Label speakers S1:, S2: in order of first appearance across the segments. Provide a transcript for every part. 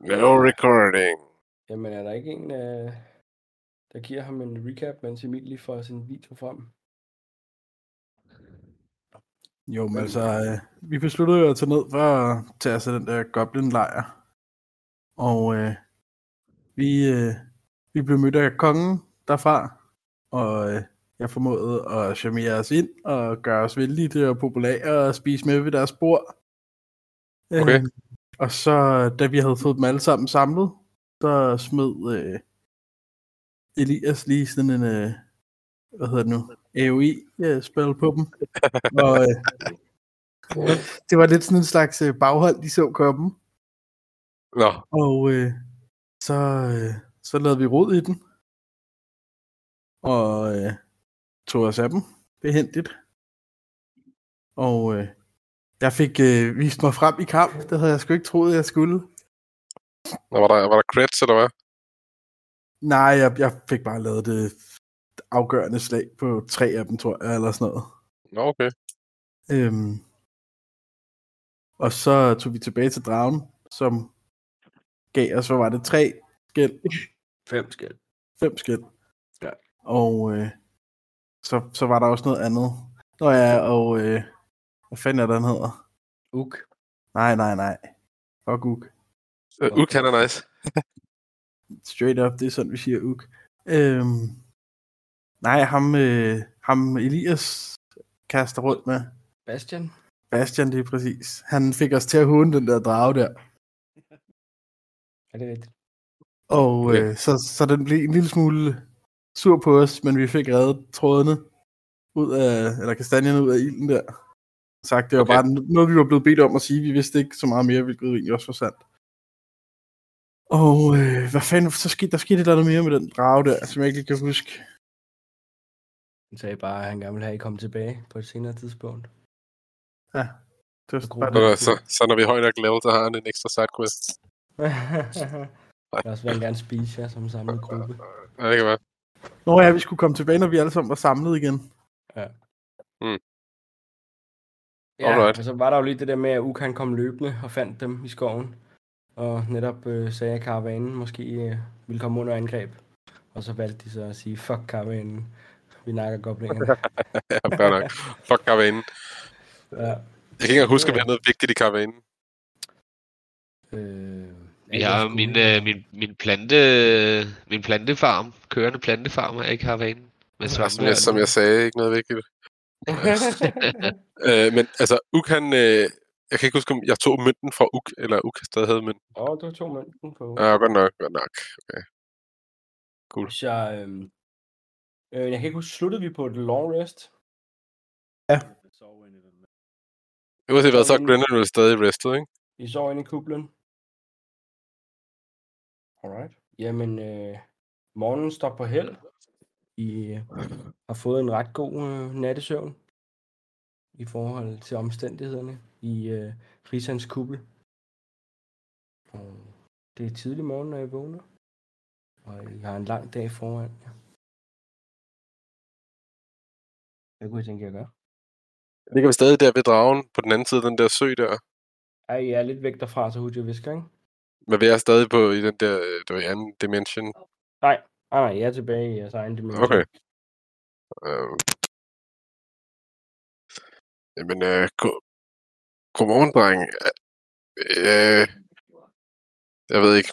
S1: No recording.
S2: Jamen er der ikke en, øh, der giver ham en recap, mens Emil lige får sin video frem?
S3: Jo, men altså, øh, vi besluttede jo at tage ned for at tage os af den der goblin-lejr. Og øh, vi, øh, vi blev mødt af kongen derfra, og øh, jeg formåede at charmere os ind og gøre os vældige og populære og spise med ved deres bord. Øh,
S1: Okay.
S3: og så, da vi havde fået dem alle sammen samlet, så smed øh, Elias lige sådan en, øh, hvad hedder det nu, AOE-spil øh, på dem. Og, øh, det var lidt sådan en slags øh, baghold, de så komme.
S1: Nå,
S3: Og øh, så, øh, så lavede vi rod i den. Og øh, tog os af dem behendigt. Og øh, jeg fik øh, vist mig frem i kamp. Det havde jeg sgu ikke troet, jeg skulle.
S1: Nå var, der, var der creds, eller hvad?
S3: Nej, jeg, jeg fik bare lavet det afgørende slag på tre af dem, tror jeg, eller sådan noget.
S1: Nå, okay.
S3: Øhm, og så tog vi tilbage til dragen, som gav os, hvad var det, tre skæld,
S2: Fem skal.
S3: fem skæld.
S2: Ja.
S3: Og øh, så, så var der også noget andet. Nå ja, og øh, hvad fanden er det, han hedder?
S2: Uk.
S3: Nej, nej, nej. Fuck uk.
S1: Øh,
S2: Okay.
S1: Uk, han er nice.
S3: Straight up, det er sådan, vi siger uk. Øhm, nej, ham, øh, ham Elias kaster rundt med.
S2: Bastian.
S3: Bastian, det er præcis. Han fik os til at hunde den der drage der.
S2: Er det rigtigt?
S3: Og
S1: Okay.
S3: øh, så, så den blev en lille smule sur på os, men vi fik reddet trådene ud af, eller kastanjerne ud af ilden der. Sagt, det var
S1: Okay.
S3: okay. bare n- noget, vi var blevet bedt om at sige. Vi vidste ikke så meget mere, hvilket jo egentlig også var sandt. Og øh, hvad fanden, så skete, der skete et eller andet mere med den drage der, som jeg ikke lige kan huske.
S2: Han sagde bare, at han gerne ville have, at I kom tilbage på et senere tidspunkt.
S3: Ja, det var bare
S2: Så
S3: det.
S1: Så,
S2: gruppen.
S1: når- så, så når vi er højt nok level, så har han en ekstra sidequest.
S2: det er også, hvad han gerne spiser jer som samlet gruppe.
S1: Ja, det kan være.
S3: Nå ja, vi skulle komme tilbage, når vi alle sammen var samlet igen.
S2: Ja,
S1: Alright.
S2: og så var der jo lige det der med, at Uk han kom løbende og fandt dem i skoven. Og netop øh, sagde, at karavanen måske øh, ville komme under angreb. Og så valgte de så at sige, fuck karavanen. Vi nakker goblingerne.
S1: Ja, fair nok. Fuck karavanen.
S2: ja.
S1: Jeg kan ikke engang huske, om vi havde noget vigtigt i karavanen.
S2: Øh,
S4: Vi har min, øh, min, min, plante, min plantefarm, kørende plantefarm, jeg ikke har vanen. Med
S1: Ja,
S4: svampe
S1: som, jeg,
S4: og-
S1: Altså, som jeg sagde, ikke noget vigtigt. Øh, men altså, Uk han... Øh, jeg kan ikke huske, om jeg tog mønten fra Uk, eller Uk stadig havde mønten.
S2: Åh, du tog mønten på.
S1: Ja, godt nok, godt nok. Okay.
S2: Så, øhm, øh, jeg kan ikke huske, sluttede vi på et long rest?
S1: Uanset hvad, så er Grenadine vel stadig restet, ikke?
S2: I sov inde i kuplen? Alright. Jamen, øh, morgenen står på held. I øh, har fået en ret god øh, nattesøvn i forhold til omstændighederne i øh, Risans kuppel. Og det er tidlig morgen, når I vågner. Og I har en lang dag foran jer. Hvad kunne I tænke jer at gøre?
S1: Ligger vi stadig der ved dragen, på den anden side af den der sø der.
S2: Ej, I er lidt væk derfra, så hurtigt jeg visker, ikke?
S1: Men vi er stadig på i den der, øh, det var i anden dimension.
S2: Nej, nej, jeg er tilbage i jeres egen dimension.
S1: Okay. Øh. Jamen, øh, go- godmorgen, dreng. Øh, jeg ved ikke.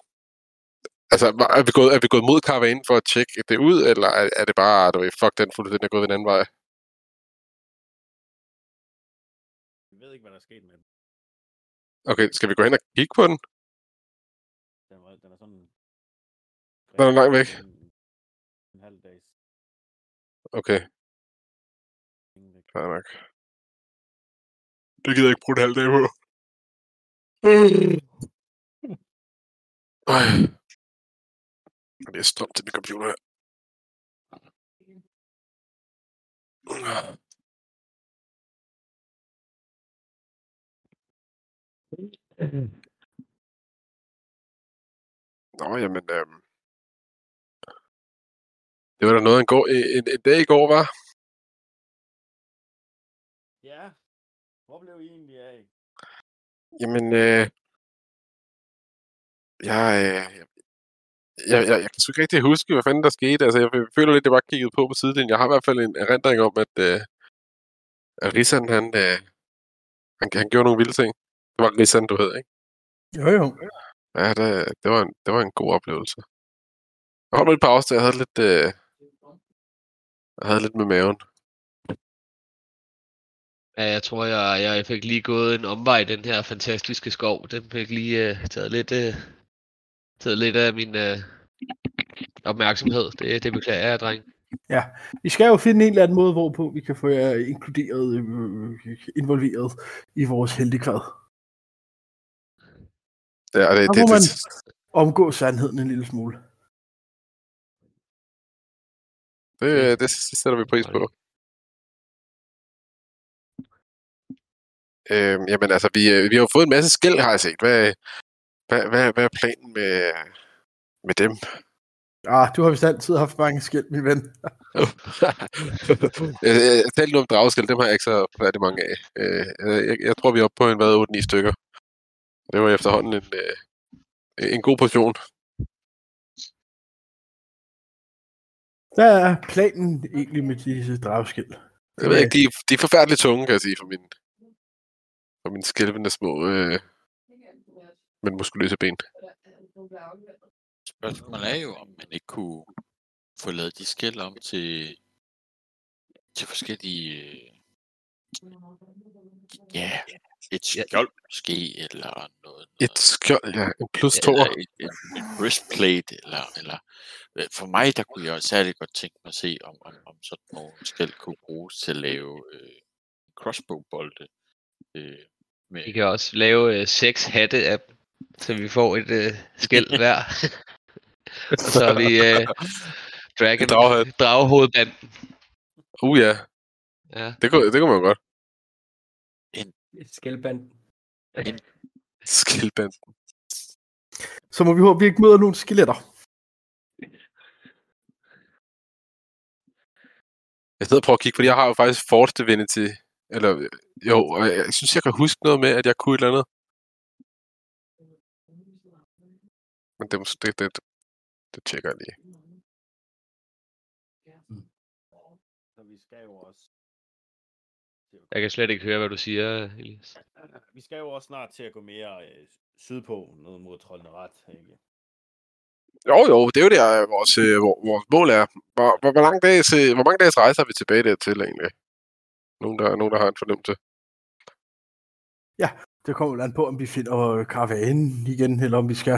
S1: Altså, var- er vi gået, er vi gået mod karavanen for at tjekke det ud, eller er, er det bare, du ved, fuck den fulde, den er gået den anden vej?
S5: Vi ved ikke, hvad der er sket med den.
S1: Okay, skal vi gå hen og kigge på den?
S5: Den, var, den er sådan...
S1: Den er langt væk.
S5: En, en halv dags
S1: Okay,
S5: penge væk.
S1: fair nok. Det gider jeg ikke bruge en halv dag på. Ej. Det er strøm til min computer her. øhm. Nå, jamen... Øhm. Det var da noget af en, går, en, en dag i går, var.
S5: Ja. Hvor blev I egentlig af?
S1: Jamen, øh, jeg, øh, jeg, jeg, jeg kan sgu ikke rigtig huske, hvad fanden der skete. Altså, jeg føler lidt, at jeg bare kiggede på på sidelinjen. Jeg har i hvert fald en erindring om, at, øh, at Rissan, han, øh, han, han gjorde nogle vilde ting. Det var Rissan, du hed, ikke?
S3: Jo, jo.
S1: Ja, det, det, var, en, det var en god oplevelse. Jeg holdt mig lidt pause, da jeg havde lidt, øh, jeg havde lidt med maven.
S4: Ja, jeg tror, jeg, jeg fik lige gået en omvej i den her fantastiske skov. Den fik lige øh, taget, lidt, øh, taget lidt af min øh, opmærksomhed. Det, det beklager jeg, dreng.
S3: Vi skal jo finde en eller anden måde, hvorpå vi kan få jer inkluderet, øh, involveret i vores heldigkvad.
S1: Ja, og det,
S3: Der
S1: det,
S3: må
S1: det,
S3: man omgå sandheden en lille smule.
S1: det, det, det, det sætter vi pris på. Øhm, jamen altså, vi, øh, vi har jo fået en masse skæld, har jeg set. Hvad, hvad, hvad, hvad er planen med, med dem?
S3: Ah, du har vist altid haft mange skæld, min ven.
S1: jeg, Øh, jeg, jeg talte nu om dragskæld, dem har jeg ikke så færdig mange af. Øh, jeg, jeg tror, vi er oppe på en hvad, 8-9 stykker. Det var efterhånden en, øh, en god portion.
S3: Hvad er planen egentlig med disse dragskæld?
S1: Jeg
S3: Øh.
S1: ved ikke, de, de er forfærdeligt tunge, kan jeg sige, for min, for min skælvende små, øh, men muskuløse ben.
S6: Spørgsmålet er jo, om man ikke kunne få lavet de skæld om til, til forskellige... øh, Ja, et
S4: Ja.
S6: skjold måske, eller noget.
S1: Et skjold, ja. En plus to.
S6: eller et, et, et breastplate, eller, eller... øh, For mig, der kunne jeg særlig godt tænke mig at se, om, om, om sådan nogle skæld kunne bruges til at lave øh, crossbow-bolde. Øh, med,
S4: Vi kan også lave øh, seks hatte af dem, så vi får et øh, skæld hver. og så er vi øh, Dragon
S1: Draghat.
S4: Draghovedbanden.
S1: Uh ja,
S4: Ja.
S1: det kunne, det kunne man godt.
S2: Et skældband.
S1: Skældband.
S3: Så må vi håbe, vi ikke møder Øh, nogle skeletter.
S1: Jeg sidder og prøver at kigge, fordi jeg har jo faktisk Force Divinity. Eller, øh, jo, og jeg, jeg synes, jeg kan huske noget med, at jeg kunne et eller andet. Men det, er måske- det, det, det tjekker jeg lige.
S5: Så vi skal jo også... til at-
S4: Jeg kan slet ikke høre, hvad du siger, Elias.
S5: Vi skal jo også snart til at gå mere øh, sydpå, ned mod Trollende Ret, ikke?
S1: Jo, jo, det er jo der, øh, vores, øh, hvor, vores mål er. Hvor, hvor, hvor, lang dages, øh, hvor mange dages rejser er vi tilbage dertil egentlig? Nogen, der, nogen, der har en fornemmelse.
S3: Det kommer jo an på, om vi finder øh, karavanen igen, eller om vi skal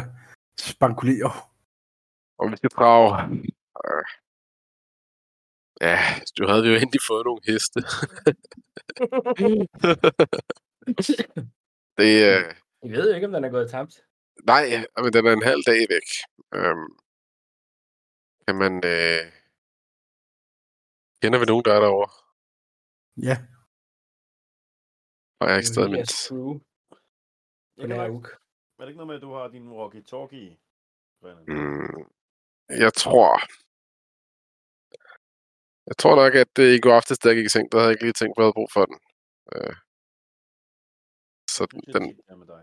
S3: spankulere.
S1: Og vi skal drage. Øh. Ja, du havde vi jo endelig fået nogle heste. det, øh,
S2: Jeg ved jo ikke, om den er gået tabt.
S1: nej, men den er en halv dag væk. Øhm, kan man... Øh, kender vi nogen, der er derovre?
S3: Ja,
S1: Og jeg er ikke stadig
S2: Elias
S1: mindst.
S2: Crew på
S5: Jeg kan
S2: Nær
S5: nok-
S2: Uk.
S5: Er det ikke noget med, at du har din walkie-talkie? Brennan?
S1: Mm, jeg tror... Jeg tror nok, at øh, i går aftes, da jeg gik i seng, der havde jeg ikke lige tænkt på, at jeg havde brug for den. Øh, så
S5: Nu skal
S1: den,
S5: jeg tit være med dig.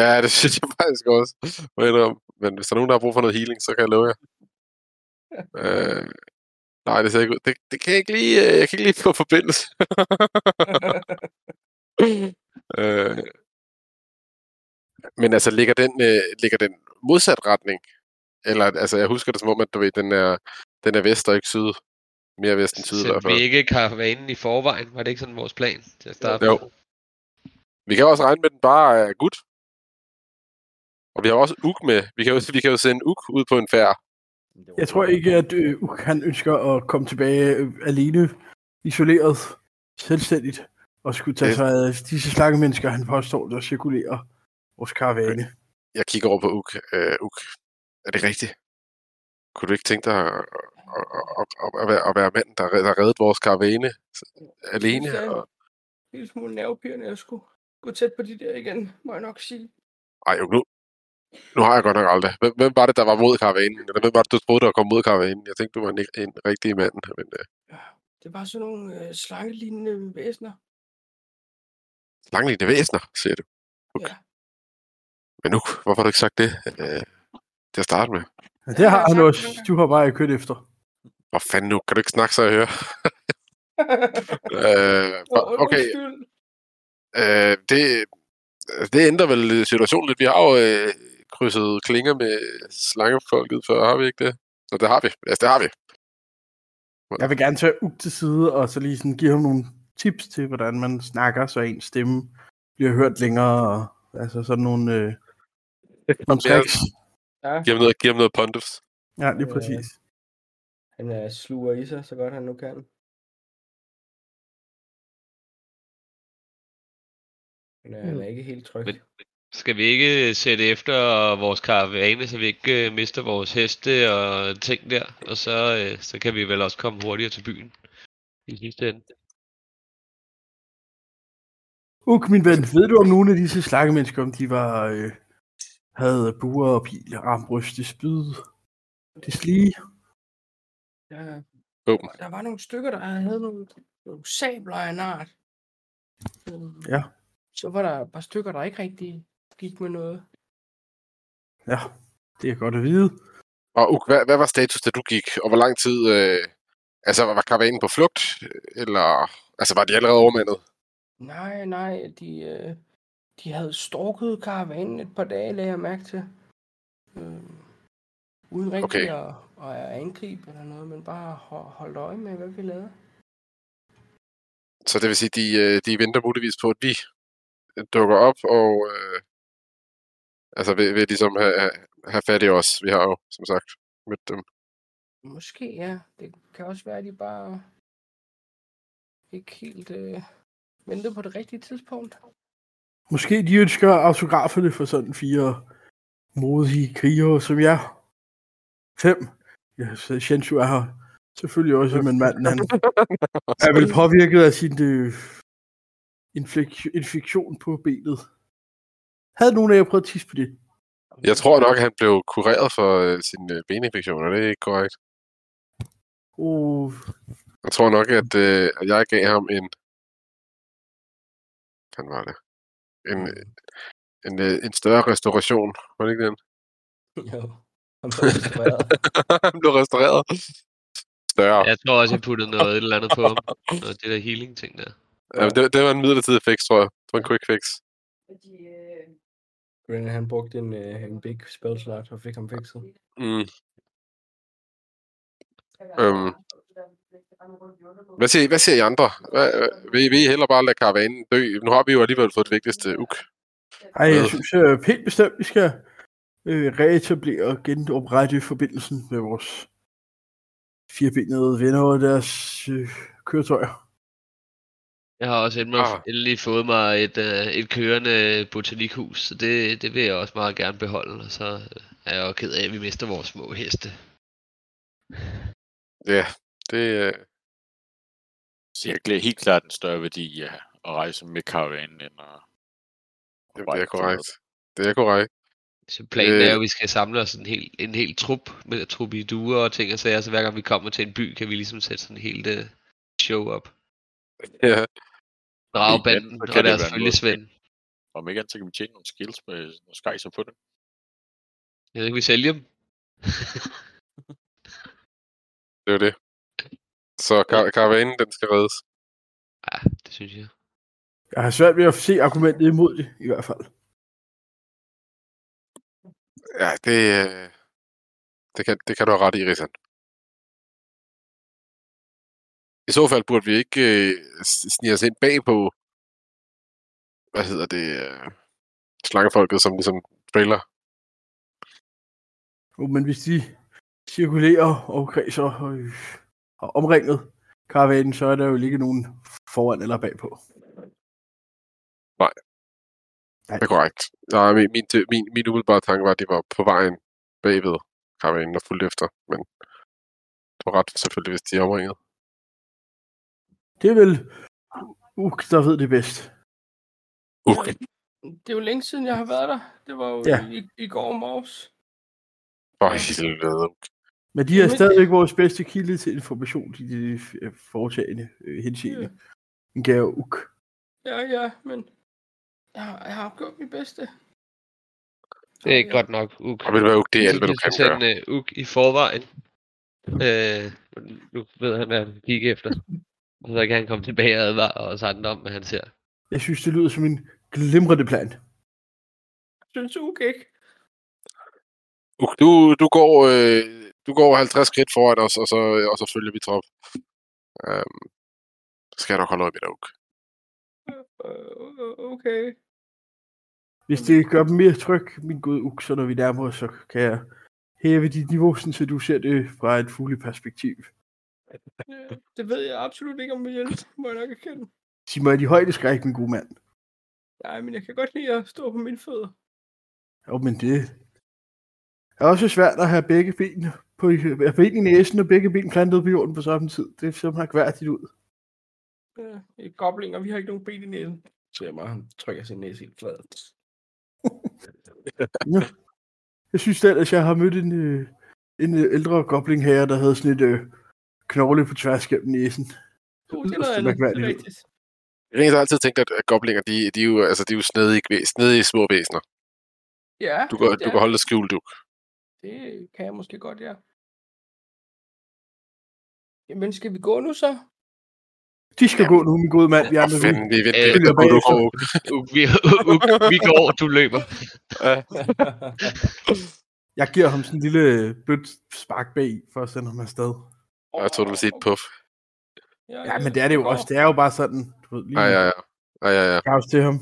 S1: Ja, det synes jeg faktisk også. Må jeg indrømme. Men hvis der er nogen, der har brug for noget healing, så kan jeg love jer. Øh, nej, det ser ikke ud. Det, det kan jeg ikke lige... øh, Jeg kan ikke lige få forbindelse. øh, men altså, ligger den, øh, ligger den modsat retning? Eller, altså, jeg husker det som om, at du ved, den er, den er vest og ikke syd. Mere vest end syd i hvert
S4: Sendte
S1: fald.
S4: vi ikke karavanen i forvejen? Var det ikke sådan vores plan til at starte
S1: Jo.
S4: med?
S1: Vi kan også regne med, at den bare er gut. Og vi har også Uk med. Vi kan jo, vi kan jo sende Uk ud på en færd.
S5: Men det var
S3: jeg tror
S5: bare-
S3: ikke, at øh, Uk, han ønsker at komme tilbage øh, alene, isoleret, selvstændigt, og skulle tage
S1: Det-
S3: sig af disse slakke mennesker, han påstår, der cirkulerer vores karavane.
S1: Jeg kigger over på Uk. Øh, Uk. Er det rigtigt? Kunne du ikke tænke dig at, at, at, at, at, være, at være manden, der, red- der reddede vores karavane s- alene?
S2: sagde
S1: Og,
S2: øh, En lille smule nervepirrende, jeg skulle gå tæt på de der igen, må jeg nok sige.
S1: ej, Uk, nu, nu har jeg godt nok aldrig. Hvem, hvem var det, der var mod karavanen? Eller hvem var det, du troede, der kom mod karavanen? Jeg tænkte, du var en, en rigtig mand. Men øh,
S2: Det var sådan nogle øh, slangelignende væsener.
S1: langlignende væsener, siger du.
S2: Ja.
S1: Men nu, hvorfor har du ikke sagt det øh, til at starte med?
S3: Ja, det har han også. Du har bare kørt efter.
S1: Hvor fanden nu? Kan du ikke snakke, så jeg hører? øh,
S2: Åh,
S1: okay,
S2: undskyld.
S1: øh, det, det ændrer vel situationen lidt. Vi har jo øh, krydset klinger med slangefolket før, har vi ikke det? Så det har vi. Altså, det har vi.
S3: Jeg vil gerne tage Uk til side, og så lige sådan give ham nogle tips til, hvordan man snakker, så ens stemme bliver hørt længere. Og, altså sådan nogle... Øh, nogle
S1: mere-
S3: tricks.
S2: Ja,
S1: Giv ham noget, giv ham noget pondus.
S3: Ja, lige
S2: Øh,
S3: præcis.
S2: han øh, sluger i sig, så godt han nu kan. Men øh, han er ikke helt tryg.
S4: Men- Skal vi ikke sætte efter vores karavane, så vi ikke øh, mister vores heste og ting der? Og så, øh, så kan vi vel også komme hurtigere til byen i sidste ende.
S3: Uk, min ven, ved du om nogle af disse slangemennesker, om de var... Øh, havde buer og pil, armbryste, spyd, deslige?
S2: Ja,
S1: Jo.
S2: der var nogle stykker, der havde nogle, nogle sabler af en art. Øhm,
S3: Ja.
S2: Så var der et par stykker, der ikke rigtig gik med noget.
S3: Ja, det er godt at vide.
S1: Og Uk, hvad, hvad var status, da du gik? Og hvor lang tid... Øh, altså, var karavanen på flugt? Eller... Altså, var de allerede overmandet?
S2: Nej, nej, de, øh, de havde stalket karavanen et par dage, lagde jeg mærke til. Øh, uden rigtig okay. at, at angribe eller noget, men bare ho- holde øje med, hvad vi lavede.
S1: Så det vil sige, de, øh, de venter muligvis på, at vi dukker op, og øh, altså vil, vil ligesom have, have- have fat i os. Vi har jo, som sagt, mødt dem.
S2: Måske ja, det kan også være, at de bare ikke helt øh, ventede på det rigtige tidspunkt.
S3: Måske de ønsker autograferne for sådan fire modige krigere som jeg. Fem. Ja, så Shenzhou er her. Selvfølgelig også, men manden han er vel påvirket af sin øh, inflek- infektion på benet. Havde nogen af jer prøvet at tisse på det?
S1: Jeg tror nok, at han blev kureret for øh, sin øh, beninfektion, og det er ikke korrekt.
S3: Oh,
S1: Jeg tror nok, at, øh, at jeg gav ham en... Hvad var det? En, en, øh, en større restauration. Var det ikke den?
S2: Jo, han blev inspireret.
S1: han blev restaureret. Større.
S4: Jeg tror også, jeg puttede noget et eller andet på ham. Noget af det der healing-ting der.
S1: Ja. Det, det var en midlertidig fix, tror jeg. Det var en quick fix.
S2: Brennan, han brugte en, øh, en big spell slot og fik ham fikset.
S1: Mm. Øhm. Hvad siger, I- hvad siger I andre? Hvad, øh, vil, I- vil I hellere bare lade karavanen dø? Nu har vi jo alligevel fået det vigtigste uk.
S3: ej, jeg
S1: Hvad?
S3: synes øh, helt bestemt, vi skal øh, reetablere og genoprette forbindelsen med vores firebenede venner og deres øh, køretøjer.
S4: Jeg har også endelig,
S1: Ah.
S4: ah. endelig fået mig et, øh, et kørende botanikhus, så det, det vil jeg også meget gerne beholde. Og så øh, er jeg jo ked af, at vi mister vores små heste.
S1: Det, øh,
S6: Cirkel er helt klart en større værdi ja, at rejse med karavanen end at...
S1: det, det er korrekt. Det er korrekt.
S4: Så planen er
S1: Øh.
S4: jo, at vi skal samle os en hel, en hel trup med trup i duer og ting og sager, så hver gang vi kommer til en by, kan vi ligesom sætte sådan en helt øh, show op.
S1: Ja.
S6: så
S4: Dragbanden
S6: kan
S4: og
S6: det
S4: deres
S6: være en
S4: følgesvend.
S6: Om ikke andet, så kan vi tjene nogle skills med nogle skejser på det.
S4: Jeg ved ikke, vi sælger dem.
S1: Det er jo det. Så kar- karavanen, den skal reddes.
S4: ja, det synes jeg.
S3: Jeg har svært ved at se argumentet imod det, i hvert fald.
S1: Ja, det, øh, det, kan, det kan du have ret i, Rissan. I så fald burde vi ikke øh, s- snige os ind bag på, hvad hedder det, øh, slangefolket, som ligesom trailer.
S3: Jo, men hvis de cirkulerer og kredser og, og omringet karavanen, så er der jo ikke nogen foran eller bagpå.
S1: Det er korrekt. Nej, min, min, te- min, min umiddelbare tanke var, at de var på vejen bagved karavanen og fulgte efter, men du har ret selvfølgelig, hvis de er omringet.
S3: Det er vel Uk, der ved det bedst.
S1: Okay.
S2: Det er jo længe siden, jeg har været der. Det var jo
S3: Ja.
S2: ja. i, i går morges.
S1: For helvede.
S3: Men de er
S2: Jamen, det-
S3: stadigvæk vores bedste kilde til information i de øh, foretagende øh,
S2: Ja.
S3: henseende. En gave Uk.
S2: Ja, ja, men jeg har, jeg har gjort mit bedste.
S4: Det er ikke godt nok, Uk.
S1: Og vil det være okay, det er alt, hvad du kan gøre.
S4: sende uh, Uk i forvejen. Øh, nu ved han, hvad han gik efter. Og så kan han komme tilbage og advare os andre om, hvad han ser.
S3: Jeg synes, det lyder som en glimrende plan.
S2: Synes Uk ikke?
S1: Uk, Du, du, går, øh, du går 50 skridt foran os, og så, og så følger vi trop. Øhm, så skal jeg nok holde øje med dig, Uk.
S2: Øh, okay.
S3: Hvis det gør dem mere tryg, min gode uk, så når vi nærmer os, så kan jeg hæve dit niveau, sådan, så du ser det fra et fugleperspektiv.
S2: Ja, det ved jeg absolut ikke om vil hjælpe, må jeg nok erkende.
S3: Sig mig, er de højdeskræk, min gode mand?
S2: Nej, men jeg kan godt lide at stå på mine fødder.
S3: Jo, men det er også svært at have begge ben, på, at have ben i næsen og begge ben plantet på jorden på samme tid. Det er simpelthen kværdigt ud.
S2: Ja, I er goblinger, vi har ikke nogen ben i næsen. Så jeg bare, han trykker sin næse helt flad.
S3: Jeg synes selv, at jeg har mødt en, øh, en øh, ældre gobling her, der havde sådan et øh, knogle på tværs gennem næsen.
S2: Jo, det er
S3: lyder sgu
S2: noget andet, det er
S3: mærkværdigt ud.
S2: rigtigt.
S1: Jeg har altid tænkt, at at goblinger, de, de, er jo, altså, de er jo snedige, væ- snedige små væsener.
S2: Ja,
S1: Du kan,
S2: det,
S1: du kan holde dig skjult, du.
S2: det kan jeg måske godt, ja. Jamen, skal vi gå nu så?
S3: De skal gå nu, min gode mand. Vi
S1: Ja,
S3: andre, vi,
S1: fanden, vi venter.
S4: Øh,
S1: Øh, du, du, går,
S4: Uk, vi, Uk, vi går, du løber.
S3: jeg giver ham sådan en lille øh, blødt spark bag for at sende ham afsted.
S1: jeg tror, du vil sige et puff.
S3: Ja, men det er det jo også. Det er jo bare sådan, du ved, lige
S1: Ej,
S3: Ej,
S1: ja,
S3: ja.
S1: ja. Ej, ja, ja.
S3: til ham.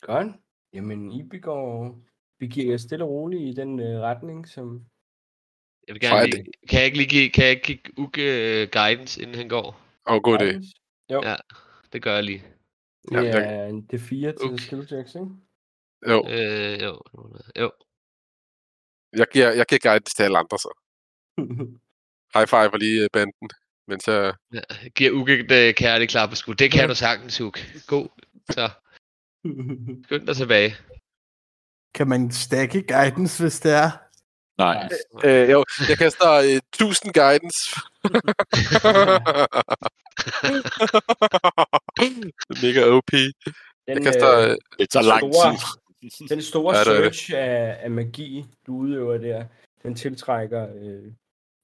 S2: Godt. Jamen, I begår, begiver jer stille og roligt i den øh, retning, som...
S4: Jeg vil
S1: Fejl
S4: gerne lige, kan jeg ikke lige give, kan jeg ikke give Uk uh, guidance, inden han går?
S1: Og god idé.
S2: Jo,
S4: Ja, Det gør jeg lige.
S1: Ja,
S2: det
S1: jeg-
S2: er en D4 til
S4: Okay.
S2: okay. skilljacks, ikke?
S1: Jo,
S4: Øh, jo, jo.
S1: jeg giver, jeg giver guidance til alle andre, så. High five og lige øh, banden, mens jeg...
S4: Ja, giver Uk et uh, kærligt klap på skud. Det kan du sagtens, Uk. God. Så skynd dig tilbage.
S3: Kan man stacke guidance, hvis det er?
S6: Nej.
S2: Nej.
S1: Øh, jo, jeg kaster øh, 1000 guidance. Mega OP.
S2: Den,
S1: Jeg kaster...
S2: øh,
S1: Øh,
S6: Det tager lang tid.
S2: store, den store
S1: Ja, det er det.
S2: search af, af magi, du udøver der, den tiltrækker øh,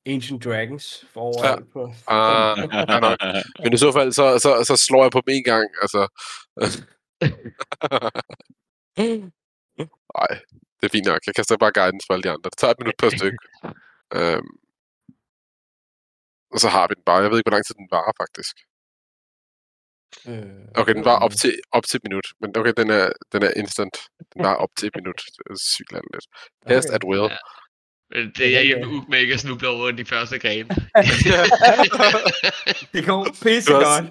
S2: Ancient Dragons for overalt ja. på...
S1: ah, ja, nok. Men i så fald, så, så, så slår jeg på dem en gang. Altså. Nej, det er fint nok. Jeg kaster bare guidance for alle de andre. Det tager et minut per stykke. Øhm. Og så har vi den bare. Jeg ved ikke, hvor lang tid den varer, faktisk.
S2: Øh,
S1: Okay, den var op
S3: Øhm.
S1: til, op til et minut. Men okay, den er, den er instant. Den var op til et minut. Det er sygt langt lidt. Cast at will.
S4: Ja. Men Det er jeg hjemme Uk med ikke at snuble over de første grene.
S2: Det går pisse godt.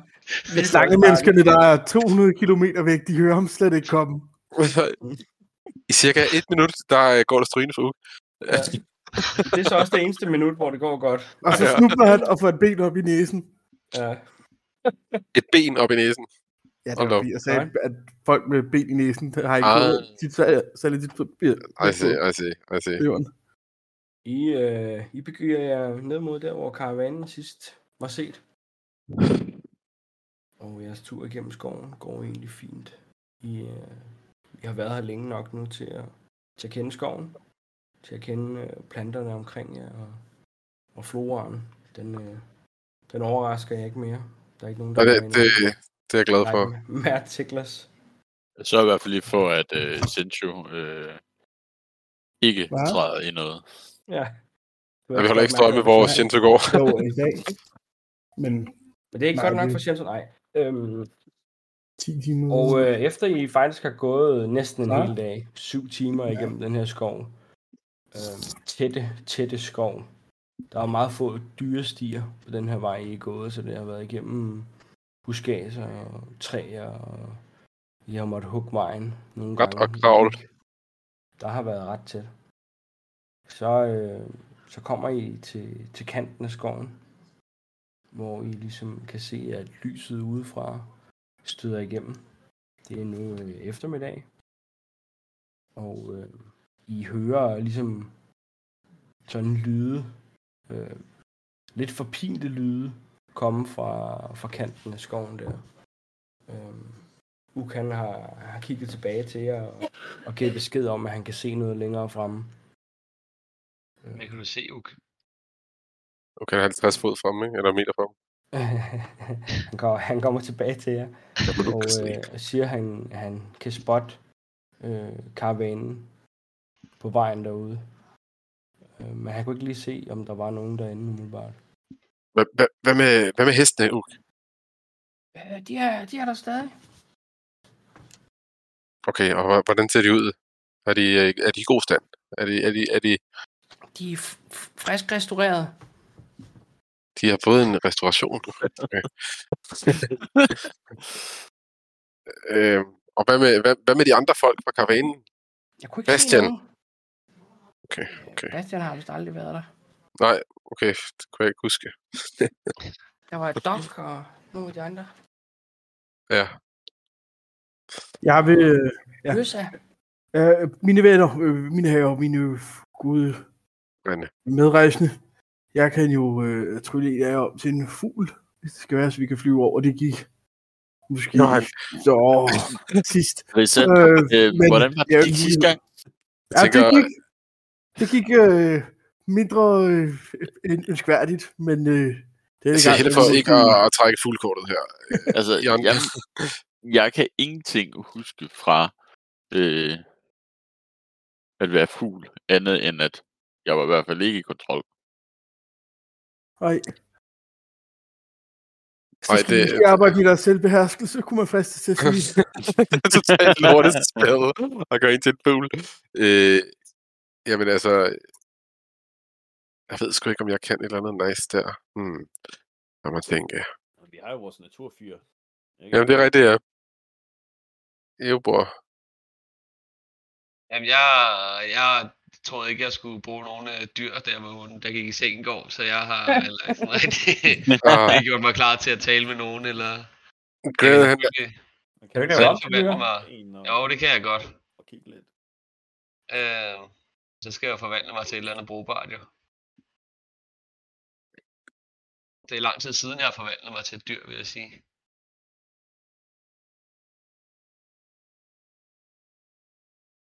S3: Det er lange menneskerne, der er 200 km væk, de hører ham slet ikke komme.
S1: I cirka et minut, der øh, går der strygende for uge.
S2: Ja. Det er så også det eneste minut, hvor det går godt.
S3: Og så
S1: Ja.
S3: snubler han og får et ben op i næsen.
S2: Ja.
S1: Et ben op i næsen.
S3: Ja, det
S1: Hold
S3: var
S1: op.
S3: fordi, jeg sagde, at folk med ben i næsen der har ikke
S1: Ah.
S3: fået sit sær- særligt dit papir.
S1: I see, I see, I see.
S2: I, øh, I begiver jer ned mod der, hvor karavanen sidst var set. Og jeres tur igennem skoven går egentlig fint. I, øh, I har været her længe nok nu til at, til at kende skoven. Til at kende øh, planterne omkring jer og, og floraen. Den, øh, den overrasker jeg ikke mere. Der er ikke nogen,
S1: Og
S2: der
S1: det,
S2: går ind
S1: det,
S2: og-
S1: det er jeg glad for.
S2: Nej, Mert Tiklas.
S6: Så i hvert fald lige for, at øh, Sincho øh, ikke
S3: Hva?
S6: træder i noget.
S2: Ja.
S1: Jeg vil heller ikke støje med, hvor
S2: Nej.
S1: Shinto går.
S3: i dag. Men
S2: Men det er ikke
S3: Nej,
S2: godt nok
S3: det-
S2: for Shenson, nej. Øhm,
S3: 10 timer.
S2: og øh, efter I faktisk har gået næsten en
S3: Ja.
S2: hel dag, syv timer
S3: Ja.
S2: igennem den her skov, øhm, tætte, tætte skov, der er meget få dyrestier på den her vej, I er gået, så det har været igennem buskager og træer, og I har måttet hugge vejen nogle
S1: Godt
S2: gange.
S1: og kravle.
S2: Øhm, Der har været ret tæt. Så, øh, så kommer I til, til kanten af skoven, hvor I ligesom kan se, at lyset udefra støder igennem. Det er nu øh, eftermiddag. Og øh, I hører ligesom sådan lyde, øh, lidt forpinte lyde, komme fra, fra kanten af skoven der. Øh, Uk han har, har kigget tilbage til jer og, og givet besked om, at han kan se noget længere fremme.
S4: Men kan du se, Uk?
S1: Okay, 50 fod frem, ikke? Eller meter frem.
S2: han, kommer, han kommer tilbage til jer
S1: Der må du
S2: og
S1: kan se.
S2: øh, siger, at han, at han kan spotte øh, karavanen på vejen derude. Øh, men han kunne ikke lige se, om der var nogen derinde umiddelbart.
S1: Hva- hva- Hvad med, hvad med hestene, Uk?
S2: Øh, de, er, de er der stadig.
S1: Okay, og hva- hvordan ser de ud? Er de, øh, er de i god stand? Er de, er de, er de,
S2: De er frisk restaureret.
S1: de har fået en restauration? Okay. øhm, og hvad med, hvad, hvad med de andre folk fra karavanen?
S2: Jeg kunne
S1: ikke se Bastian. nogen. Okay, okay.
S2: Bastian har vist aldrig været der.
S1: Okay, det kunne jeg ikke huske.
S2: Der var et dok og nogle af de andre.
S1: Ja,
S3: Jeg vil... øh, Ja.
S2: Løsa.
S3: Øh, mine venner, øh, mine herrer, mine gode
S1: Rene.
S3: medrejsende. Jeg kan jo øh, trylle en af jer om til en fugl, hvis det skal være, så vi kan flyve over det gik. Måske
S1: Nå, han-
S3: så sidst.
S6: Risa,
S3: Øh,
S6: øh,
S3: men
S6: hvordan var
S3: jeg
S6: det
S3: vil
S6: sidste
S3: lige-
S6: gang?
S3: Ja, det
S1: tænker-
S3: gik, det gik øh, mindre øh, end ønskværdigt, men øh, det er
S1: Jeg siger held Altså, for ikke at, at trække fuldkortet her. Øh,
S6: Altså,
S1: Jørgen.
S6: jeg, jeg kan ingenting huske fra øh, at være fugl, andet end at jeg var i hvert fald ikke i kontrol.
S3: Nej. Så
S1: Ej,
S3: skal
S1: det-
S3: det, vi arbejde i deres selvbeherskelse, kunne man friste til at sige.
S1: Totalt lortespad og gøre ind til en fugl. Øh, jamen altså, jeg ved sgu ikke, om jeg kan et eller andet nice der. Hmm. Lad mig tænke.
S5: Vi har jo vores naturfyr. Ikke?
S1: Jamen det er rigtigt, ja. Jo, bror.
S4: Jamen, jeg, jeg troede ikke, jeg skulle bruge nogen øh, dyr, da jeg var ung, der gik i seng i går, så jeg har heller ikke sådan rigtig
S1: Ah,
S4: ikke gjort mig klar til at tale med nogen, eller...
S1: Glæde, han,
S5: Man
S2: Kan du ikke
S4: lave
S5: tage
S4: om til det,
S5: en
S4: eller?
S5: og-
S4: Jo, det kan jeg godt.
S5: Og kigge lidt.
S4: Øh, så skal jeg jo forvandle mig til et eller andet brugbart, jo. Det er lang tid siden, jeg har forvandlet mig til et dyr, vil jeg sige.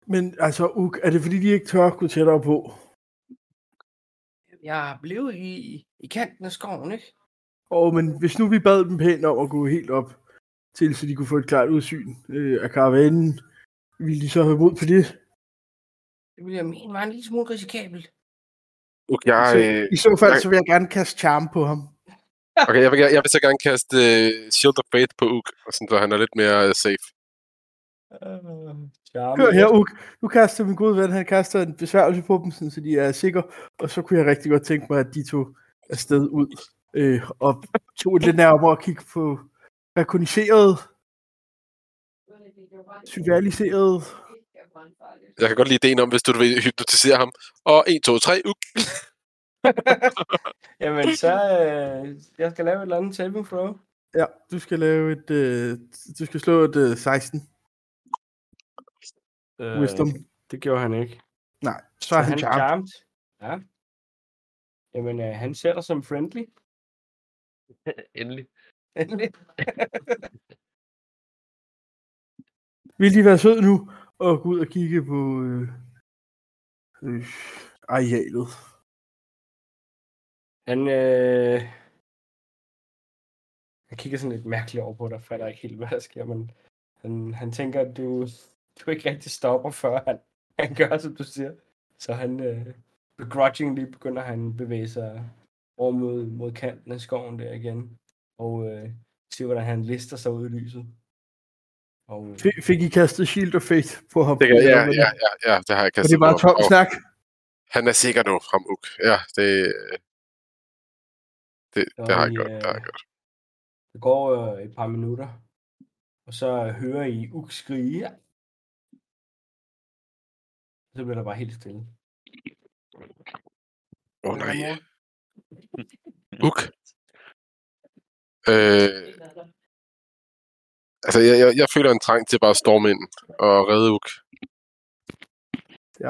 S3: Men altså, Uk, er det fordi, de ikke tør at gå tættere på?
S2: Jeg blev i, i kanten af skoven, ikke?
S3: Og men hvis nu vi bad dem pænt om at gå helt op til, så de kunne få et klart udsyn øh, af karavanen, ville de så have mod på det?
S2: Det ville jeg mene var en lille smule risikabelt.
S1: okay, jeg,
S3: Så,
S1: øh,
S3: I så fald,
S1: nej.
S3: så vil jeg gerne kaste charme på ham.
S1: okay, jeg, vil, gerne- jeg vil så gerne kaste uh, Shield of Faith på Uk, og sådan, så han er lidt mere uh, safe.
S3: Kør her, Uk. Nu kaster min gode ven, han kaster en besværgelse på dem, sådan, så de er sikre. Og så kunne jeg rigtig godt tænke mig, at de tog afsted ud øh, og tog et lidt nærmere og kigge på rekogniseret, syvaliseret.
S1: Jeg kan godt lide ideen om, hvis du vil hypnotisere ham. Og 1, 2, 3, Uk.
S2: Jamen, så øh, jeg skal lave et eller andet saving throw.
S3: Ja, du skal lave et, øh, du skal slå et øh, 16
S2: Øh,
S3: wisdom.
S2: Det gjorde han ikke.
S3: Nej, så er han,
S2: han
S3: charmed.
S2: charmed. Ja. Jamen, øh, han ser dig som friendly.
S4: Endelig.
S2: Endelig.
S3: Vil de være søde nu og gå ud og kigge på øh, øh, arealet?
S2: Han, øh... han kigger sådan lidt mærkeligt over på dig, fatter ikke helt, hvad der sker, men han, han tænker, at du, du ikke rigtig stopper, før han, han gør, som du siger. Så han øh, begrudgingly begynder han at bevæge sig over mod, mod kanten af skoven der igen, og øh, se, hvordan han lister sig ud i lyset. Og, øh,
S3: F- fik I kastet Shield of Faith på ham?
S1: Det kan, ja,
S3: Eller hvad
S1: ja, ja, ja, det har jeg
S3: Og
S1: kastet.
S3: det er bare
S1: på ham.
S3: tom snak.
S1: han er sikker nu, ham Uk. Ja, det, øh, det,
S2: Så
S1: det har
S2: I,
S1: jeg godt. Det har jeg
S2: øh,
S1: godt.
S2: Der går øh, et par minutter, og så hører I Uk skrige. Så bliver der bare helt stille.
S1: Åh
S2: Hvad
S1: oh, nej,
S2: er der, mor?
S1: Uk. Øh, altså, jeg, jeg, jeg føler en trang til bare at storme ind og redde Uk.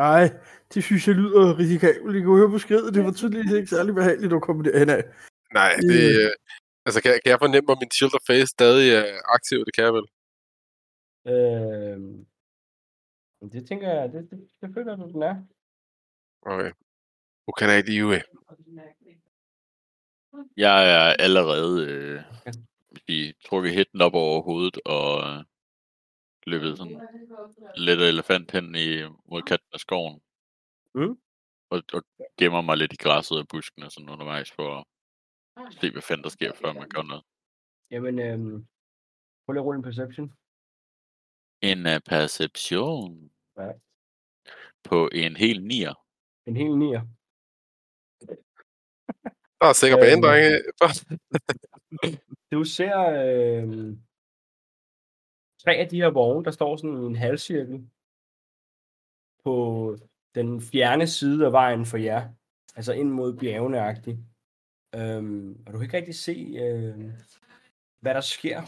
S3: Nej, det synes jeg lyder risikabelt. I kunne høre på skridt, det var tydeligvis ikke særlig behageligt at komme derhen af.
S1: Nej, det... Øh, altså, kan, kan jeg fornemme, at min shield of face stadig er aktiv? Det kan jeg vel?
S2: Øh, det tænker jeg, det, det, det føler du, den er.
S1: Okay. Who can I deal with?
S6: Jeg er allerede øh, de trukket hætten op over hovedet og øh, løbet sådan lidt af elefant hen i, mod kanten af skoven.
S2: Mm.
S6: Og, og gemmer mig lidt i græsset og busken og sådan undervejs for at se, hvad fanden der sker, før man gør noget.
S2: Jamen, øh, prøv lige at rulle en perception.
S6: En uh, perception
S2: Ja.
S6: på en hel nier.
S2: En hel nier.
S1: Der er sikkert
S2: Øhm.
S1: bane, drenge.
S2: Du ser øh, tre af de her vogne, der står sådan i en halvcirkel på den fjerne side af vejen for jer. Altså ind mod bjergene agtigt. Øhm, og du kan ikke rigtig se, øh, hvad der sker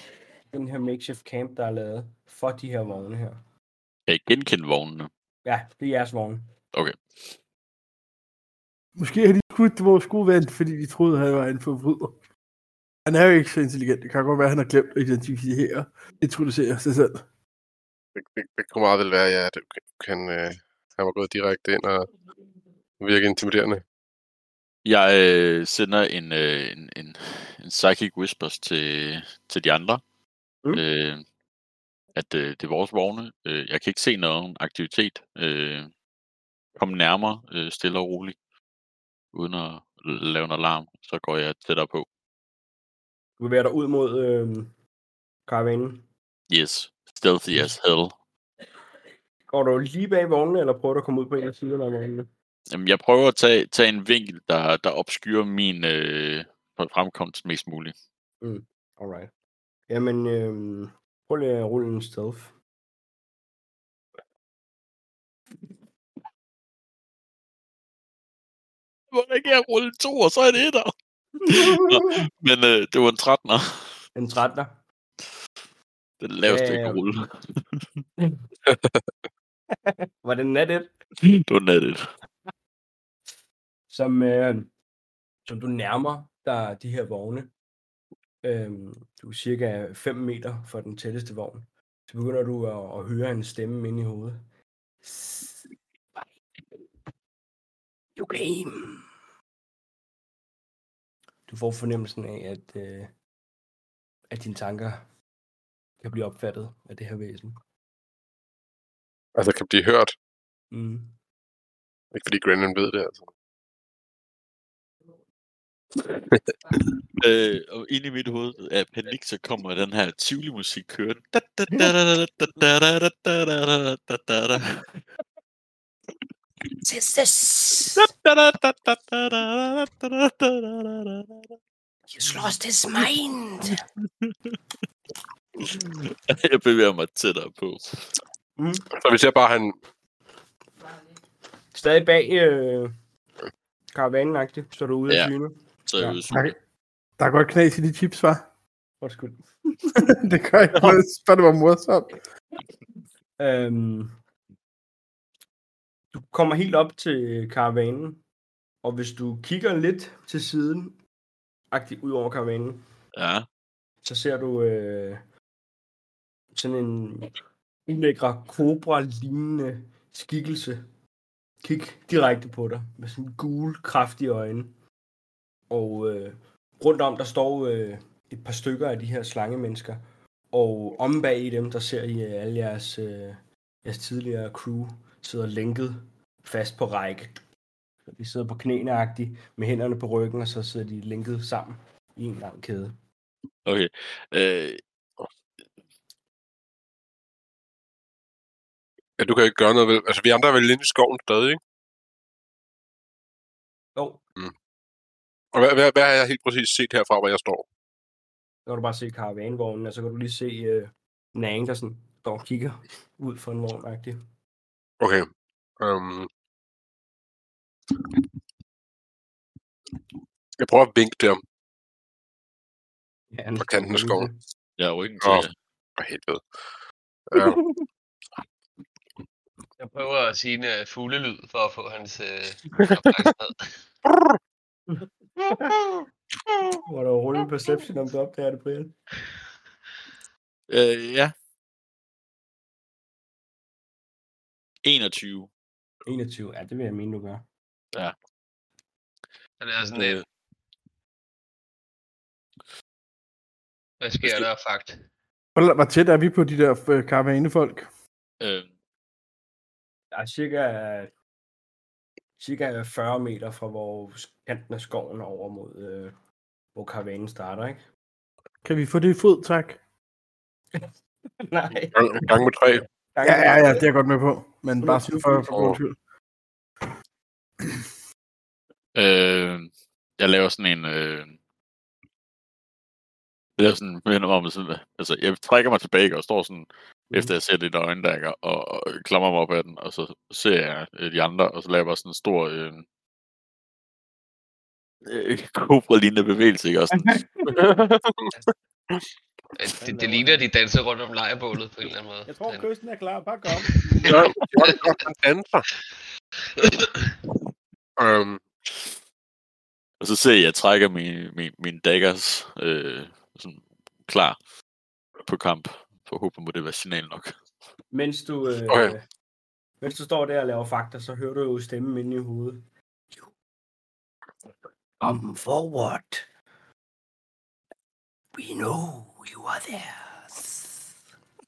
S2: i den her makeshift camp, der er lavet for de her vogne her.
S6: Kan I genkende vognene?
S2: Ja, det er jeres vogne.
S3: Måske har de skudt vores gode ven, fordi de troede, han var en forbryder. Han er jo ikke så intelligent. Det kan godt være, at han har glemt at identificere, introducere sig selv.
S1: Det, det, det kunne meget vel være, ja, at kan, øh, han var gået direkte ind og virke intimiderende.
S6: Jeg øh, sender en, øh, en, en, en psychic whispers til, til de andre.
S2: Mm.
S6: Mm. Øh, at øh, det er vores vogne. Øh, jeg kan ikke se nogen aktivitet. Øh, kom nærmere, øh, stille og roligt. Uden at l- lave en alarm, så går jeg tættere på.
S2: Du bevæger dig ud mod øh, karavanen.
S6: Yes, stealthy as hell.
S2: Går du lige bag vognene, eller prøver du at komme ud på en af siderne af vognene?
S6: Jamen, jeg prøver at tage, tage en vinkel, der, der opskyrer min øh, fremkomst mest muligt.
S2: Mm, Alright. Jamen, øh, prøv lige at rulle en stealth.
S6: Hvordan kan jeg rulle to, og så er det etter? Men øh, det var en 13'er.
S2: En 13'er.
S6: Den laveste, jeg
S2: Ja, ja.
S6: kan rulle.
S2: Var det nat et?
S6: Det var nattet.
S2: som, øh, som du nærmer dig de her vogne. Øh, du er cirka 5 meter fra den tætteste vogn. Så begynder du at, at høre en stemme inde i hovedet. You game. Du får fornemmelsen af, at, øh, at dine tanker kan blive opfattet af det her væsen.
S1: Altså, kan blive hørt.
S2: Mm.
S1: Ikke fordi Grennan ved det, altså.
S6: Øh, og ind i mit hoved af panik, så kommer den her Tivoli-musik kørende. Da, da, da, da, da, da, da, da, da, da, da, da, da, da, da.
S7: Sisters,
S6: Da, da, da, da, da, da, da, da, da, da, da, da, da, da, da.
S7: he's lost his mind.
S6: Jeg bevæger mig tættere på.
S1: Mm. Så hvis jeg bare, han...
S2: Stadig bag øh, karavanen så er du ude af
S6: Ja.
S2: syne.
S6: Så jeg
S2: Ja.
S6: vil
S3: Tak. Der er godt knas i de chips, var.
S2: Undskyld.
S3: det gør jeg ikke. Spørg, det var morsomt.
S2: Øhm, du kommer helt op til karavanen, og hvis du kigger lidt til siden, agtigt ud over karavanen,
S6: Ja,
S2: så ser du øh, sådan en ulækre kobra-lignende skikkelse kig direkte på dig med sådan gule, kraftige øjne. Og øh, rundt om, der står øh, et par stykker af de her slangemennesker. Og om bag i dem, der ser I øh, alle jeres, øh, jeres tidligere crew sidder lænket fast på række. Så de sidder på knæene med hænderne på ryggen, og så sidder de lænket sammen i en lang kæde.
S6: okay. Øh,
S1: Ja, du kan jo ikke gøre noget, vel? Altså, vi andre er vel inde i skoven stadig, ikke? Mm.
S2: Jo,
S1: Og hvad, hvad, hvad har jeg helt præcis set herfra, hvor jeg står?
S2: Så kan du bare se karavanvognen, og så kan du lige se øh, Nang, der sådan står og kigger ud fra en vogn -agtig.
S1: Okay. Um... Jeg prøver at vinke til ham.
S2: Ja, han
S1: Fra kanten af
S2: står
S1: skoven.
S2: ude.
S6: jeg er ryggen
S1: Nå.
S6: til.
S1: For helvede. Uh,
S4: Jeg prøver at sige en uh, fuglelyd for at få hans øh, opmærksomhed.
S2: Hvor der rulle en perception, om du opdager det, Brian.
S6: Øh, ja. 21.
S2: 21, ja, det vil jeg mene, du gør.
S4: Han er sådan lidt,
S6: Øh,
S4: hvad sker der, fakt?
S3: Hvor, hvor tæt er vi på de der øh, karavanefolk?
S6: øh,
S2: Der er cirka, cirka 40 meter fra, hvor kanten af skoven er over mod, øh, hvor karavanen starter, ikke?
S3: Kan vi få det i fod, tak?
S2: Nej.
S1: Gang, gang med tre.
S3: Ja, ja, ja, det er jeg godt med på. Men bare sådan for, for
S1: Åh.
S3: god skyld.
S6: øh, jeg laver sådan en... Øh, jeg laver sådan, minder mig om, sådan, altså, jeg trækker mig tilbage og står sådan, mm. efter jeg ser det i øjne, der ikke, og, og klamrer mig op ad den, og så ser jeg øh, de andre, og så laver jeg bare sådan en stor... Øh, øh, kobra-lignende bevægelse, ikke? Og sådan,
S4: Øh,
S5: Hvad
S4: Det, det
S5: laver
S4: ligner,
S5: han?
S4: de danser rundt om lejrebålet på en eller anden måde.
S5: Jeg tror,
S4: Men-
S5: kysten er klar. Bare kom.
S1: Ja, godt, godt, han danser. Øhm,
S6: Og så ser jeg, at jeg trækker min, min, min daggers øh, sådan klar på kamp. Forhåbentlig må det være signal nok.
S2: Mens du, øh,
S1: Okay.
S2: okay. mens du står der og laver fakta, så hører du jo stemmen inde i hovedet.
S7: Come forward. We know you are there.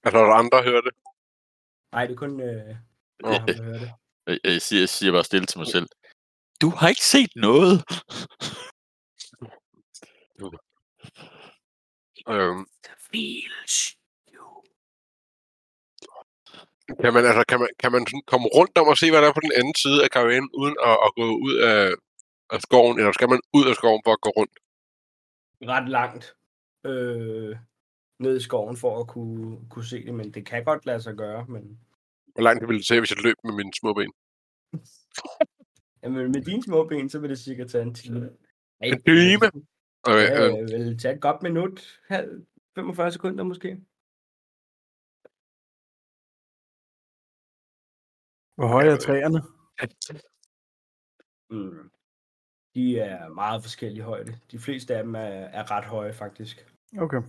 S1: altså, der andre hører det.
S2: Nej, det er kun øh,
S1: Nå.
S2: ham, der hører det.
S6: Jeg, jeg, siger, jeg siger bare stille til mig selv. Du har ikke set noget!
S1: Øhm,
S7: Feels you.
S1: kan man, altså, kan man, kan man sådan komme rundt om og se, hvad der er på den anden side af karavanen, uden at, at gå ud af, af skoven, eller skal man ud af skoven for at gå rundt?
S2: Ret langt øh, ned i skoven for at kunne, kunne se det, men det kan godt lade sig gøre. Men
S1: Hvor langt ville det se, hvis jeg løb med mine små ben?
S2: jamen, med dine små ben, så vil det cirka tage en time. Ej,
S1: En time?
S2: Ja,
S1: Øh, øh,
S2: øh, vil tage et godt minut, halv, 45 sekunder måske.
S3: Hvor høje er træerne?
S2: Mm. De er meget forskellige højde. De fleste af dem er, er ret høje, faktisk. Øhm.
S3: Okay.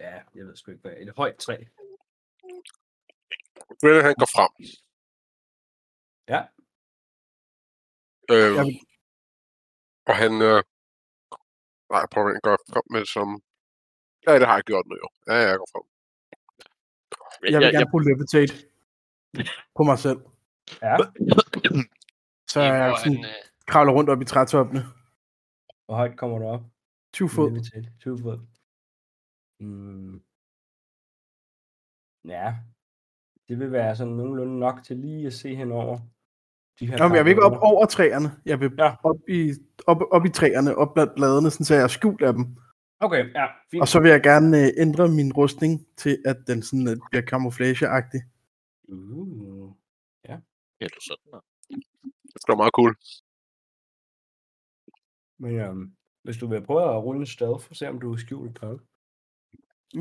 S2: Ja, jeg ved sgu ikke, hvad et højt træ.
S1: Grillen, han går frem.
S2: Ja.
S1: Øh,
S3: Jeg vil-
S1: og han... Øh, nej, prøv at gå frem med det som... Ja, det har jeg gjort nu jo. Ja, ja, jeg går frem.
S6: Jeg,
S3: Jeg
S6: jeg,
S3: vil
S6: jeg,
S3: gerne bruge levitate på mig selv.
S2: Ja,
S3: Så jeg
S4: hvor han,
S3: sådan,
S4: øh,
S3: kravler rundt op i trætoppene.
S2: hvor højt kommer du op?
S3: 20 fod.
S2: Nede til 20 fod. Mm. Ja, det vil være sådan nogenlunde nok til lige at se henover. De her
S3: Nå, men jeg vil ikke op
S2: karavaner.
S3: over træerne. Jeg vil
S2: Ja.
S3: op i, op, op i træerne, op blandt bladene, sådan, så jeg er skjult af dem.
S2: Okay, ja, fint.
S3: Og så vil jeg gerne øh, ændre min rustning til, at den sådan, øh, bliver camouflageagtig.
S2: Uh.
S6: ja, du sådan noget.
S1: Det er meget cool.
S2: Men øhm, hvis du vil prøve at rulle en stealth, for at se om du er skjult eller hvad.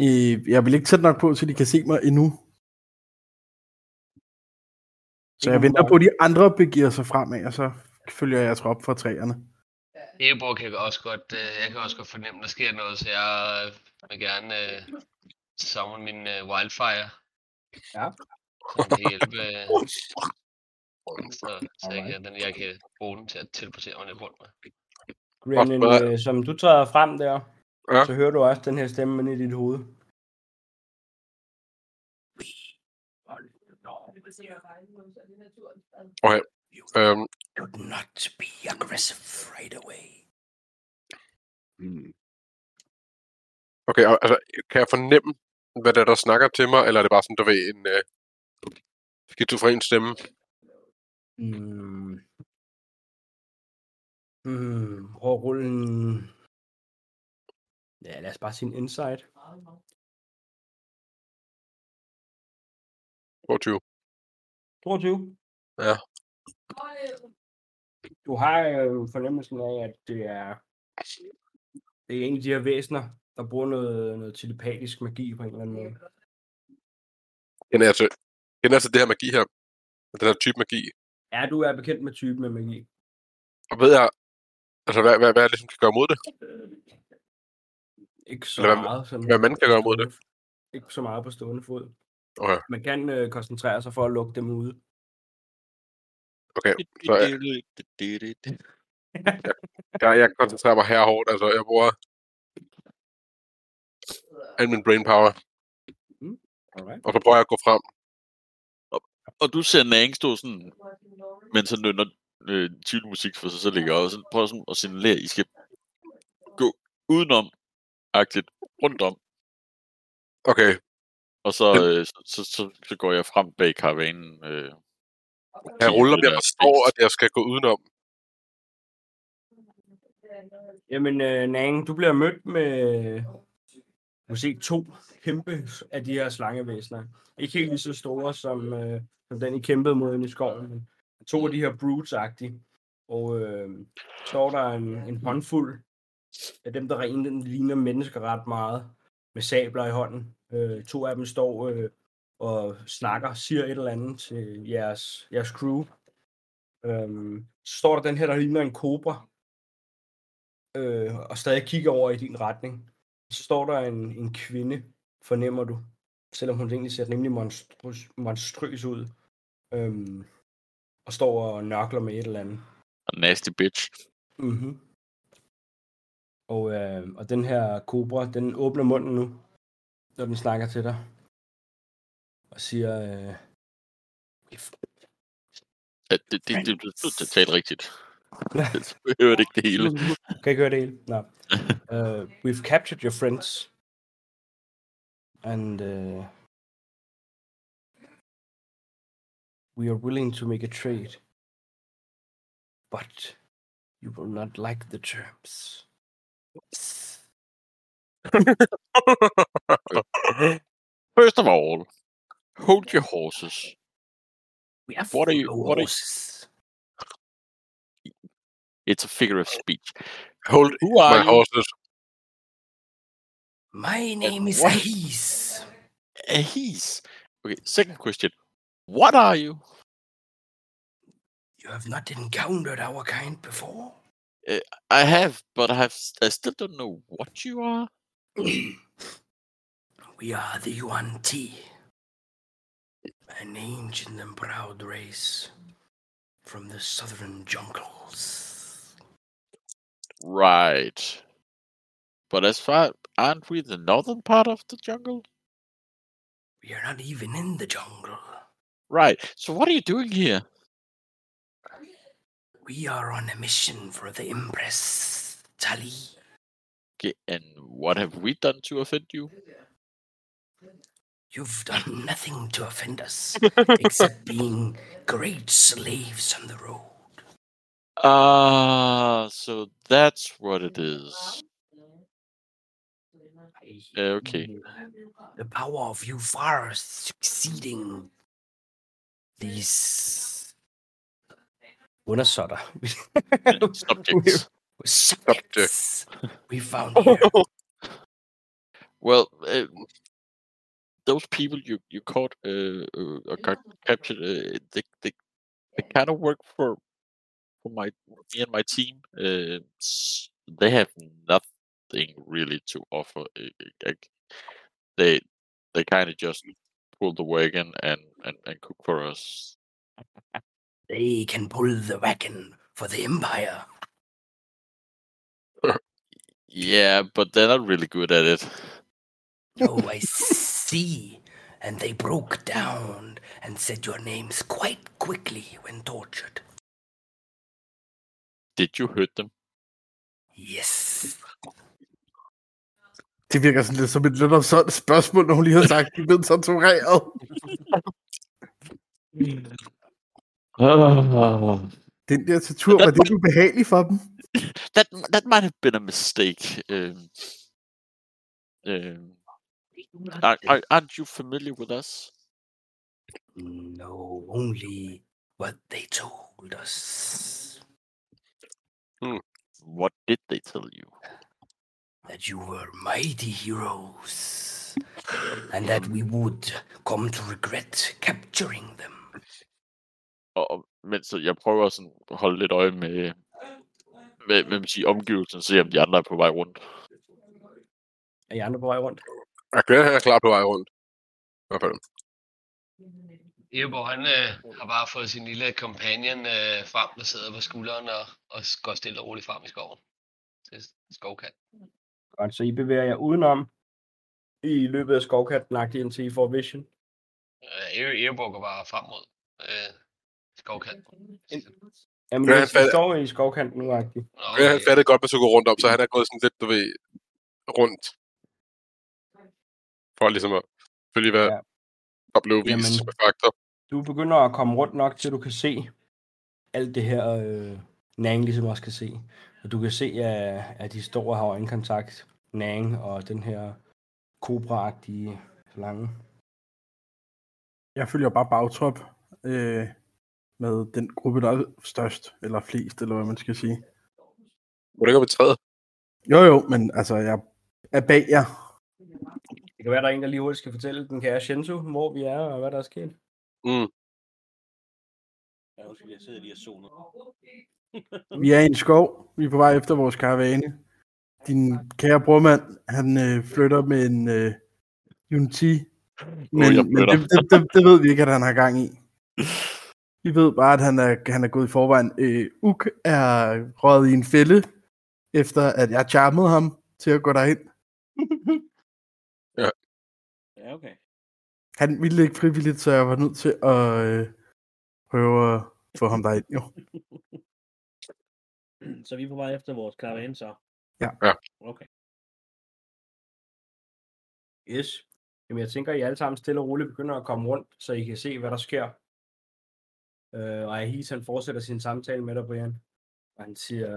S3: Øh, Jeg vil ikke tæt nok på, så de kan se mig endnu. Så jeg venter på, at de andre begiver sig fremad, og så følger jeg trop fra træerne.
S4: Egebro kan også godt, øh, jeg kan også godt fornemme, der sker noget, så jeg øh, vil gerne øh, summon min øh, wildfire.
S2: Ja.
S4: Som kan hjælpe, øh, så, så jeg, kan, den, jeg kan bruge den til at teleportere mig lidt rundt med.
S2: Grenin, øh, som du træder frem der,
S1: Ja.
S2: ja. så hører du også den her stemme inde i dit hoved.
S1: Øhm,
S7: Should not be aggressive right away.
S1: okay, og, altså, kan jeg fornemme, hvad der, er, der snakker til mig, eller er det bare sådan, du ved, en øh, skizofren stemme?
S2: Mm. Mm, prøv at rulle en... Ja, lad os bare sige en insight.
S1: 22.
S2: 22.
S1: Ja.
S2: Du har jo fornemmelsen af, at det er, det er en af de her væsener, der bruger noget, noget telepatisk magi på en eller anden måde.
S1: Kender jeg til, kender jeg til det her magi her? Den her type magi?
S2: Er du er bekendt med typen af magi?
S1: Og ved jeg, altså, hvad, hvad, hvad jeg ligesom kan gøre mod det?
S2: Ikke så
S1: Eller hvad-
S2: meget. Sådan,
S1: hvad man kan
S2: på
S1: gøre mod det?
S2: stående f- Ikke så meget på stående fod.
S1: Okay.
S2: Man kan øh, koncentrere sig for at lukke dem ude.
S1: Okay, så jeg,
S6: Det
S1: jeg, jeg koncentrerer mig her hårdt. Altså, jeg bruger al min brain power,
S2: Alright.
S1: og så prøver jeg at gå frem.
S6: Og du ser Nang stå sådan, mens han nynner øh, tvivl musik for sig selv, ikke? Og sådan, prøver sådan at signalere, I skal gå udenom, agtigt, rundt om,
S1: Okay,
S6: og så, øh, så, så, så, så, går jeg frem bag karavanen. Øh,
S1: jeg ruller, om jeg
S6: der er
S1: forstår,
S6: flest.
S1: at jeg skal gå udenom.
S2: Jamen, øh, Nang, du bliver mødt med måske to kæmpe af de her slangevæsener. Ikke helt lige så store som, øh, som den, I kæmpede mod inde i skoven, men to af de her brutes-agtige. Og øh, så er der en, en håndfuld af dem, der rent ligner mennesker ret meget, med sabler i hånden. Øh, to af dem står øh, og snakker, siger et eller andet til jeres, jeres crew. Øh, så står der den her, der ligner en kobra, øh, og stadig kigger over i din retning, så står der en, en kvinde, fornemmer du, selvom hun egentlig ser nemlig monstrøs, monstrøs ud, øhm, og står og nørkler med et eller andet.
S6: Og nasty bitch.
S2: Mm-hmm. Og, øh, og den her kobra, den åbner munden nu, når den snakker til dig, og siger, øh,
S6: Ja, det, det, det, det, det, det taler rigtigt. Det behøver det ikke det hele.
S2: kan ikke høre det hele. No. Uh, we've captured your friends. And uh, we are willing to make a trade. But you will not like the terms.
S6: First of all, hold your horses.
S7: We have
S6: What are you-
S7: four
S6: what are you-
S7: horses.
S6: It's a figure of speech.
S1: Hold
S6: Who
S1: my
S6: are you?
S1: horses.
S7: My name is
S6: Eh, what-
S7: Ahis.
S6: Uh, he's. Okay, second question. What are you?
S7: You have not encountered our kind before.
S6: Eh, I have, but I have. s- I still don't know what you are.
S7: We are the Yuan Ti, an ancient and proud race from the southern jungles.
S6: Right. But as far aren't we the northern part of the jungle?
S7: We are not even in the jungle.
S6: Right. So what are you doing here?
S7: We are on a mission for the Empress Tali.
S6: Okay, and what have we done to offend you?
S7: You've done nothing to offend us except being great slaves on the road.
S6: Ah, so that's what it is. Uh, okay.
S7: Mm-hmm. The power of you far succeeding these
S2: Undersåtter.
S6: Subjects.
S7: subjects we found here.
S6: Well, uh, those people you you caught uh, uh, or ca- captured, uh, they, they they kind of work for for my me and my team. Uh, s- they have nothing really to offer. uh, uh, like, they they kind of just pull the wagon and, and and cook for us.
S7: They can pull the wagon for the Empire.
S6: Yeah, but they're not really good at it.
S7: Oh, I see. And they broke down and said your names quite quickly when tortured.
S6: Did you hurt them?
S7: Yes.
S3: Det virker sådan lidt som et lidt om sådan spørgsmål, når hun lige har sagt, at de blev tortureret. Den der tortur, var det ubehageligt for dem?
S6: that m- that might have been a mistake. Um, um, are, are, aren't you familiar with us?
S7: No, only what they told us.
S6: Hmm. What did they tell you?
S7: That you were mighty heroes. And that we would come to regret capturing them.
S6: Og, og- men så jeg prøver sådan at holde lidt øje med, med, med man siger, omgivelsen, se om de andre er på vej rundt.
S2: Er I andre på vej rundt?
S1: Jeg kan jeg er klar på vej rundt. I hvert fald.
S4: Eborg, han øh, har bare fået sin lille companion øh, frem, der sidder på skulderen og, og s- går stille og roligt frem i skoven. Til skovkant.
S2: Godt, så I bevæger jer udenom i løbet af skovkanten, agtigt, indtil I får vision.
S4: Øh, E- Eborg går bare frem mod øh, skovkanten.
S2: Jamen,
S1: Ja,
S2: ja, I
S1: fat-
S2: står i skovkanten nu, agtigt.
S4: Nå,
S1: Okay. Han fattede godt, man skulle gå rundt om, så han er gået sådan lidt, du ved, rundt. For ligesom at følge, hvad
S2: Ja.
S1: ja. der blev vist
S2: Jamen.
S1: som en faktor.
S2: Du begynder at komme rundt nok, til du kan se alt det her øh, Nang ligesom også kan se. Og du kan se, at, at de står og har øjenkontakt. Nang og den her kobra-agtige slange.
S3: Jeg følger bare bagtrop øh, med den gruppe, der er størst, eller flest, eller hvad man skal sige.
S1: Må det ikke op i træet?
S3: Jo jo, men altså, jeg er bag jer.
S2: Det kan være, der er en, der lige hurtigt skal fortælle den kære Shenzo, hvor vi er og hvad der er sket.
S1: Mm.
S5: Ja, undskyld, jeg sidder lige og zoner.
S3: Vi er i en skov, vi er på vej efter vores karavane. Din kære brormand, han øh, flytter med en øh, Unity, men,
S6: jeg
S3: men
S6: flytter.
S3: det, det, det, det ved vi ikke, at han har gang i. Vi ved bare, at han er, han er gået i forvejen. Øh, Uk er røget i en fælde, efter at jeg charmede ham til at gå derind.
S5: Ja, okay.
S3: Han ville ikke frivilligt, så jeg var nødt til at øh, prøve at få ham derind. Jo.
S5: Så vi er på vej efter vores karavane, så?
S3: Ja.
S1: Ja.
S5: Okay.
S2: Yes. Jamen, jeg tænker, at I alle sammen stille og roligt begynder at komme rundt, så I kan se, hvad der sker. Øh, og Ahis, han fortsætter sin samtale med dig, Brian. Og han siger,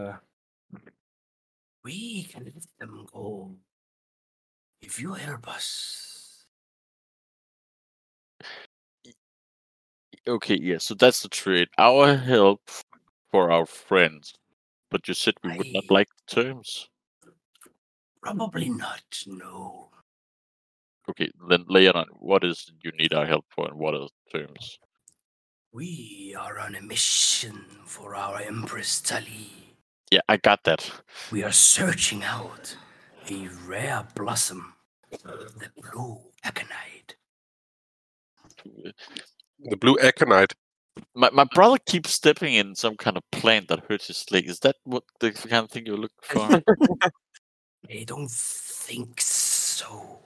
S7: We can let them go if you help us.
S6: Okay, yeah, so that's the trade. Our help for our friends. But you said we would not
S7: Aye.
S6: like the terms.
S7: Probably not, no.
S6: Okay, then lay it on. What is it you need our help for and what are the terms?
S7: We are on a mission for our Empress Tali.
S6: Yeah, I got that.
S7: We are searching out a rare blossom, the blue aconite.
S1: The Blue Aconite.
S6: My, my brother keeps stepping in some kind of plant that hurts his leg. Is that what the kind of thing you're looking for?
S7: I don't think so.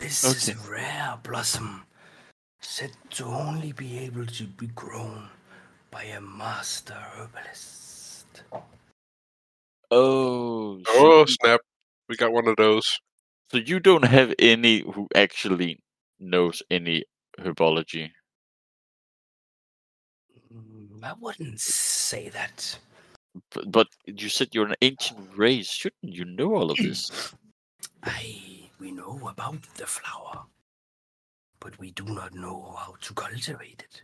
S7: This is
S6: Okay.
S7: a rare blossom, said to only be able to be grown by a master herbalist.
S6: oh, so
S1: Oh,
S6: you-
S1: snap. We got one of those.
S6: so you don't have any who actually knows any herbology.
S7: Mm, I wouldn't say that.
S6: But, but you said you're an ancient race. Shouldn't you know all of this?
S7: I we know about the flower, but we do not know how to cultivate it.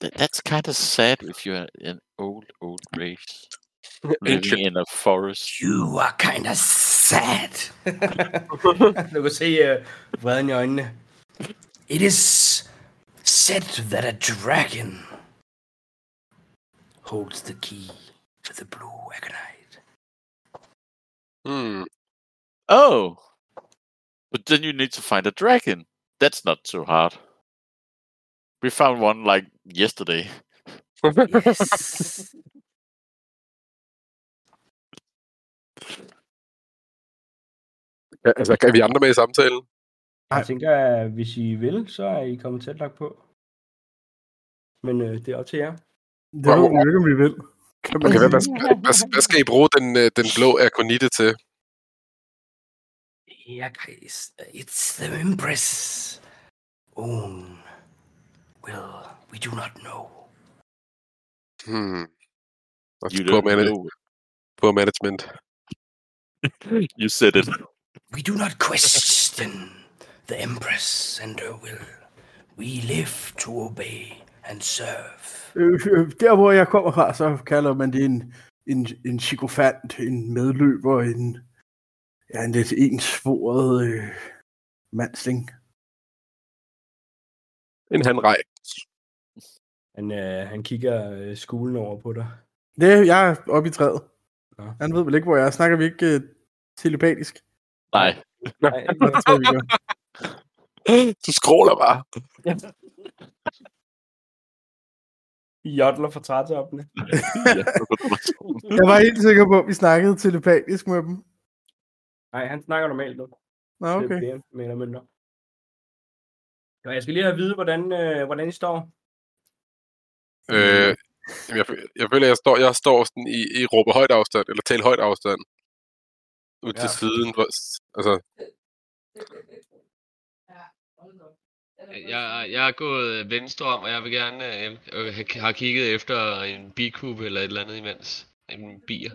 S6: That, that's kind of sad if you're an old, old race
S1: Ancient.
S6: living in a forest.
S7: You are kind of sad.
S2: du kan se uh, vreden i øjnene.
S7: It is said that a dragon holds the key to the blue aconite.
S1: Hmm.
S6: Oh, but then you need to find a dragon. That's not so hard. We found one like yesterday.
S7: Yes.
S1: Ja, altså, kan vi andre med i samtalen?
S2: Jeg tænker, at hvis I vil, så er I kommet tæt nok på. Men øh, det er op til jer.
S3: Det ved vi jo ikke, om vi vil. Kan man
S1: Okay, hvad, hvad,
S3: sige.
S1: hvad, hvad, hvad skal I bruge den, øh, den blå akonite til?
S7: yeah, guys, it's the Empress. Own. Well, we do not know.
S1: Hmm. That's
S6: You
S1: poor,
S6: don't
S1: manage-
S6: know.
S1: poor management.
S6: You said it.
S7: We do not question the Empress and her will. We live to obey and serve.
S3: Øh, øh, Der, hvor jeg kommer fra, så kalder man det en, en, en psykofant, en medløber, en, ja, en lidt ensvoret øh, mandsling.
S1: En handrej.
S2: Han, øh, han kigger øh, skulen over på dig.
S3: Det, jeg er oppe i træet.
S2: Nå.
S3: Han ved vel ikke, hvor jeg er. Snakker vi ikke øh, telepatisk?
S6: Nej.
S2: Nej,
S3: Jeg tror, vi gør.
S1: Du skråler bare.
S2: Jodler for trætoppene.
S3: Jeg var helt sikker på, at vi snakkede telepatisk med dem.
S2: Nej, han snakker normalt nu.
S3: Nå,
S2: Det er
S3: okay.
S2: mere- Mere eller mindre. Nå, jeg skal lige have at vide, hvordan, øh, hvordan I står.
S1: Øh,
S6: Mm.
S1: jamen, jeg, fø- jeg føler, at jeg står, jeg står sådan i, i råbe højt afstand, eller tal højt afstand. Ud til
S2: Ja.
S1: siden. Hvor, altså,
S4: Øh, Jeg, jeg er gået øh, venstre om, og jeg vil gerne øh, øh, ha- har kigget efter en bikub eller et eller andet imens. En bier.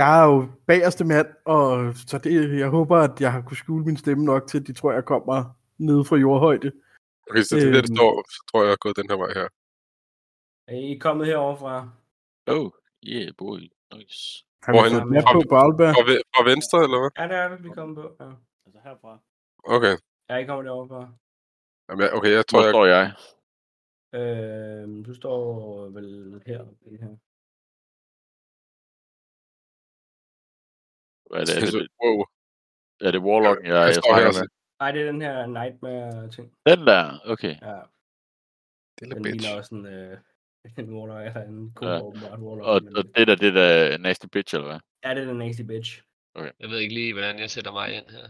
S3: Jeg er jo bagerste mand, og så det, jeg håber, at jeg har kunnet skjule min stemme nok til, at de tror, jeg kommer nede fra jordhøjde.
S1: okay, så det, der, det
S3: Øhm.
S1: står, så tror jeg, jeg er gået den her vej her.
S2: Er I kommet herover fra?
S6: Oh, yeah, boy. Nice.
S3: Har
S1: Hvor
S3: vi
S1: han-
S3: fået map på Balberg?
S1: Fra, ve- fra venstre, eller hvad?
S2: Ja, det er vi kommet på. Ja.
S5: Altså herfra.
S1: Okay.
S2: Ja, I kommer derovre fra.
S1: Jamen, jeg- okay, jeg tror,
S6: Hvor
S1: jeg...
S6: står jeg?
S2: Øh, du står vel her. Det her.
S6: Hvad er det? Er det, er
S1: Wow.
S6: det, er det Warlocken, jeg,
S1: Jeg
S6: jeg
S1: står her
S6: snakker
S1: også.
S6: med?
S2: Nej, det er den her Nightmare-ting.
S6: Den der? uh, Okay.
S2: Ja,
S1: Det er
S2: den
S1: bitch.
S2: ligner også en, øh, en warlock, eller en god
S6: Ja.
S2: ja. åbenbart warlock.
S6: Og,
S2: men-
S6: og det der, det der nasty bitch, eller hvad?
S2: Ja, det er den nasty bitch.
S4: Jeg ved ikke lige, hvordan jeg sætter mig ind her.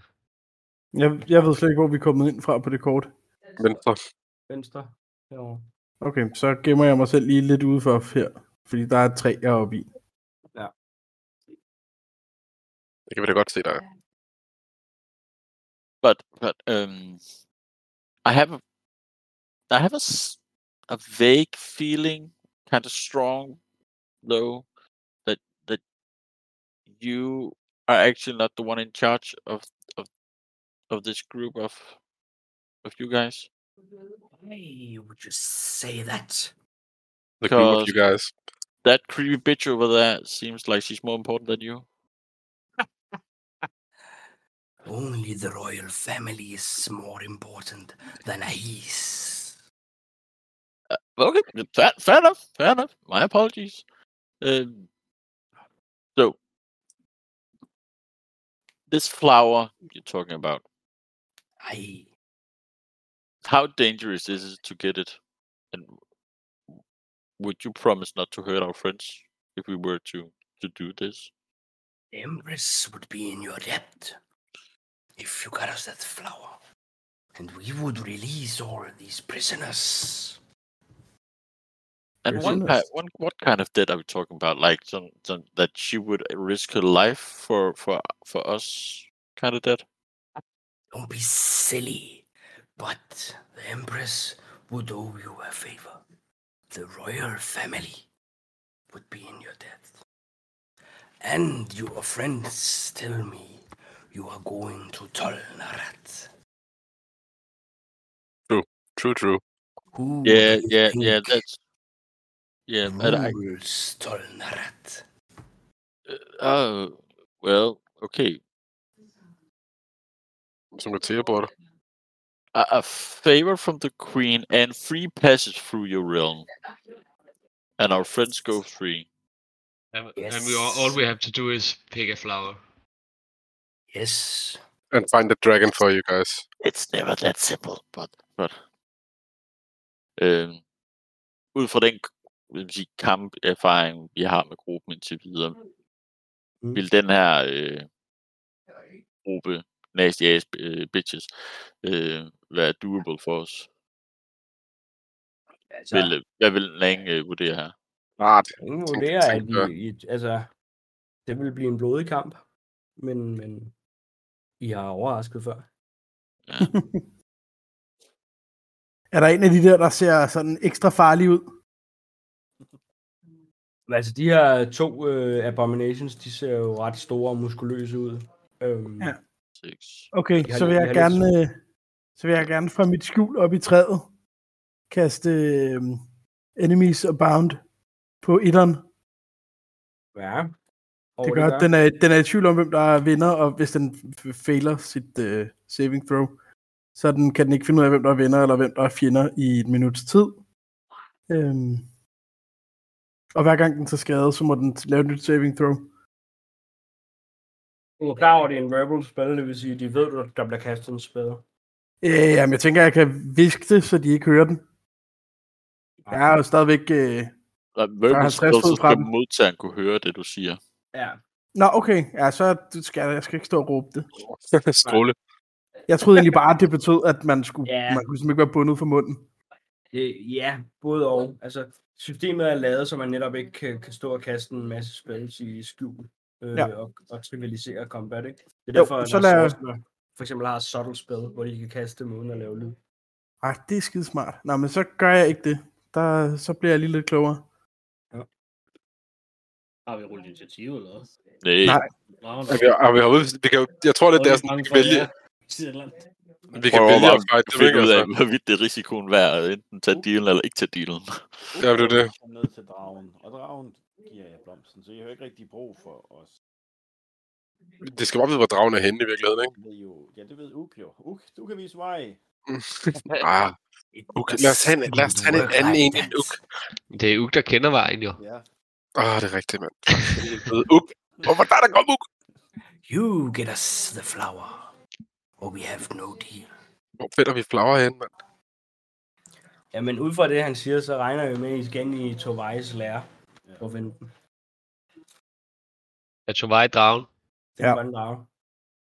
S3: Jeg, jeg ved slet ikke, hvor vi er kommet ind fra på det kort.
S1: Venstre.
S2: Venstre herovre.
S3: Okay, så gemmer jeg mig selv lige lidt udenfor her, fordi der er et træ, jeg er oppe i.
S1: Det kan vi da godt se dig.
S6: But, but, um, I have a, I have a, s- a vague feeling, kind of strong, though, that, that you are actually not the one in charge of, of, of this group of, of you guys.
S7: Why would you say that?
S1: The group of
S6: Because-
S1: you guys.
S6: That creepy bitch over there seems like she's more important than you.
S7: Only the royal family is more important than Ais.
S6: Okay, th- fair, fair enough. Fair enough. My apologies. Um, so, this flower you're talking about,
S7: Aye.
S6: how dangerous is it to get it? And w- would you promise not to hurt our friends if we were to to do this?
S7: The Empress would be in your debt if you got us that flower. And we would release all these prisoners.
S6: And what, ki-
S3: Prisoners.
S6: what what kind of debt are we talking about? Like some, some that she would risk her life for for for us kind of debt?
S7: Don't be silly. But the Empress would owe you a favor. The royal family would be in your debt. And your friends tell me you are going to Tolnarat.
S1: True, true.
S7: Who do
S6: Yeah,
S7: you
S6: yeah, yeah.
S7: think
S6: That's yeah. and I,
S7: rules Tolnarat?
S6: Oh, well, okay.
S1: Som du tænker på dig.
S6: A, a favor from the queen and free passage through your realm. And our friends go free.
S4: And, and we all, all we have to do is pick a flower.
S7: Yes.
S1: And find the dragon for you guys.
S6: It's never that simple, but but øhm, ud fra den vil sige, kamperfaring, vi har med gruppen indtil videre,
S2: Mm.
S6: vil den her øh, gruppe nasty ass øh, bitches øh, være doable for os?
S2: Altså,
S6: Vil, øh, hvad vil Lang øh, vurdere her?
S1: Rart.
S2: ingen
S1: tænker-
S2: vurderer, at
S1: tænker-
S2: I, I, altså, det vil blive en blodig kamp. Men, men I har overrasket før.
S3: Er der en af de der, der ser sådan ekstra farlig ud?
S2: Men altså, de her to øh, Abominations, de ser jo ret store og muskuløse ud. Øhm,
S3: Ja.
S2: ja.
S6: Seks.
S3: Okay,
S2: Jeg har
S3: så vil
S2: lidt-
S3: jeg,
S2: jeg har lidt-
S3: gerne, øh, så vil jeg gerne fra mit skjul op i træet kaste øh, Enemies Abound på etteren.
S2: ja. Og
S3: Det gør, at den er, den er i tvivl om, hvem der vinder, og hvis den f- fejler sit uh, saving throw, så den, kan den ikke finde ud af, hvem der er venner, eller hvem der er fjender i et minuts tid. Øhm. Og hver gang den tager skade, så må den lave et nyt saving throw. øh,
S2: Du er klar over, at det er en verbal spil, det vil sige, de ved, at der bliver kastet en spil.
S3: Øh, jamen, jeg tænker, jeg kan viske det, så de ikke hører den. Jeg er jo stadigvæk... Øh...
S6: Der er verbal
S3: 50
S6: spell, så
S3: fod fra
S6: skal
S3: dem.
S6: modtageren kunne høre det, du siger.
S2: Ja.
S3: Nå, okay. Ja, så skal jeg, jeg skal ikke stå og råbe det.
S1: Stråle.
S3: Jeg troede egentlig bare, at det betød, at man, skulle,
S2: Ja.
S3: yeah. man kunne simpelthen ikke være bundet for munden.
S2: Øh, ja, både og. Altså, systemet er lavet, så man netop ikke kan, kan stå og kaste en masse spells i skjul øh,
S3: Ja.
S2: ja. og, og trivialisere combat, ikke? Det er
S3: Jo,
S2: derfor, at
S3: så
S2: så
S3: lad-
S2: lad... for eksempel har subtle spell, hvor de kan kaste dem uden at lave lyd.
S3: Ej, det er skide smart. Nå, men så gør jeg ikke det. Der, så bliver jeg lige lidt klogere.
S5: Har vi rullet initiativ eller hvad?
S6: Nej,
S3: Nej.
S5: Nej, nej.
S1: Er vi, er vi, hoppet? vi kan, jo- jeg tror lidt, det er sådan, vi kan vælge, vi kan
S6: Prøv at
S1: vælge
S6: overveje,
S1: at fight.
S6: du
S1: Det altså.
S6: finder ud af,
S1: virker
S6: hvorvidt det er risikoen værd, at enten tage dealen eller ikke tage dealen.
S1: Ja, det er det.
S5: Kom ned til dragen, og dragen giver jeg blomsten, så I har jo ikke rigtig brug for os.
S1: Det skal bare vide, hvor dragen er henne i virkeligheden, ikke?
S5: I ved jo, ja, det ved Uk jo. Uk, du kan vise vej.
S1: Ah, okay. Lad os tage en, lad os tage en anden en end Uk.
S4: Det er Uk, der kender vejen jo.
S5: Ja.
S1: Åh, oh, det er rigtigt, mand. Uk. Hvorfor er der kom Uk?
S7: You get us the flower, or we have no deal.
S1: Hvor fedt er vi flagrer hen, mand?
S2: Ja, men ud fra det, han siger, så regner vi med, at I skal ind i Tovejs lærer og vente den
S4: Jeg tog vej i dragen.
S3: Ja.
S2: ja. grønne drage.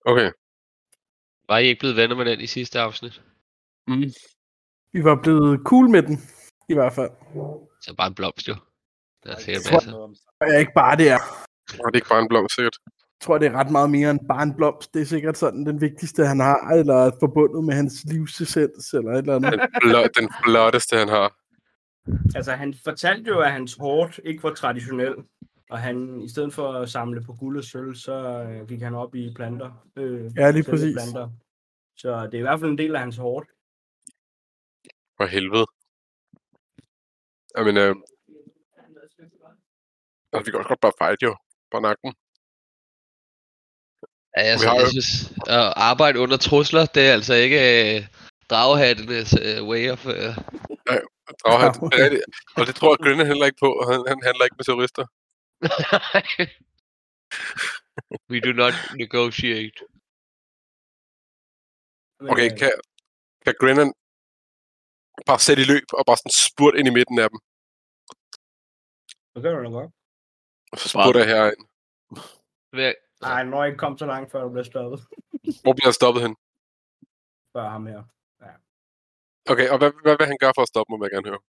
S1: Okay.
S4: Var I ikke blevet venner med den i sidste afsnit?
S3: Vi var blevet cool med den, i hvert fald.
S4: Så bare en blomst jo. Der er sikkert
S5: Jeg
S4: masser.
S3: Og jeg er ikke bare det er.
S1: Og det er ikke bare en blomst, sikkert.
S3: Jeg tror, det er ret meget mere end bare en blomst. Det er sikkert sådan den vigtigste, han har, eller er forbundet med hans livsessens, eller et eller andet.
S1: Den, blå, den flotteste, han har.
S2: Altså, han fortalte jo, at hans hårdt ikke var traditionel. Og han, i stedet for at samle på guld og sølv, så øh, gik han op i planter. Øh,
S3: Ja, lige
S2: selve
S3: præcis.
S2: Planter. Så det er i hvert fald en del af hans hårdt.
S1: For helvede. Jamen, øh, altså, vi kan også godt bare fight, jo. Bare nakken.
S4: Ja, altså,
S1: har
S4: jeg
S1: jo-
S4: synes, at arbejde under trusler, det er altså ikke øh, draghattenes øh, way of... Øh.
S1: Og, han,
S3: Wow.
S1: det er rigtigt. og det tror jeg, Grinner heller ikke på. Han, han handler ikke med terrorister.
S4: We do not negotiate.
S2: Men,
S1: Okay,
S2: øh,
S1: kan, kan Grinner bare sætte i løb og bare sådan spurt ind i midten af dem?
S2: Det gør du da godt.
S1: Og så spurgte jeg herind.
S4: Hver-
S2: Nej, når ikke kom så langt, før du bliver stoppet.
S1: Hvor bliver jeg stoppet hen?
S2: Spørg ham her.
S1: Okay, og hvad, hvad vil han gøre for at stoppe mig, vil jeg gerne høre?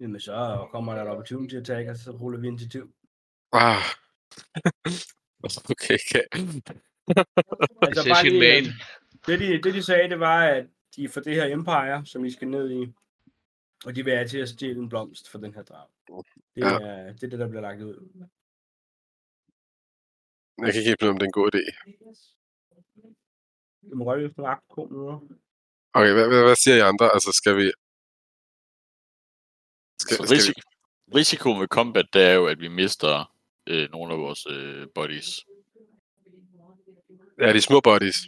S2: Jamen, så kommer der et opportunity attack, og så ruller vi initiativ.
S1: Ah. Okay, okay.
S4: Session made.
S2: øh, det, de, det de sagde, det var, at de for det her empire, som I skal ned i, og de vil have til at stjæle en blomst for den her drag. Det,
S1: Ja.
S2: er, det er det, der bliver lagt ud.
S1: Jeg kan ikke helt finde, ud af, om det er en god idé.
S2: Det må godt være ret to minutter.
S1: Okay, hvad, hvad, hvad siger I andre? Altså, skal vi... Skal,
S6: Så
S1: skal vi...
S6: risik- risikoen ved combat, det er jo, at vi mister øh, nogle af vores øh, buddies.
S1: Ja, de små buddies.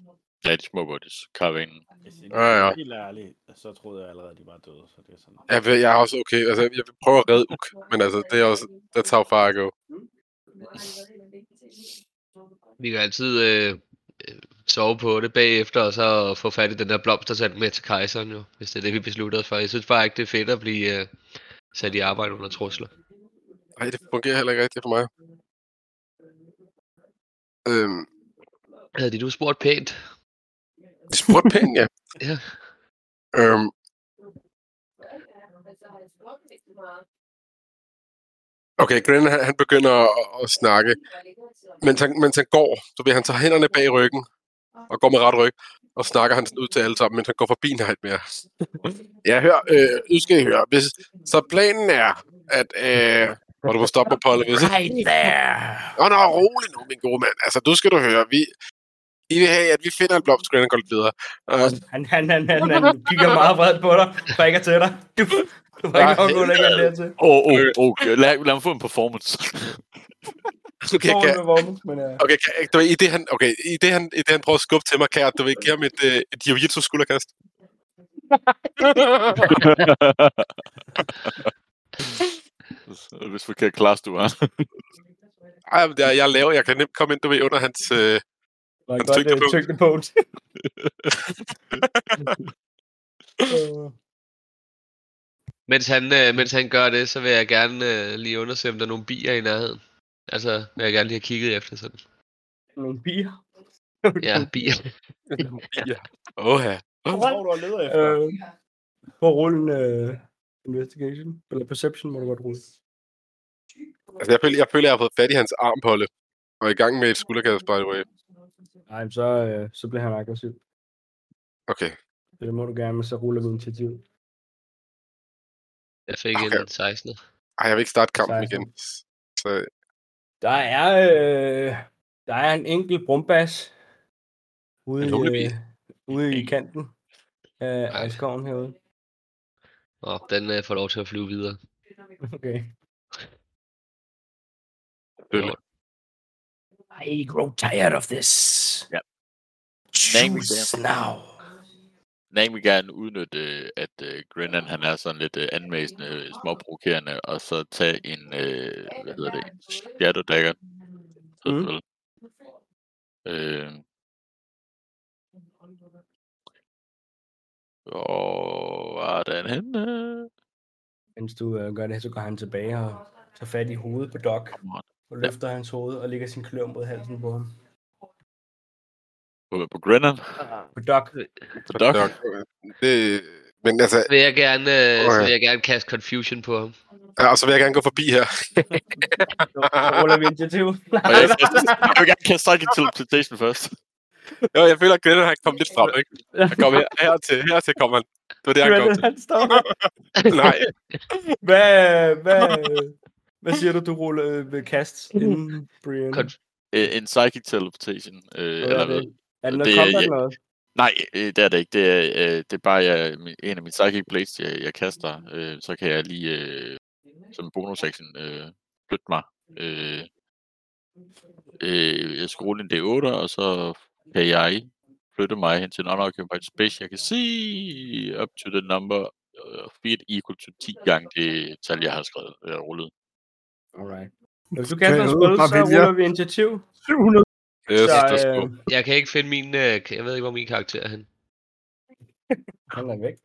S6: Ja, de små buddies. Karavanen.
S5: Hvis jeg
S1: Ja, ja.
S5: er helt ærlig, så troede jeg allerede, at de var døde, så det er sådan.
S1: Jeg, vil, jeg er også okay. Altså, jeg vil prøve at redde Uk, men altså, det er også... That's how far I go.
S4: Vi kan altid øh, øh, sove på det bagefter, og så få fat i den der blomst og tage den med til kejseren jo, hvis det er det, vi beslutter os for. Jeg synes bare ikke, det er fedt at blive øh, sat i arbejde under trusler.
S1: Nej, det fungerer heller ikke rigtigt for mig. Øhm,
S4: Havde de nu spurgt pænt?
S1: de spurgte penge, ja.
S4: Ja.
S1: Øhm, okay, Glenn, han, han begynder at, at snakke. Mens han, mens han går, så vil han tage hænderne bag ryggen og går med ret ryg, og snakker han sådan ud til alle sammen, mens han går forbi Nightmare. ja, hør, øh, nu skal I høre. Hvis, så planen er, at... Øh, og du må stoppe på Polly, hvis ikke?
S7: Right there!
S1: Nå, nå, rolig nu, min gode mand. Altså, du skal du høre. Vi, I vil have, at vi finder en blomst, Glenn, og går lidt videre. Øh,
S2: Han, han, han, han, han kigger meget vred på dig, prikker til dig. Du, du var ikke nok længere dertil.
S6: Åh, oh,
S1: Øh.
S6: oh, okay. lad, lad mig få en performance.
S1: okay,
S2: Sover
S1: kan,
S2: med vommen, men øh,
S1: okay, kan, du ved, i det han, okay, i det han, i det han prøver at skubbe til mig, kan jeg, du ved, give ham et, øh, et jiu-jitsu skulderkast.
S6: Øh, Hvis vi kan klare, du har.
S1: Ej, men jeg, jeg laver, jeg kan nemt komme ind, du ved, under hans, øh,
S2: var
S1: Hans
S2: et godt øh,
S1: tyngdepunkt.
S2: tyngdepunkt. Øh,
S4: Mens han, øh, mens han gør det, så vil jeg gerne øh, lige undersøge, om der er nogle bier i nærheden. Altså, vil jeg gerne lige have kigget efter sådan.
S2: Nogle bier.
S4: Ja, bier.
S6: Åh, ja.
S5: Hvad tror du, er leder efter?
S2: Øh, prøv at rulle en øh, investigation. Eller perception må du godt rulle.
S1: Altså, jeg føler, jeg føler, jeg har fået fat i hans armpolle. Og er i gang med et skulderkast, by the way.
S2: Nej, men så, øh, så bliver han aggressiv.
S1: Okay.
S2: Så det må du gerne, men så ruller vi initiativ.
S4: Jeg fik okay. en 16.
S1: Ah, Ej, jeg vil ikke starte kampen
S2: Sejt.
S1: igen. Så
S2: Der er, øh, der er en enkelt brumbas ude,
S1: En
S2: i,
S1: humlebi.
S2: øh, ude i kanten af,
S4: Ej.
S2: af skoven herude.
S4: Og den øh, får lov til at flyve videre.
S2: Okay.
S1: Selvfølgelig.
S7: I grow tired of this.
S6: Ja. Name
S7: Choose now.
S6: Nang vil gerne udnytte, øh, at øh, Grennan han er sådan lidt øh, anmæsende, øh, småprovokerende, og så tage en, øh, hvad hedder det, en Shadow Dagger. Så
S2: Mhm.
S6: mm. øh,
S4: Øhm,
S6: og var den henne?
S2: Mens du øh, gør det her, så går han tilbage og tager fat i hovedet på Doc, og løfter hans hoved og lægger sin klør mod halsen på ham.
S6: På, på Grennan?
S2: På Doc,
S6: På Doc?
S1: Dok, Det, men altså,
S4: Vil jeg gerne, øh, så
S1: Okay.
S4: vil jeg gerne kaste confusion på ham.
S1: ja, og så altså, vil jeg gerne gå forbi her.
S2: så, så ruller vi initiativ.
S6: Og jeg, jeg, jeg vil gerne kaste Psychic Teleportation først.
S1: Jo, jeg føler, at Glenn har kommet lidt frem, ikke? Han kom her, hertil, hertil kommer han. Det var det, han kom
S2: Grennan,
S1: til.
S2: han står.
S1: Nej,
S2: Hvad, hvad, hvad siger du, du ruller øh, ved kast inden, Brian?
S4: Conf-
S6: Øh, en Psychic Teleportation. Øh,
S2: Hvad
S6: eller
S2: er,
S6: hvad?
S2: det? er det noget
S6: Det er-
S2: combat
S6: jeg-
S2: eller noget?
S6: Nej, øh, det er det ikke. Det er, øh, det er bare jeg, min- en af mine psychic blades, jeg, jeg kaster. Øh, så kan jeg lige øh, som bonusaction øh, flytte mig. Øh, øh, jeg skal rulle en D8, og så kan jeg flytte mig hen til en unoccupied space. Jeg kan se up to the number of feet equal to 10 gange det tal, jeg har skrevet øh, rullet.
S2: Alright. Hvis du
S3: Kan
S2: kaster en
S3: jeg
S2: spil,
S3: bare
S2: så
S3: vælge?
S2: ruller vi initiativ.
S3: 700.
S1: det er
S2: så,
S1: så
S2: øh,
S1: sgu.
S4: Jeg kan ikke finde min... Øh, ka- jeg ved ikke, hvor min karakter er henne.
S2: han er væk.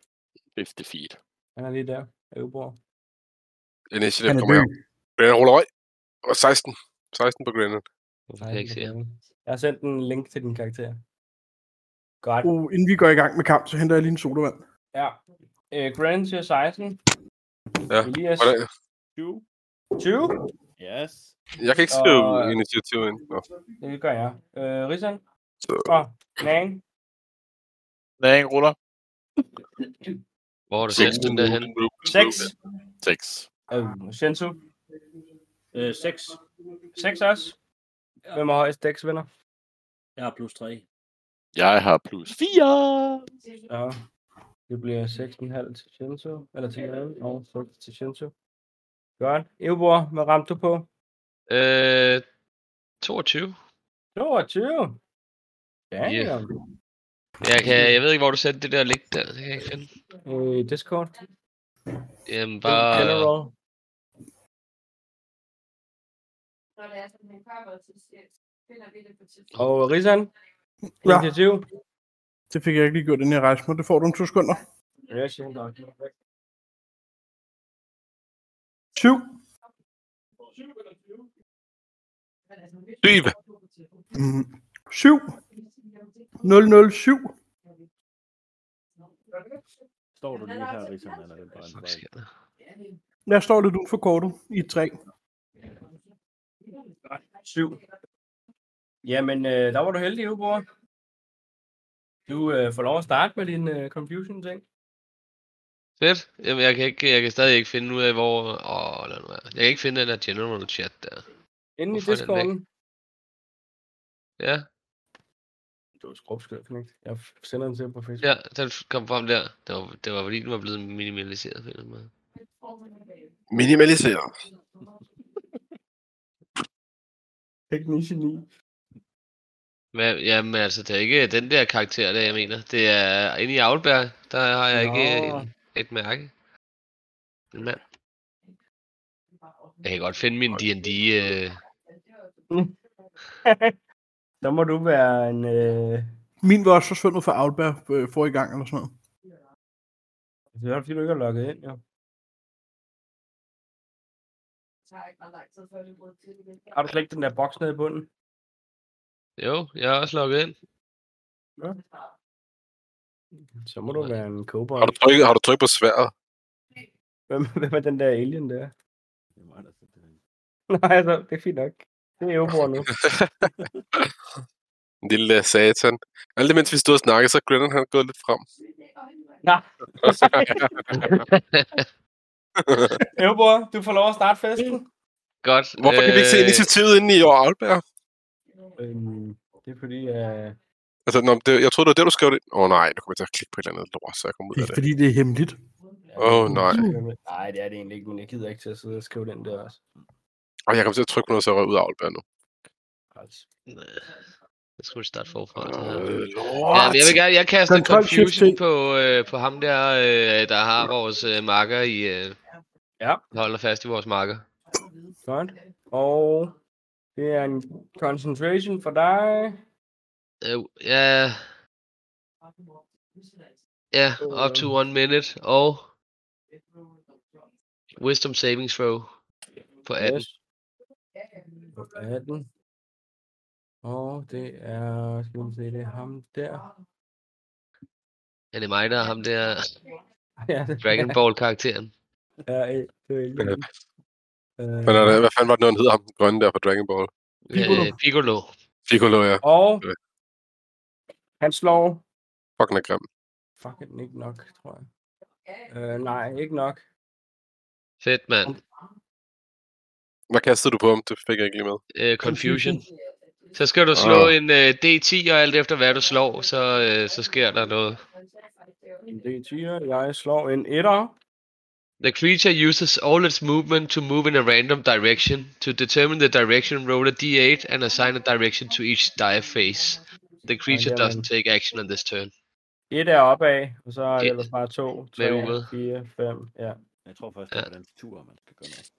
S6: 50 feet.
S2: Han er lige der. Øvebord.
S1: Initiative
S3: Han er
S1: kommer
S3: død.
S1: her. Glenn ruller røg. Og 16. 16 på Glenn.
S4: Jeg
S2: Nej,
S4: kan jeg ikke se ham.
S2: Jeg har sendt en link til din karakter. Godt.
S3: Oh, inden vi går i gang med kamp, så henter jeg lige en sodavand.
S2: Ja. Øh, Grand siger 16.
S1: Ja,
S2: Elias
S1: Hvordan?
S5: 20?
S2: 20.
S5: Yes.
S1: Jeg kan ikke skrive
S2: Og-
S1: initiativ ind. Nå.
S2: Det gør jeg. Øh, Rizan
S1: Så,
S2: og Nang.
S6: Nej, en ruller.
S4: Hvor er det
S6: Seks.
S4: sendt den derhen?
S2: 6.
S6: 6.
S2: Øh, Shensu.
S5: Øh, 6.
S2: 6 også. Hvem har højst dæks, venner?
S5: Jeg har plus 3.
S6: Jeg har plus 4.
S2: Ja. Det bliver 6,5 til Shensu. Eller til Jørgen. Og 6 til Shensu. Godt. Evbor, hvad ramte du på?
S4: Øh, 22.
S2: 22. Ja,
S4: Yeah.
S2: yeah.
S4: Jeg, kan, jeg ved ikke, hvor du sendte det der link der. Det kan jeg ikke finde.
S2: Øh, Discord.
S4: Jamen, bare...
S2: General.
S8: Når det er sådan, han kommer, så siger- finder vi det på tidspunkt.
S2: Og Rizan,
S3: Ja,
S2: initiativ.
S3: det fik jeg ikke lige gjort den her rejse, men det får du om to sekunder.
S2: Ja, siger han dog.
S3: 7.
S8: Men altså, vi-
S1: Dybe.
S3: Mm.
S2: Mm-hmm.
S3: 7. 007.
S5: Står du lige her, Riksen? Eller er det bare en
S4: Fuck,
S5: vej?
S4: sker der?
S3: Jeg står lidt uden for kortet i et træ.
S2: 7. Jamen, øh, der var du heldig, Ubo. Du øh, får lov at starte med din øh, confusion-ting.
S4: Fedt. Jamen, jeg kan, ikke, jeg kan stadig ikke finde ud af, hvor... Åh, lad nu være. Jeg kan ikke finde den der general chat der.
S2: Inden i
S4: Hvorfor er den væk?
S2: Discorden.
S4: Ja,
S2: Du er skrubskød, knægt. Jeg f- sender den til jer på Facebook.
S4: ja, den kom frem der. Det var, det var fordi, den var blevet minimaliseret på en eller anden måde.
S1: Minimaliseret.
S2: Teknician i.
S4: Men, jamen, altså, det er ikke den der karakter, der jeg mener. Det er inde i Aulberg, der har jeg ikke
S2: Nå.
S4: en, et mærke. En mand.
S2: Mm.
S4: Jeg kan godt finde min D&D... Øh,
S2: Så Så må du være en... Øh...
S3: Min var også forsvundet fra Outbear øh, for i gang eller sådan noget.
S2: Det er fordi, du ikke er logget ind, jo.
S7: Det tager ikke ret lang tid, før det bruger til igen.
S2: Har du slet ikke den der boks nede i bunden?
S4: Jo, jeg er også logget ind.
S2: Så må du
S4: Nej.
S2: være en cowboy.
S1: Har du trykket, har du trykket på sværet?
S2: Hvem, hvem er den der alien der?
S5: Det er mig, der sætter det.
S2: Nej, altså, det er fint nok. Det er jo nu.
S1: En lille øh, satan. Alt det, mens vi stod og snakkede, så er Glennon han er gået lidt frem.
S2: Øvbor, du får lov at starte festen.
S4: Godt.
S1: Hvorfor kan vi ikke se
S4: øh,
S1: initiativet inde i år, Alberg?
S2: Øhm, det er fordi, øh,
S1: Altså, nå, men det, jeg troede, det var det, du skrev det. Åh oh, nej, nu kommer jeg til at klikke på et eller andet lort, så jeg kommer ud
S3: Det er
S1: af
S3: ikke
S1: det.
S3: fordi, det er hemmeligt.
S1: Åh, nej.
S2: Nej, det er det egentlig ikke, men jeg gider ikke til at sidde og skrive den der også.
S1: Og jeg kommer til at trykke på noget, så jeg røg ud af Alberg nu.
S2: Træls.
S4: øh, Jeg skulle starte forfra. så her.
S1: Øh,
S4: Ja,
S1: lort.
S4: men jeg vil gerne, jeg kaster
S3: Control Shift
S4: confusion
S3: C.
S4: på, øh, på ham der, øh, der har vores øh, marker i... Øh,
S2: Ja.
S4: der holder fast i vores marker.
S2: Godt. Og det er en concentration for dig.
S4: Øh, ja, ja, up to one minute, og wisdom saving throw på 18.
S2: Yes. På 18. Og det er, skal vi se, det er ham der.
S4: Er det mig, der er ham der
S2: Ja, det
S4: Dragon Ball-karakteren?
S2: er et duel. Øh,
S1: Hvad, er det, hvad fanden var det, nu, han hed ham? den Grønne der på Dragon Ball.
S3: Piccolo.
S4: Øh, Piccolo.
S1: Piccolo, ja.
S2: Og han slår
S1: Fuck, den er grim.
S2: fucking ikke nok, tror jeg. Øh, nej, ikke nok.
S4: Fedt, mand.
S1: Hvad kastede du på ham? Det fik jeg ikke lige med.
S4: Øh, confusion. Så skal du slå
S1: Åh.
S4: en øh, D10, og alt efter hvad du slår, så, øh, så sker der noget.
S2: En D10'er, jeg slår en 1'er.
S4: The creature uses all its movement to move in a random direction. To determine the direction, roll a d8 and assign a direction to each die phase. The creature
S2: jamen.
S4: doesn't take action on this turn.
S2: Et er opad, og så er det
S4: Et.
S2: ellers bare to,
S4: Med
S2: tre,
S4: uret.
S2: fire, fem, ja.
S5: Jeg tror først,
S4: Ja.
S5: det er på den tur, man skal gøre noget.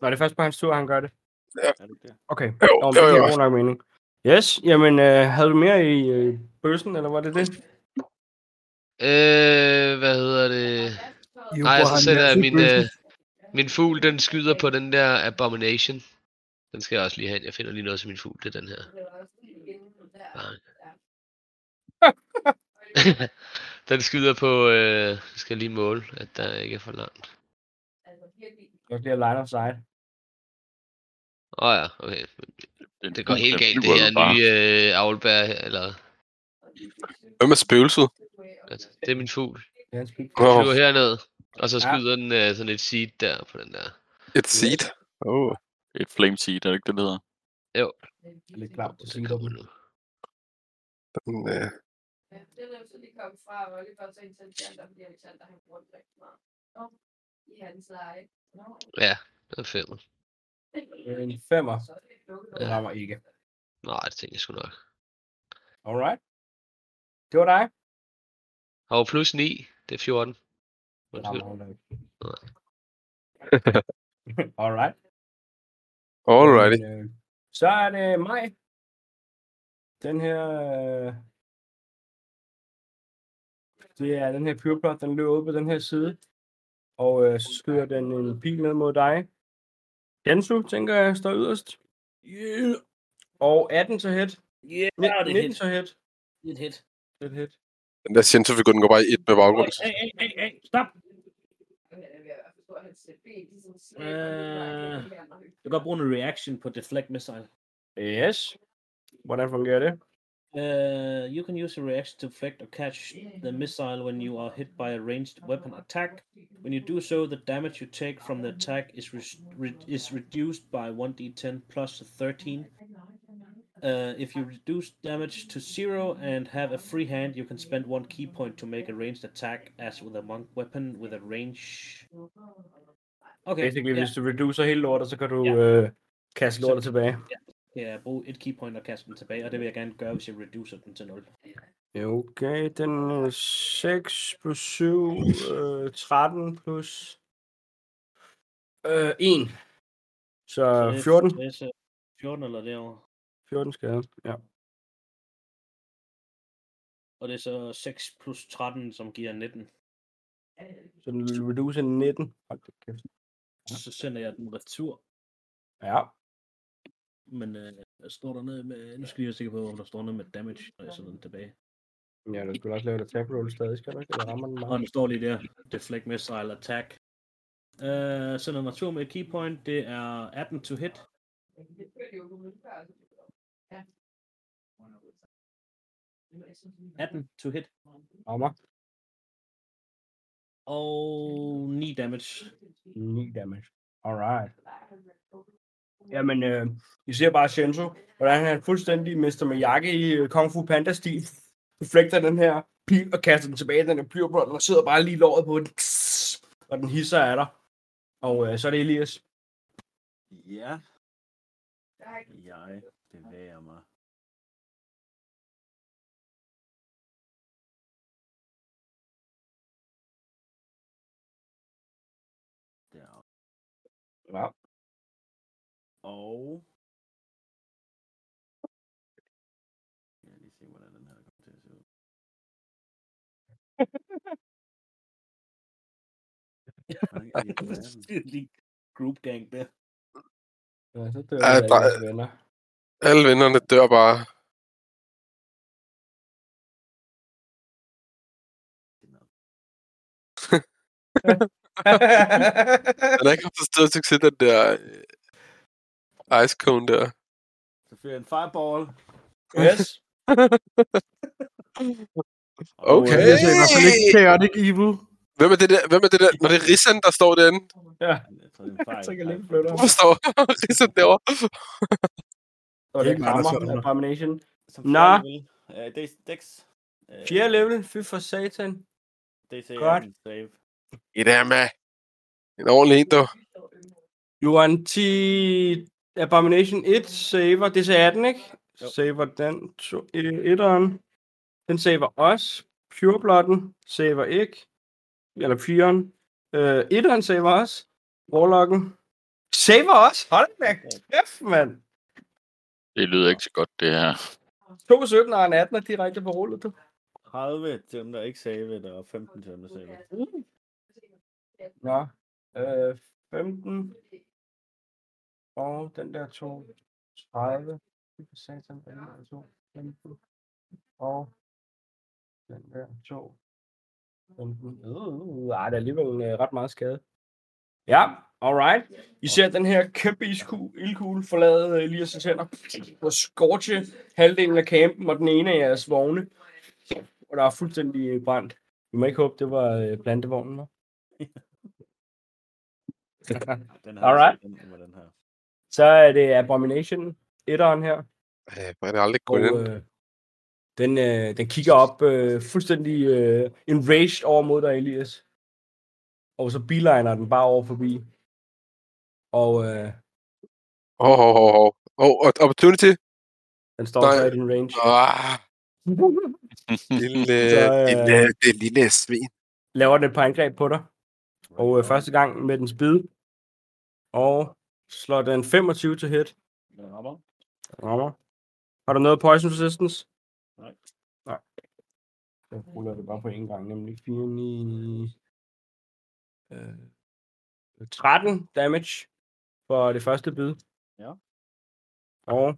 S2: Nå, det er først på hans tur, han gør det.
S5: Er det ikke det?
S2: Okay, Nå,
S1: Jo,
S2: men det
S1: jo, jo.
S2: giver god nok mening. Yes, jamen, øh, havde du mere i øh, bøssen, eller var det det?
S4: Øh, hvad hedder det?
S3: Jo,
S4: Nej,
S3: hvor
S4: så
S3: han
S4: sætter jeg
S3: altid
S4: min,
S3: bøssen.
S4: øh, min fugl, den skyder på den der abomination. Den skal jeg også lige have. Jeg finder lige noget til min fugl, det er den her. Den skyder på, øh, jeg skal lige måle, at der ikke er for langt.
S2: Jeg bliver line of sight.
S4: Åh oh, ja, okay. Det går
S6: Den
S4: helt galt, det
S6: flyver
S4: her
S6: jo bare.
S4: nye øh, avlbær, her, eller...
S1: Hvem er spøgelset?
S4: at- Det er min fugl.
S2: Det er hans pik.
S1: Åh,
S4: flyver herned, og så
S2: Ja.
S4: skyder den øh, sådan et seed der på den der.
S1: et seed. Åh.
S6: Et flame seed, er det ikke det, det hedder?
S2: Lidt klamt at
S4: Så
S2: sige
S4: kommer
S2: det.
S4: nu.
S1: den, øh,
S7: Det er jo så lige kommet fra, og lige først ind til Alexander, fordi Alexander han bruger den rigtig meget. Nå, I hans eje. Nå,
S4: Ja, det er fem.
S2: En femmer.
S7: så er det ikke lukket.
S2: Den rammer ikke.
S4: Nej, det tænker jeg sgu nok.
S2: Alright. Det var dig.
S4: Og plus 9, det er 14.
S2: Den
S4: Undskyld.
S2: rammer heller ikke. Alright.
S1: Alrighty.
S2: Men, øh, så er det mig. Den her... Øh, det er den her pyroplot, den løber ud på den her side. Og øh, så skyder den en pil ned mod dig. Gensu, tænker jeg, står yderst.
S5: Yeah.
S2: Og 18 så hit.
S9: Yeah,
S2: Ni-
S9: det er
S2: 19
S9: hit.
S2: så hit.
S9: Det er et hit.
S2: Det er et hit.
S1: Den der Shinto-figur, den går bare i et med
S9: Oj,
S1: baggrund.
S9: Hey, hey, hey, hey, stop!
S7: er
S9: Øh, Du kan godt bruge en reaction på deflect missile.
S2: Yes. Hvordan fungerer det?
S9: Uh, you can use a reaction to deflect or catch the missile when you are hit by a ranged weapon attack. When you do so, the damage you take from the attack is re- re- is reduced by 1d10 plus 13. Uh, if you reduce damage to zero and have a free hand, you can spend one key point to make a ranged attack as with a monk weapon with a range. Okay.
S2: Basically,
S9: ja.
S2: hvis du reducer hele lortet, så kan du øh, kaste lortet tilbage.
S9: Ja, brug et keypoint og kaste den tilbage, og det vil jeg gerne gøre, hvis jeg reducer den til 0.
S2: Okay, den er 6 plus 7, øh, 13 plus øh, 1. Så
S9: det er
S2: 14,
S9: det er så 14 eller derovre.
S2: 14 skade. Ja.
S9: Og det er så 6 plus 13, som giver 19.
S2: Så den vil reduce 19. Hold da kæft.
S9: Så sender jeg den retur.
S2: Ja.
S9: Men øh, jeg står der nede med... Nu skal jeg lige være sikker på, om der står noget med damage, når jeg sender den tilbage.
S2: Ja, du skal også lave et attack roll stadig, skal du ikke? Eller rammer den
S9: Og
S2: meget?
S9: den står lige der. Deflect Missile Attack. Øh, sender natur med keypoint. Det er 18 to hit.
S8: Det gør de jo umiddelbart. Ja.
S9: 18 to hit.
S2: Rammer.
S9: Og 9 damage.
S2: 9 damage. Alright. Jamen, øh, I ser bare Shenzo, hvordan han fuldstændig mister med jakke i øh, Kung Fu Panda-stil. Flekter den her pil og kaster den tilbage i den her pyrbrønd, og sidder bare lige i låret på den. Tss! Og den hisser af dig. Og øh, så er det Elias.
S5: Ja,
S8: Der er ikke
S5: jeg bevæger mig. Der.
S2: Ja.
S5: Og... Jeg skal lige se, hvordan den her kommer til at se ud. Hvordan i alverden?
S9: Lige group gang der.
S2: Ja, så dør
S1: Ja,
S2: alle
S1: der-
S2: jeres venner.
S1: Alle vennerne dør bare. Han har ikke haft så stor succes, den der øh, ice cone der.
S5: Så fyrer jeg en fireball.
S2: yes.
S5: og-
S1: Okay.
S3: øh, Jeg ser i hvert fald ikke Chaotic Evil.
S1: Hvem er det der? Hvem er det der? Når det er Rissan, der står derinde.
S5: Jeg tror, det er en fejl.
S2: tænker
S5: Nej,
S2: lidt flytter.
S1: Hvorfor står Rissan derovre?
S2: Og det
S3: Ikke mig, der
S2: rammer
S3: sætter mig.
S2: Abomination.
S5: Som
S2: Nå.
S5: fjerde level. Øh, Dex. Dex. Øh,
S2: Fjerde level, fy for satan.
S5: DC
S2: Godt.
S5: Godt. Save.
S1: I der med. En ordentlig en, dog.
S2: You want T... Abomination 1 saver, det er 18, ikke?
S5: Jo.
S2: Saver den, to, øh, etteren. Den saver os. Pureblotten saver ikke. Eller fyren. Øh, etteren saver os. Warlocken. Saver os? Hold da kæft, mand.
S6: Det lyder ikke så godt, det her.
S2: To 17 og en 18 er direkte på rullet, du.
S5: 30 til dem, der ikke save det, og 15 til dem, der save det.
S2: Mm. Nå. Øh, 15. Og den der to. 30. Fy for satan, den der to. 15. Og den der to. 15. Øh, ej, der er alligevel øh, ret meget skade. Ja, alright. I ser den her kæmpe isku- ildkugle forlade øh, lige sine tænder og scorche halvdelen af campen og den ene af jeres vogne. Og der er fuldstændig øh, brændt. Vi må ikke håbe, det var øh, plantevognen, hva'?
S5: Den her,
S2: Alright.
S5: Den, den, var den her.
S2: Så er det Abomination, etteren her.
S1: Øh, hvor er det aldrig
S2: Og
S1: gået ind.
S2: øh, den, øh, den kigger op øh, fuldstændig øh, enraged over mod dig, Elias. Og så biliner den bare over forbi. Og øh,
S1: Hov, hov, hov, hov. Hov, Og opportunity.
S2: den står
S1: Nej.
S2: så i din range.
S1: Ah, lille,
S2: Så, øh,
S1: lille, det lille svin.
S2: Laver den et par angreb på dig. Og øh, første gang med den spid. Og slår den 25 til hit.
S9: Den rammer.
S2: Rammer. Har du noget poison resistance?
S9: Nej.
S2: Nej. Jeg ruller det bare på én gang, nemlig 4, 9, øh, 13 øh, damage for det første bid.
S9: Ja.
S2: Og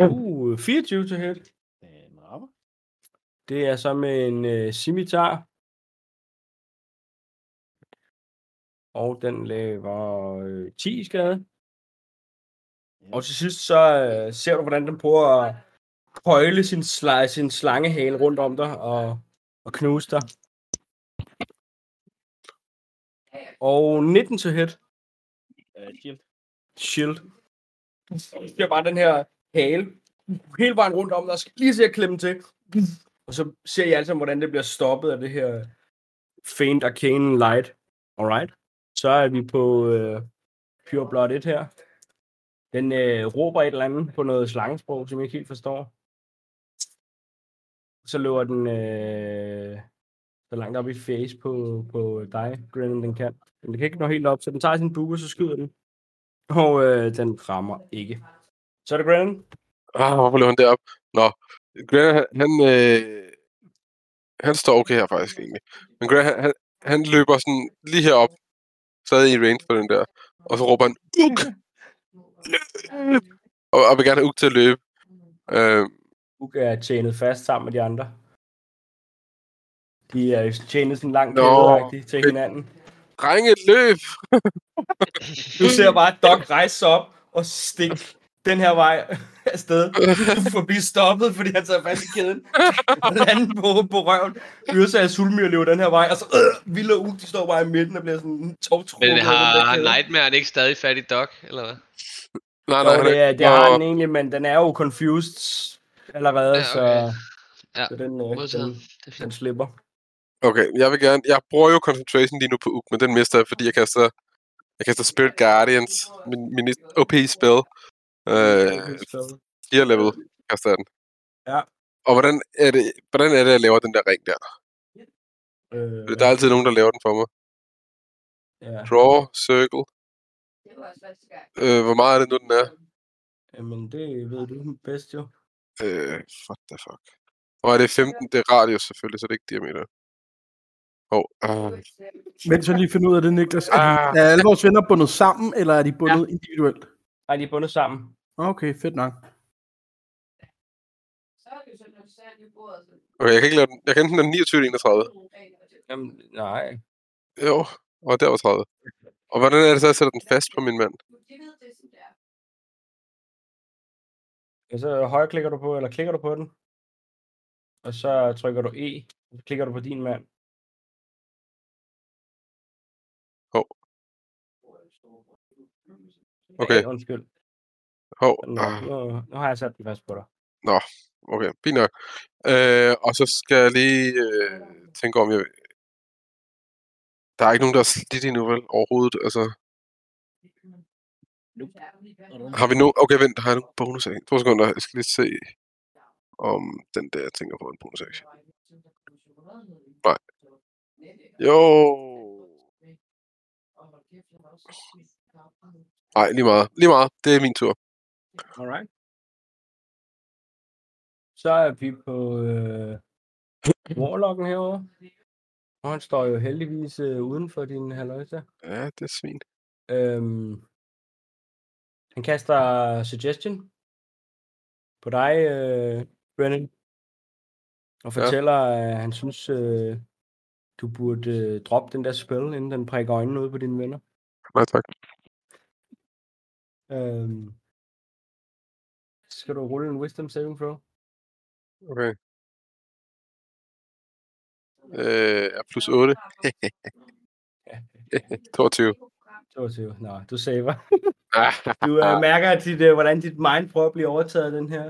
S2: uh, 24 til hit.
S5: Den rammer.
S2: Det er så med en øh, scimitar. Og den laver øh, 10 i skade. Og til sidst så øh, ser du, hvordan den prøver at køjle sin, sla- sin slangehale rundt om dig og, og knuse dig. Og 19 til hit.
S5: Øh, shield.
S2: Shield. Det er bare den her hale hele vejen rundt om dig. og skal Lige til at klemme til. Og så ser I alle sammen, hvordan det bliver stoppet af det her Faint Arcane Light. Alright. Så er vi på øh, Pure Blood 1 her. Den øh, råber et eller andet på noget slangesprog, som jeg ikke helt forstår. Så løber den øh, så langt op i face på, på dig, Grennan, den kan. Men den kan ikke nå helt op, så den tager sin bue, og så skyder den. Og øh, den rammer ikke. Så er det Grennan.
S1: Ah, hvorfor løb han derop? Nå, Grant, han, han, øh, han står okay her faktisk egentlig. Men Grant, han, han, han løber sådan lige herop, stadig i range på den der, og så råber han, Uk! Løb! Og, og vil gerne have Uk til at løbe. Øh,
S2: Uk er tjenet fast sammen med de andre. De er jo tjenet sådan langt
S1: Nå.
S2: kædeagtigt til hinanden.
S1: Drenge, løb!
S2: Du ser bare Doc rejse sig op og stikke den her vej afsted. For at blive stoppet, fordi han tager fast i kæden. Lande på, på røven. Yrsa er sulmyr løber den her vej. Og så øh, Vilde og Uk, de står bare i midten og bliver sådan toptrukket.
S4: Men har, har
S2: nej,
S4: Nightmaren ikke stadig fat i Doc, eller hvad?
S1: Nej,
S2: jo, det, er, det har
S1: og-
S2: han egentlig, men den er jo confused allerede,
S4: Ja,
S2: ja,
S4: okay.
S2: okay. så,
S4: Ja,
S2: så den, øh,
S4: Modtaget.
S2: den,
S4: Det er
S2: den
S4: fint.
S2: slipper.
S1: Okay, jeg vil gerne... Jeg bruger jo concentration lige nu på Uk, men den mister jeg, fordi jeg kaster... Jeg kaster Spirit Guardians, min, min OP-spil. Øh, fire level kaster jeg den.
S2: Ja.
S1: Og hvordan er, det, hvordan er det, jeg laver den der ring der?
S2: Øh,
S1: Der er altid nogen, der laver den for mig.
S2: ja.
S1: Draw, circle.
S8: Det var også første gang.
S1: Øh, hvor meget er det nu, den er?
S2: Jamen, det ved du bedst jo.
S1: Øh, what the fuck. Og er det 15? Det er radius selvfølgelig, så det er ikke diameter. Åh, oh, øh.
S3: Mens jeg lige finder ud af det, Niklas. Er,
S1: Ah.
S3: de, er alle vores venner bundet sammen, eller er de bundet ja. individuelt?
S2: Nej, de er bundet sammen.
S3: Okay, fedt nok.
S8: Så er det jo sådan, at du sagde, at du bordet sådan.
S1: Okay, jeg kan ikke lave den. Jeg kan enten lave den 29 31.
S2: Jamen, nej.
S1: Jo, og der var 30. Og hvordan er det så, at jeg sætter den fast på min mand?
S8: De ved det, som det er.
S2: Ja, så højreklikker du på, eller klikker du på den. Og så trykker du E, og så klikker du på din mand.
S1: Hov. Okay.
S2: Ja, undskyld.
S1: Hov,
S2: Nå,
S1: ah,
S2: nu, nu, har jeg sat den fast på dig.
S1: okay, fint nok. Øh, og så skal jeg lige øh, tænke om, jeg... Der er ikke nogen, der er slidt endnu, vel? Overhovedet, altså... Har vi nu... Okay, vent, har jeg nogen bonus af? To sekunder, jeg skal lige se, om den der, jeg tænker på, er en bonus action. Nej. Jo! Nej, lige meget. Lige meget. Det er min tur.
S2: Alright. Så er vi på øh, Warlocken herovre. Og han står jo heldigvis øh, uden for din haløjse.
S1: Ja, det er svin.
S2: Øhm, han kaster suggestion på dig, øh, Brennan, og fortæller, at han synes, øh, du burde øh, droppe den der spil, inden den prikker øjnene ud på dine venner.
S1: Nej, tak.
S2: Øhm, skal du rulle en wisdom saving throw?
S1: Okay. Øh, er plus 8. 22.
S2: 22. Nå, du saver.
S1: Ah,
S2: Du øh, mærker, at dit, øh, hvordan dit mind prøver at blive overtaget af den her,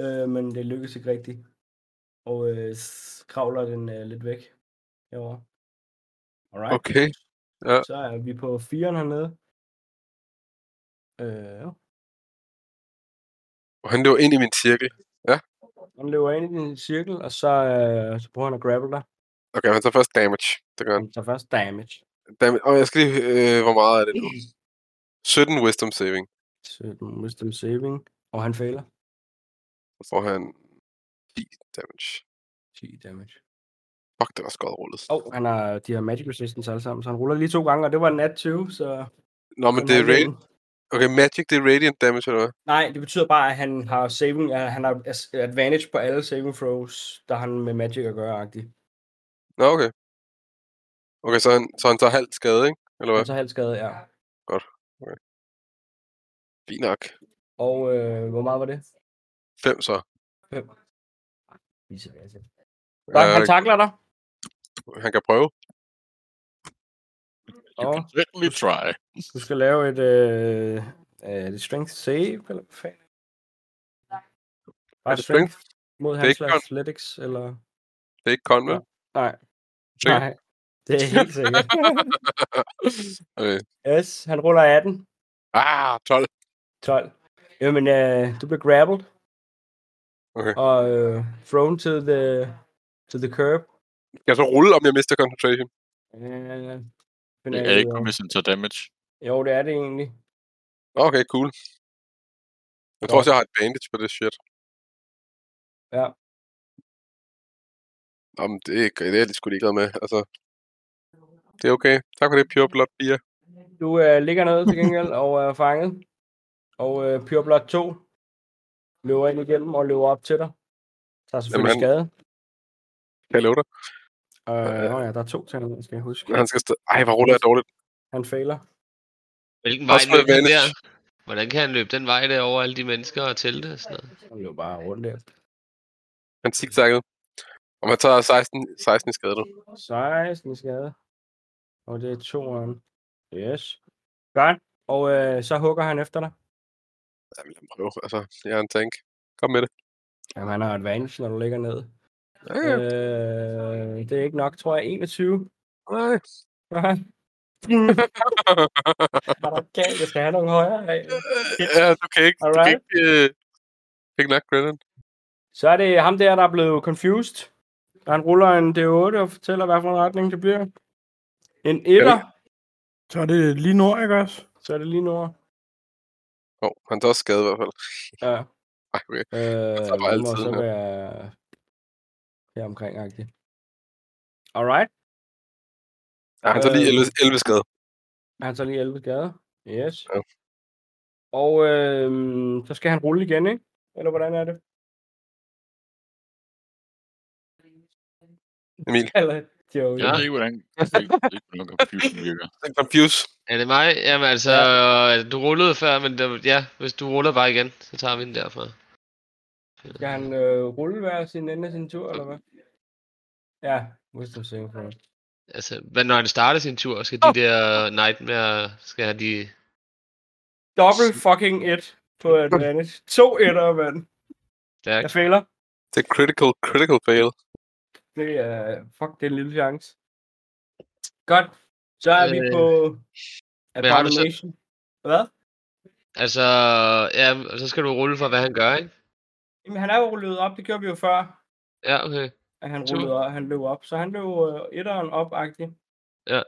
S2: øh, men det lykkes ikke rigtigt. Og øh, s- kravler den øh, lidt væk herover. Alright.
S1: Okay. Ja.
S2: Så er vi på firen hernede. Øh,
S1: og han løber ind i min cirkel.
S2: han løber ind i din cirkel, og så, øh, så prøver han at grapple dig.
S1: Okay, han tager først damage. Det gør han.
S2: Han tager først damage.
S1: Damage. Og jeg skal lige... Øh, hvor meget er det nu? 17 wisdom saving.
S2: 17 wisdom saving. Og han fejler.
S1: Så får han 10 damage.
S2: 10 damage.
S1: Fuck, det var skåret rullet.
S2: Og han har de her magic resistance alle sammen, så han ruller lige to gange, og det var en nat 20, så...
S1: Nå, men
S2: kun
S1: det er
S2: halvdelen.
S1: radiant. Okay, magic, det er radiant damage, eller hvad?
S2: Nej, det betyder bare, at han har saving, at han har as- advantage på alle saving throws, der har han med magic at gøre, agtigt.
S1: Nå, okay. Okay, så han, så han tager halv skade, ikke? Eller hvad?
S2: Han tager halv skade, ja.
S1: Fint nok.
S2: Og øh, hvor meget var det?
S1: 5 så.
S2: Lise, altså.
S1: Ja,
S2: Dok, han takler dig,
S1: han kan prøve.
S6: You
S2: og
S6: can certainly try.
S2: du skal lave et, øh, øh, et strength save, eller hvad fanden? Bare
S1: det
S2: strength? Mod
S1: er
S2: hans
S1: ikke godt.
S2: athletics, eller?
S1: Det er ikke con, vel?
S2: Nej.
S1: Sikker?
S2: Nej, det er helt sikkert.
S1: Okay.
S2: yes, han ruller 18.
S1: Ah, 12.
S2: 12. Jamen, øh, du bliver grappled.
S1: Okay.
S2: Og øh, thrown to the, to the curb.
S1: Skal jeg så rulle, om jeg mister concentration?
S2: Øh, finder
S6: Det
S2: jeg
S6: er
S2: ud
S6: ikke
S2: af.
S6: commission to damage.
S2: øh, Jo, det er det egentlig.
S1: Nå, Okay, cool. Jeg tror
S2: Nå.
S1: også, jeg har advantage på det shit.
S2: Ja,
S1: Om det, er ikke- det er jeg sgu ligeglad med. Altså, det er okay. Tak for det, Pure Blood 4.
S2: Du øh, ligger ned til gengæld og er fanget. Og øh, Pure Blood 2 løber ind igennem og løber op til dig. Tager selvfølgelig
S1: Jamen,
S2: Jamen. skade.
S1: Kan jeg love dig?
S2: Øh, øh, ja, der er to til, ham, skal jeg huske.
S1: Han skal stå... Ej, hvor ruller jeg dårligt.
S2: Han fejler.
S4: Hvilken vej
S1: Også med
S4: løb han
S1: vanish.
S4: der? Hvordan kan han løbe den vej der over alle de mennesker og telte og sådan noget?
S2: Han løber bare rundt der.
S1: Han zigzaggede. Og man tager 16, 16 i skade nu.
S2: 16 skade. Og det er toeren. Yes. Godt. Og øh, så hugger han efter dig.
S1: Jamen, lad mig prøve. Altså, jeg er en tank. Kom med det.
S2: Jamen, han har advantage, når du ligger ned.
S1: Ja, ja.
S2: Øh, det er ikke nok, tror jeg. 21.
S1: Nej.
S2: Nej. Er der galt? Jeg skal have nogle højere af.
S1: ja, du kan ikke... Du kan
S2: Alright.
S1: ikke... Øh... Ikke nok, Grennan.
S2: Så er det ham der, der er blevet confused. Han ruller en D8 og fortæller, hvad for en retning det bliver. En etter,
S3: Så er det lige nord, ikke også?
S2: så er det lige nu.
S1: Åh, oh, han tager også skade i hvert fald.
S2: Ja.
S1: Ej, okay.
S2: Øh,
S1: tager bare
S2: det må
S1: altid
S2: så
S1: her.
S2: være her omkring agtigt. Alright,
S1: Ja, han tager
S2: Øh.
S1: lige 11, 11 skade.
S2: han tager lige 11 skade. Yes.
S1: Ja.
S2: Og øh, så skal han rulle igen, ikke? Eller hvordan er det?
S1: Emil.
S2: Eller Joey.
S6: Jeg ved ikke, hvordan, jeg ved ikke, jeg ved ikke, hvordan confusion virker.
S1: Den confuse.
S4: Er det mig? Jamen altså, du rullede før, men der, ja, hvis du ruller bare igen, så tager vi den derfra.
S2: Skal han øh, rulle hver sin ende af sin tur, eller hvad? Ja, wisdom saving throw.
S4: Altså, hvad, når han starter sin tur, skal de der nightmare, skal han de...
S2: Double fucking et på advantage. To etter, mand.
S4: Stærk.
S2: Jeg fejler.
S1: Det er critical, critical fail.
S2: Det er, fuck, det er en lille chance. Godt. Så er øh, vi
S4: Øh,
S2: på
S4: hvad har du så?
S2: Abomination. Hvad?
S4: Altså, ja, og så skal du rulle for, hvad han gør, ikke?
S2: Jamen, han er jo rullet op, det gjorde vi jo før,
S4: Ja, okay.
S2: at han
S4: Super.
S2: rullede op, han løb op. Så han løb øh, etteren op -agtig.
S4: Ja.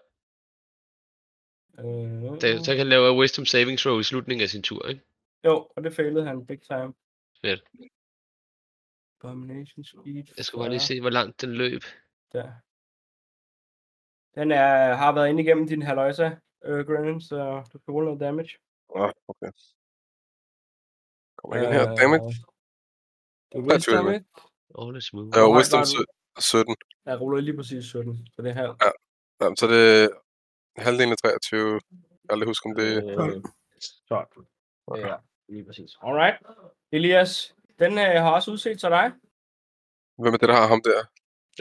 S2: Øh,
S4: Det, så kan han lave wisdom saving throw i slutningen af sin tur, ikke?
S2: Jo, og det failede han big time.
S4: Fedt.
S2: Abomination speed.
S4: Jeg skal bare lige
S2: 40.
S4: se, hvor langt den løb.
S2: Der. Den er, har været inde igennem din haløjsa, øh, Grennan, så du skal rulle noget damage.
S1: Åh, okay. Kommer igen her. Dammit.
S2: Øh, Det er
S1: Der er tvivl,
S2: wisdom,
S1: ikke?
S2: ikke?
S4: All is smooth.
S1: Ja,
S2: hvor høj
S1: wisdom
S2: var du?
S1: syv- 17.
S2: Jeg ruller lige præcis 17, så det her.
S1: Jamen, så er det halvdelen af 23. Jeg kan aldrig huske, om det er
S2: Øh, 12. Ja, lige præcis. Alright. Elias, den øh, har også udset til dig.
S1: Hvem er det, der har ham der?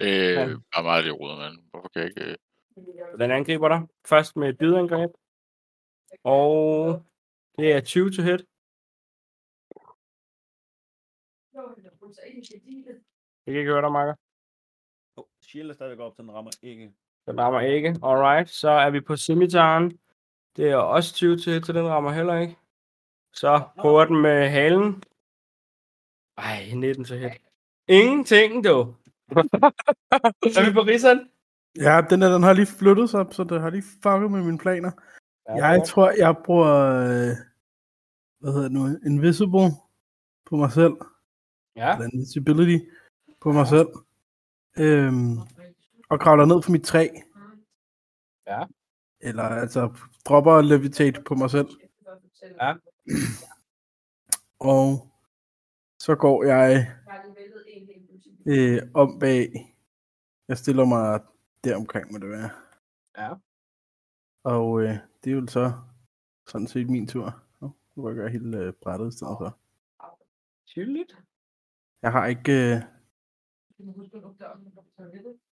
S6: Øh, bare meget det roder, mand. Hvorfor kan jeg ikke... Øh,
S2: Den angriber dig. Først med et bidangreb. Og det er 20 to hit. Jeg kan ikke høre dig, Marker.
S5: Oh, shield er stadigvæk op, så den rammer ikke.
S2: Den rammer ikke. Alright, så er vi på semitaren. Det er også 20 til, så den rammer heller ikke. Så prøver den med halen. Ej, 19 til hit. Ingenting, du. er vi på Risan?
S3: Ja, den der, den har lige flyttet sig, så det har lige fucket med mine planer. Jeg tror, jeg bruger... Øh, hvad hedder det nu? Invisible på mig selv.
S2: Ja,
S3: Eller invisibility på mig selv. Øhm, og kravler ned fra mit træ.
S2: Ja.
S3: Eller altså dropper levitate på mig selv.
S2: Ja.
S3: Og så går jeg øh, om bag. Jeg stiller mig der omkring, må det være.
S2: Ja.
S3: Og øh, det er jo så sådan set min tur. Nå, Nu rykker jeg hele øh, brættet i stedet for.
S2: tydeligt.
S3: Jeg har ikke øh,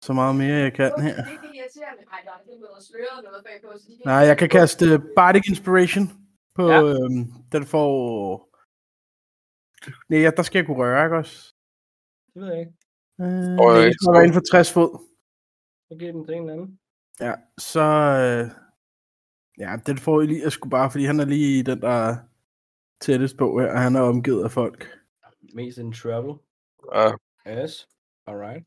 S3: så meget mere, jeg kan her.
S8: Det er irriterende. Nej, der er det med at sløre noget bagpå, så de kan
S3: Nej, jeg kan kaste øh, Bardic Inspiration på...
S2: Ja.
S3: Ja. Øhm, den får... Nej, ja, der skal jeg kunne røre, ikke også?
S2: Det ved jeg ikke.
S3: Øh,
S1: Åh,
S3: nej,
S1: ja,
S3: jeg skal være inden for 60 fod.
S2: Så giver den til en eller anden.
S3: Ja, så... Øh, ja, den får jeg lige... Jeg skulle bare, fordi han er lige den, der er tættest på her, og han er omgivet af folk.
S2: Mest in trouble.
S6: Ah.
S1: Ja,
S2: Yes. Alright.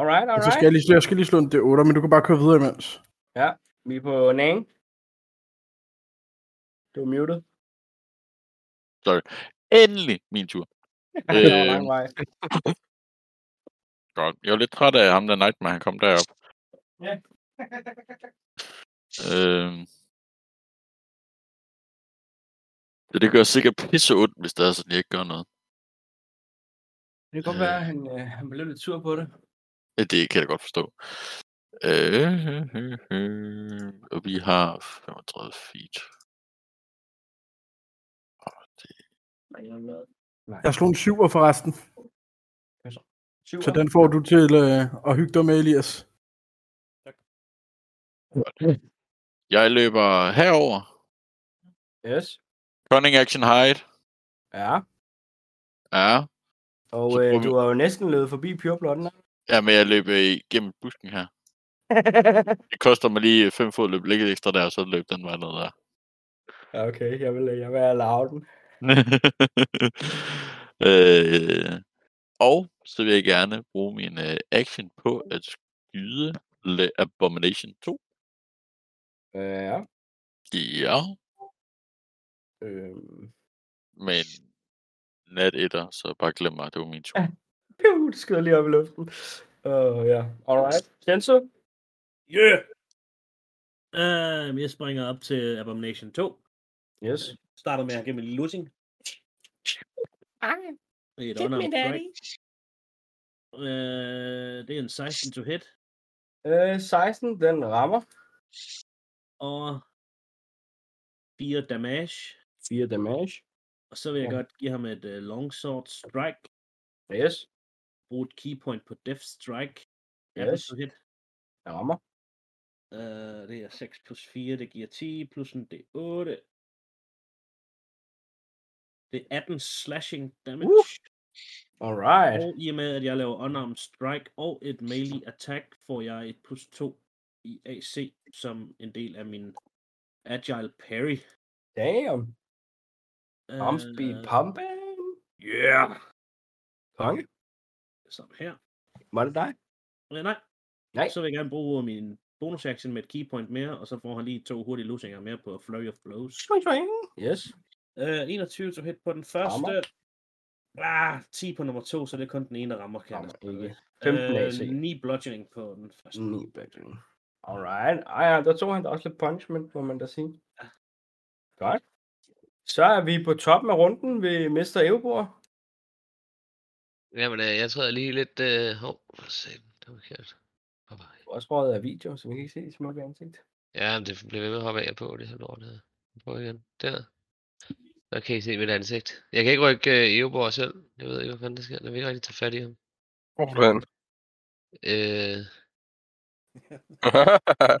S2: Alright,
S3: Og så
S2: alright.
S3: skal jeg lige, slå- jeg skal lige slå en D8, men du kan bare køre videre imens.
S2: Vi er på Nang. Du er muted.
S6: Endelig min tur.
S2: Øh... Der var lang
S6: Øh.
S2: vej.
S6: Godt. Jeg var lidt træt af ham, der Nightmare, han kom derop.
S9: Ja.
S6: Øhm. Så det gør sikkert pisse ondt, hvis det er sådan, jeg ikke gør noget.
S2: Det kan godt være, at han, øh, han blev lidt sur på det.
S6: Ja, det kan jeg da godt forstå. Øh, øh, øh, øh. Og vi har 35 feet.
S3: Jeg slog en syver forresten,
S2: Syv
S3: så den får du til øh, at hygge dig med, Elias.
S6: Jeg løber herover.
S2: Yes.
S6: Cunning action hide.
S2: Ja,
S6: Ja.
S2: og
S6: Så
S2: øh,
S6: prøver vi-
S2: du har jo næsten løbet forbi Pure Blood, den her.
S6: Ja, men jeg løber igennem busken her. Det koster mig lige 5 fod løb lidt ekstra der, og så løb den vej ned der.
S2: Ja, okay, jeg vil, jeg vil allow den.
S6: øh, og så vil jeg gerne bruge min uh, action på at skyde Le Abomination 2.
S2: Øh, ja.
S6: Ja,
S2: Øh,
S6: men nat etter, så bare glem mig, det var min tur.
S2: Ja. piu, det skyder lige op i luften. Åh, uh, ja. Alright. Jenso?
S5: Yeah!
S9: Øhm, jeg springer op til Abomination 2.
S2: Yes.
S9: Starter med at give mig en lille lussing. Det er et unarmed strike. Øh, det er en 16 to hit.
S2: Øh, 16, den rammer.
S9: Og 4 damage.
S2: 4 damage.
S9: Og så vil jeg
S2: Ja.
S9: godt give ham et uh, longsword strike.
S2: Yes.
S9: Brug et keypoint på death strike.
S2: Yes.
S9: to hit.
S2: Den rammer.
S9: Uh, det er 6 plus 4, det giver 10, plus en det er 8. Det er 18 slashing damage.
S2: Uh! Alright.
S9: Og i og med, at jeg laver unarmed strike og et melee attack, får jeg et plus 2 i AC som en del af min agile parry.
S2: Damn. Arm speed
S9: Øh,
S2: pumping. Yeah. Konge.
S9: Sådan her.
S2: Var det dig?
S9: Øh, nej.
S2: Nej.
S9: Så vil jeg gerne bruge min bonus action med et keypoint mere, og så får han lige to hurtige losinger mere på Flurry of Blows.
S2: Swing, swing. Yes.
S9: Øh, 21 to hit på den første. Ah, 10 på nummer to, så det er kun den ene, der rammer, kan jeg
S2: Rammer
S9: næsten
S2: ikke.
S9: regne.
S2: 15 AC.
S9: Øh, 9 bludgeoning på den første.
S2: 9 backling. Alright. Ej, ja, der tog han da også lidt punishment, må man da sige. Godt. Så er vi på toppen af runden ved Mester Eveborg.
S4: Jamen, øh, jeg træder lige lidt... Øh... Hov, for satan, det var forkert. Hop af.
S2: Du er Også røget af video, så vi kan ikke se dit smukke ansigt.
S4: Ja, men det bliver ved med at hoppe af og på, det her lort her. På igen. Der. Der kan I se mit ansigt. Jeg kan ikke rykke øh, Eoborg selv. Jeg ved ikke, hvad fanden der sker. Jeg vil ikke rigtig tage fat i ham.
S1: Hvordan?
S4: Øh,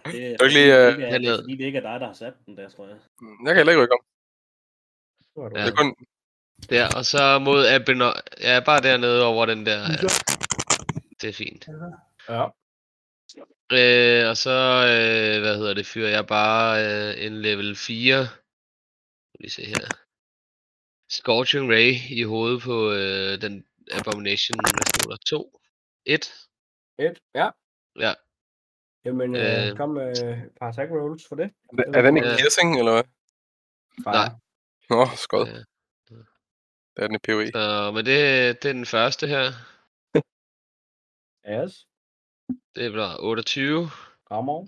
S9: Det
S1: Du kan ikke lige,
S9: fordi det ikke er- altså det er
S4: den ned.
S1: øh,
S9: fordi, det ikke er dig, der har sat den der, tror jeg.
S1: Jeg kan heller ikke rykke om.
S2: Nu er du
S4: Ja.
S2: ja.
S1: Det er kun...
S4: der, og så mod Abeno... Ja, bare dernede over den der. Ja. Det er fint.
S2: ja.
S4: Øh, og så, øh, hvad hedder det, fyrer jeg bare øh, en level 4. Nu lige se her. Scorching Ray i hovedet på øh, den Abomination, hvad stod der? 2. 1.
S2: Et. Ja.
S4: Ja.
S2: Jamen, øh,
S4: Øh.
S2: kom med øh, et par attack rolls for det.
S1: Er det- Er den i
S4: Ja.
S1: piercing, eller hvad?
S2: Bare,
S4: Nej.
S1: Nå, skål.
S6: Øh.
S4: Ja.
S1: Det er den i E. PvE.
S4: Så, men det, det er den første her.
S2: Yes.
S4: Det bliver 28.
S2: Rammer.
S4: Og...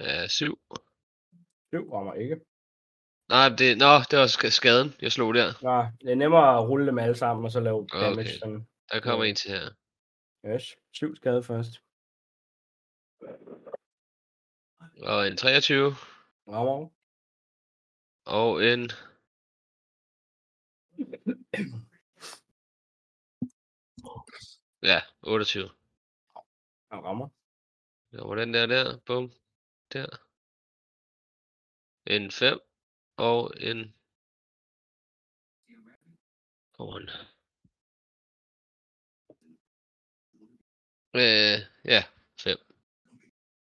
S4: Ja, 7.
S2: Syv rammer ikke.
S4: Nej, det, nå, det var sk- skaden, jeg slog der.
S2: Nå, det er nemmere at rulle dem alle sammen, og så lave
S4: Ah,
S2: damage.
S4: okay.
S2: Okay. Sådan.
S4: Der kommer
S2: Ja.
S4: en til her.
S2: Yes. Syv skade først.
S4: Og en 23.
S2: Rammer.
S4: Og en... Ja, 28.
S2: Han rammer.
S4: Der var den der der. Bum. Der. En 5. Og en... Kom on. Øh, ja, 5.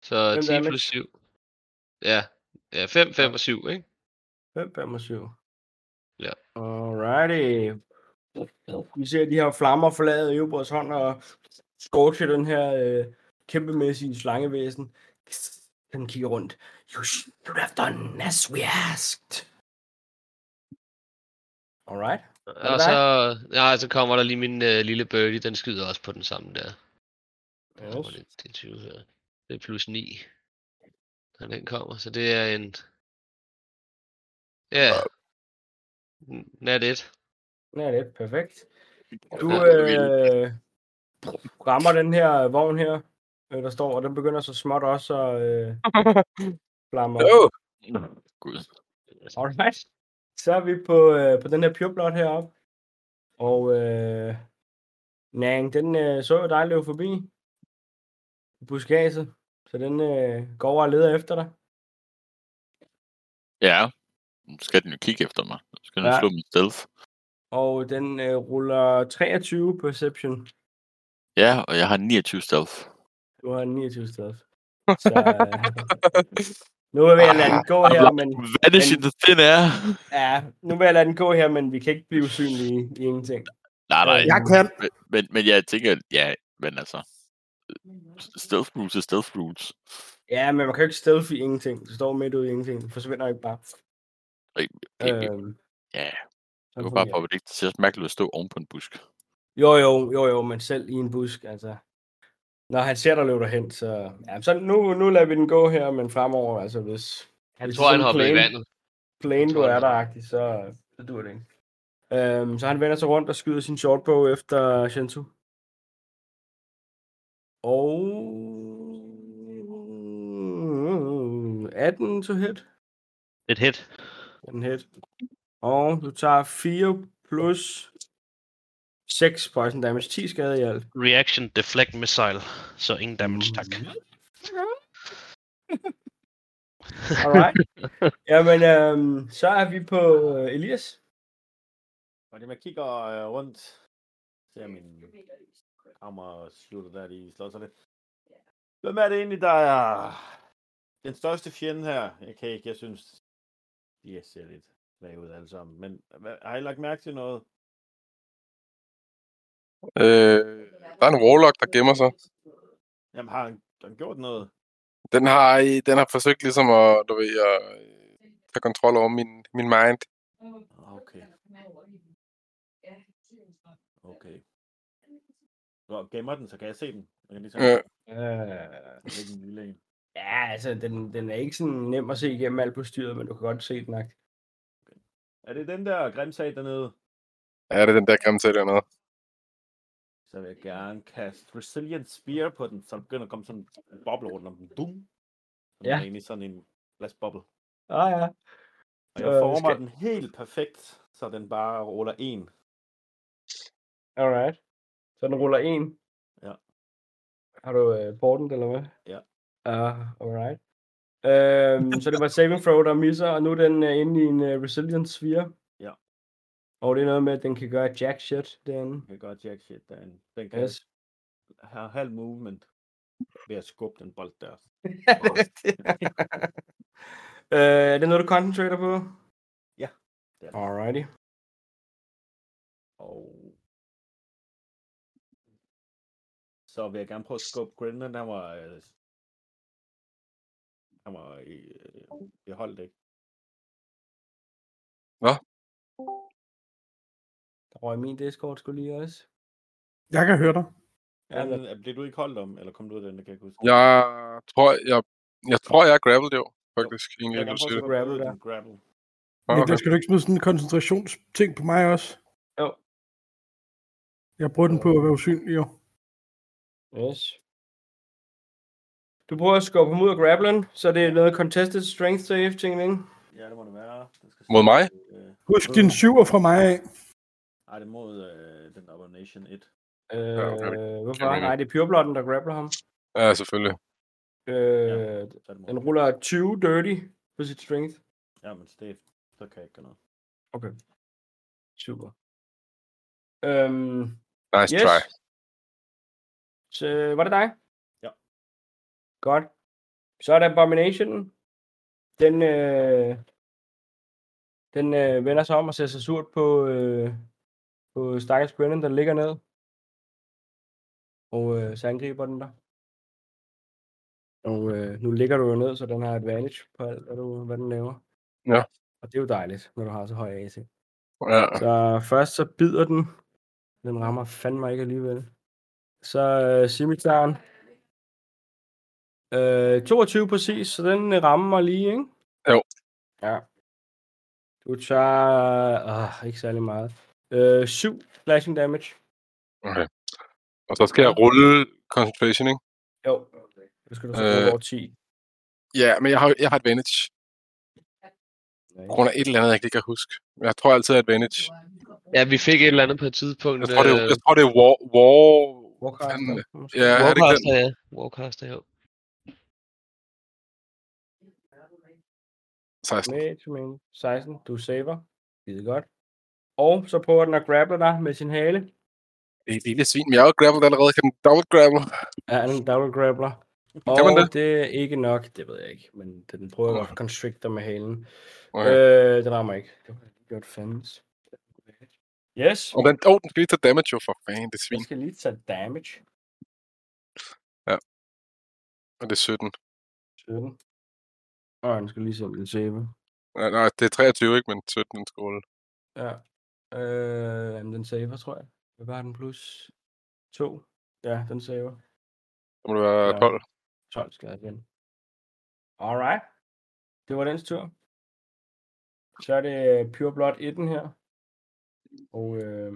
S4: Så
S2: Fem
S4: 10
S2: damage.
S4: plus 7. Ja, ja 5, 5 og 7, ikke?
S2: 5, 5 og 7.
S4: Ja.
S2: Alrighty. Vi ser de her flammer forlade Øvborgs hånd og scorche den her øh, kæmpemæssige slangevæsen. Han kigger rundt.
S7: You should have done as we asked.
S2: Alright. det
S4: Og så, ja, så kommer der lige min øh, lille birdie, den skyder også på den samme der. Der kommer
S2: Yes.
S4: lidt til 20 her. Det er plus 9, når den kommer. Så det er en... Ja. N- Nat 1.
S2: Den er lidt perfekt. Du
S4: Ja, det
S2: øh, rammer den her vogn her, øh, der står, og den begynder så småt også at øh, flamme op.
S1: Jo.
S6: Gud.
S2: Alright. Så er vi på, øh, på den her pure blot heroppe. Og øh, Nang, den øh, så jo dig løbe forbi. i Buskaget. Så den øh, går over og leder efter dig.
S6: Ja. Nu skal den jo kigge efter mig. Nu skal den
S2: Ja.
S6: ja. slå min stealth.
S2: Og den øh, ruller 23 perception.
S6: Ja, og jeg har 29 stealth.
S2: Du har 29 stedet. Så, øh, nu vil jeg lade den gå
S4: Ah,
S2: her, men...
S6: Vanish in
S2: men-
S6: the thin air.
S2: Ja, nu vil jeg lade den gå her, men vi kan ikke blive usynlige i ingenting.
S6: Nej, nej.
S2: Jeg
S3: kan.
S6: Men, men, men jeg tænker, ja, men altså. Stealth rules er stealth rules.
S2: Ja, men man kan jo ikke stealth i ingenting. Du står midt ude i ingenting. Du forsvinder ikke bare.
S6: Øh,
S2: Øhm,
S6: ja, det
S2: sådan
S6: var bare
S2: fungerer
S6: for, at det ikke ser så mærkeligt ud at stå oven på en busk.
S2: Jo, jo, jo, jo, men selv i en busk, altså. Når han ser dig løbe derhen, så... Ja, så nu, nu lader vi den gå her, men fremover, altså hvis...
S4: Han
S2: hvis
S4: tror, han
S2: sådan
S4: hoppede i
S2: plain-
S4: vandet.
S2: Plain,
S4: Jeg
S2: du
S4: tror, han
S2: er
S4: har-
S2: der, så, så dur det ikke. Øhm, så han vender sig rundt og skyder sin shortbow efter Shensu. Og... 18 to hit.
S4: Et hit.
S2: Den hit. Og du tager 4 plus 6 poison damage. 10 skade i alt.
S10: Reaction deflect missile. Så ingen damage, tak.
S2: Mm. Alright. Jamen, øhm, så er vi på øh, Elias.
S5: Og det, man kigger øh, rundt, ser min kammer slutter der, de slår sig lidt. Hvem er det egentlig, der er den største fjende her? Jeg kan ikke, jeg synes, de ser lidt svage ud alle sammen. Men hvad, har I lagt mærke til noget?
S1: Øh, der er en warlock, der gemmer sig.
S5: Jamen, har han, har han gjort noget?
S1: Den har, i- den har forsøgt ligesom at, du ved, at øh, tage kontrol over min, min mind.
S5: Ah, Okay, okay. Nå, gemmer den, så kan jeg se den. Jeg kan ligesom,
S1: Ja.
S2: Øh,
S5: lægge en lille en.
S2: ja, altså, den, den er ikke sådan nem at se igennem alt på styret, men du kan godt se den. Ak.
S5: Er det den der grimsag dernede?
S1: Ja, det er den der grimme til dernede.
S5: Så vil jeg gerne kaste Resilient Spear på den, så der begynder at komme sådan en boble rundt om den. Boom! Så den
S2: Ja.
S5: er egentlig sådan en glasboble.
S2: Ah, ja.
S5: Og jeg
S2: Øh,
S5: former
S2: skal-
S5: den helt perfekt, så den bare ruller en.
S2: Alright. Så den ruller en.
S5: Ja.
S2: Har du øh, porten, eller hvad?
S5: Ja.
S2: Ah, alright. Øhm, så det var saving throw, der misser, og nu er den øh, inde i en øh, resilience sphere.
S5: Ja.
S2: Og det er noget med, at den kan gøre jack shit derinde.
S5: Den kan gøre jack shit derinde. Den kan
S2: Yes.
S5: have halv movement ved at skubbe den bold der.
S2: øh, er det noget, du koncentrerer på?
S5: Ja, det er det.
S2: Alrighty.
S5: Og så vil jeg gerne prøve at skubbe Grindland. Han var, øh, han var i, øh, beholdt, ikke?
S2: Der røg min Discord skulle lige også.
S3: Jeg kan høre dig.
S2: Ja,
S5: Han, øh, blev du ikke holdt om, eller kom du ud af den, der kan jeg ikke huske?
S1: Jeg tror, jeg, jeg tror, jeg er gravel jo, faktisk.
S5: Jeg
S1: Egentlig,
S5: vil
S1: nu
S5: gerne prøve at
S1: siger det.
S5: skubbe
S2: Grapple
S5: ud af
S2: der.
S5: den grapple.
S1: Ah,
S3: Okay.
S1: okay.
S3: Niklas, skal du ikke smide sådan en koncentrationsting på mig også?
S2: Jo.
S3: Jeg bruger den på at være usynlig, jo.
S2: Yes. Du prøver at skubbe ham ud af grapplen, så det er noget contested strength save, ting, ikke?
S5: Ja, det må det være. Det skal
S1: Mod
S5: se,
S1: mig?
S5: Øh,
S3: Husk din syver fra mig af.
S5: nej, det er mod øh, den Abomination 1.
S1: okay.
S2: Øh, hvorfor?
S1: mening.
S2: Nej, det er pureblotten, der grappler ham.
S1: Ja, selvfølgelig.
S2: Øh,
S5: Så er det mod
S2: den
S5: mig.
S2: ruller 20 dirty på sit strength.
S5: Ja, men det så kan jeg ikke gøre noget.
S2: Super. Øhm,
S1: Nice
S2: yes.
S1: try.
S2: Så var det dig?
S5: Ja.
S2: Godt. Så er der Abomination. Den, øh, den øh, vender sig om og ser sig surt på, øh, på Stakkels Grinning, der ligger ned. Og øh, så angriber den der. Og øh, nu ligger du jo ned, så den har advantage på alt, hvad, du, hvad den laver.
S1: Ja.
S2: Og det er jo dejligt, når du har så høj AC.
S1: Ja.
S2: Så først så bider den. Den rammer fandme ikke alligevel. Så øh, Simitaren. Øh, 22 præcis, så den øh, rammer lige, ikke?
S1: Jo.
S2: Ja. Du tager... Øh, ikke særlig meget. Øh, 7 slashing damage.
S1: Okay. Og så skal jeg rulle concentration, ikke?
S2: Jo. Nu skal du så øh,
S1: Øh,
S2: over 10.
S1: Ja, men jeg har, jeg har advantage. På grund af et eller andet, jeg ikke lige kan huske. Jeg tror altid, jeg har advantage.
S4: Ja, vi fik et eller andet på et tidspunkt.
S1: Jeg tror, det er,
S4: øh,
S1: jeg tror, det er war, war...
S2: Warcaster,
S1: fanden-
S2: måske.
S1: Ja, er det ikke den?
S4: Warcaster, ja. Warcaster, jo.
S1: 16.
S2: Mage, men 16. Du saver. Skide godt. Og så prøver den at grabble dig med sin hale.
S1: Det er et lille svin, men jeg har jo grabblet allerede. Kan den double grabble?
S2: Ja, den double grappler. Og
S1: Kan man det?
S2: det er ikke nok, det ved jeg ikke, men den prøver at constricte dig med halen.
S1: Okay.
S2: Øh, det rammer ikke. Det var godt fandens. Yes,
S1: Og den, oh, den skal lige tage damage, jo for fanden, det
S2: jeg
S1: svin.
S2: skal lige tage damage.
S1: Og det er 17.
S2: 17. Og den skal lige se, om den save.
S1: Nej, nej, det er 23, ikke? Men 17, den skal rulle.
S2: Ja. Øh, jamen, den saver, tror jeg. Hvad var den plus? 2. Ja, den saver.
S1: Så må det være
S2: Ja.
S1: 12.
S2: 12 skader igen. Alright. Det var dens tur. Så er det øh, Pure Blood 1'en her. Og øh,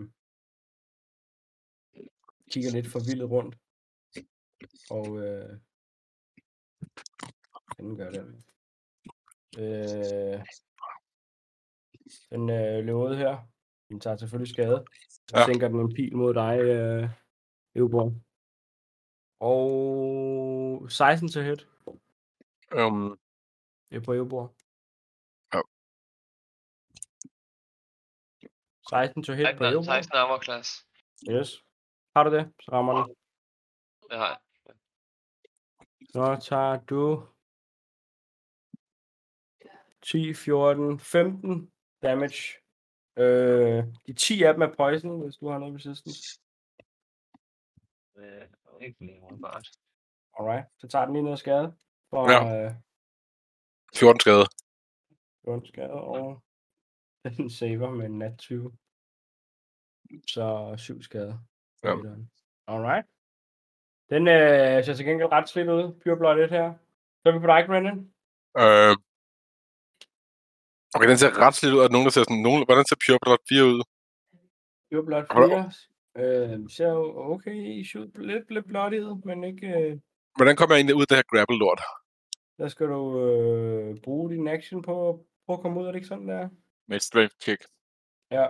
S2: kigger lidt forvildet rundt. Og øh, den gør det. Øh, den øh, løber ud her. Den tager selvfølgelig skade. Så ja.
S1: Ja.
S2: sænker den en pil mod dig, øh, Øvborg. Og 16 til hit.
S1: Øhm,
S2: Det er på Øvborg.
S1: Ja.
S2: 16 til hit på
S11: 16,
S2: Øvborg.
S11: 16 armor class.
S2: Yes. Har du det? Så rammer den.
S11: Det har jeg.
S2: Så tager du 10, 14, 15 damage. Øh, de 10 af dem er poison, hvis du har noget resistance.
S11: Øh, Ikke lige umiddelbart.
S2: Alright, så tager den lige noget skade. For,
S1: Ja.
S2: ja. øh,
S1: 14 skade.
S2: Fjorten øh, skade, og den saver med en nat 20. Så syv skader. på
S1: Ja.
S2: etteren. Alright. Den øh, ser til gengæld ret slidt ud. Pure Blood 1 her. Så er vi på dig, Brendan.
S1: Øh, okay, den ser ret slidt ud, og nogen, der ser sådan... Nogen, hvordan ser Pure Blood 4 ud?
S2: Pure Blood
S1: Hold da op.
S2: 4. Øh, ser jo okay, shoot, lidt, lidt blottet, men ikke... Øh,
S1: Hvordan kommer jeg egentlig ud af det her grapple-lort?
S2: der skal du øh, bruge din action på, at- på at komme ud, er det ikke sådan der?
S6: Med et strength check.
S2: Ja,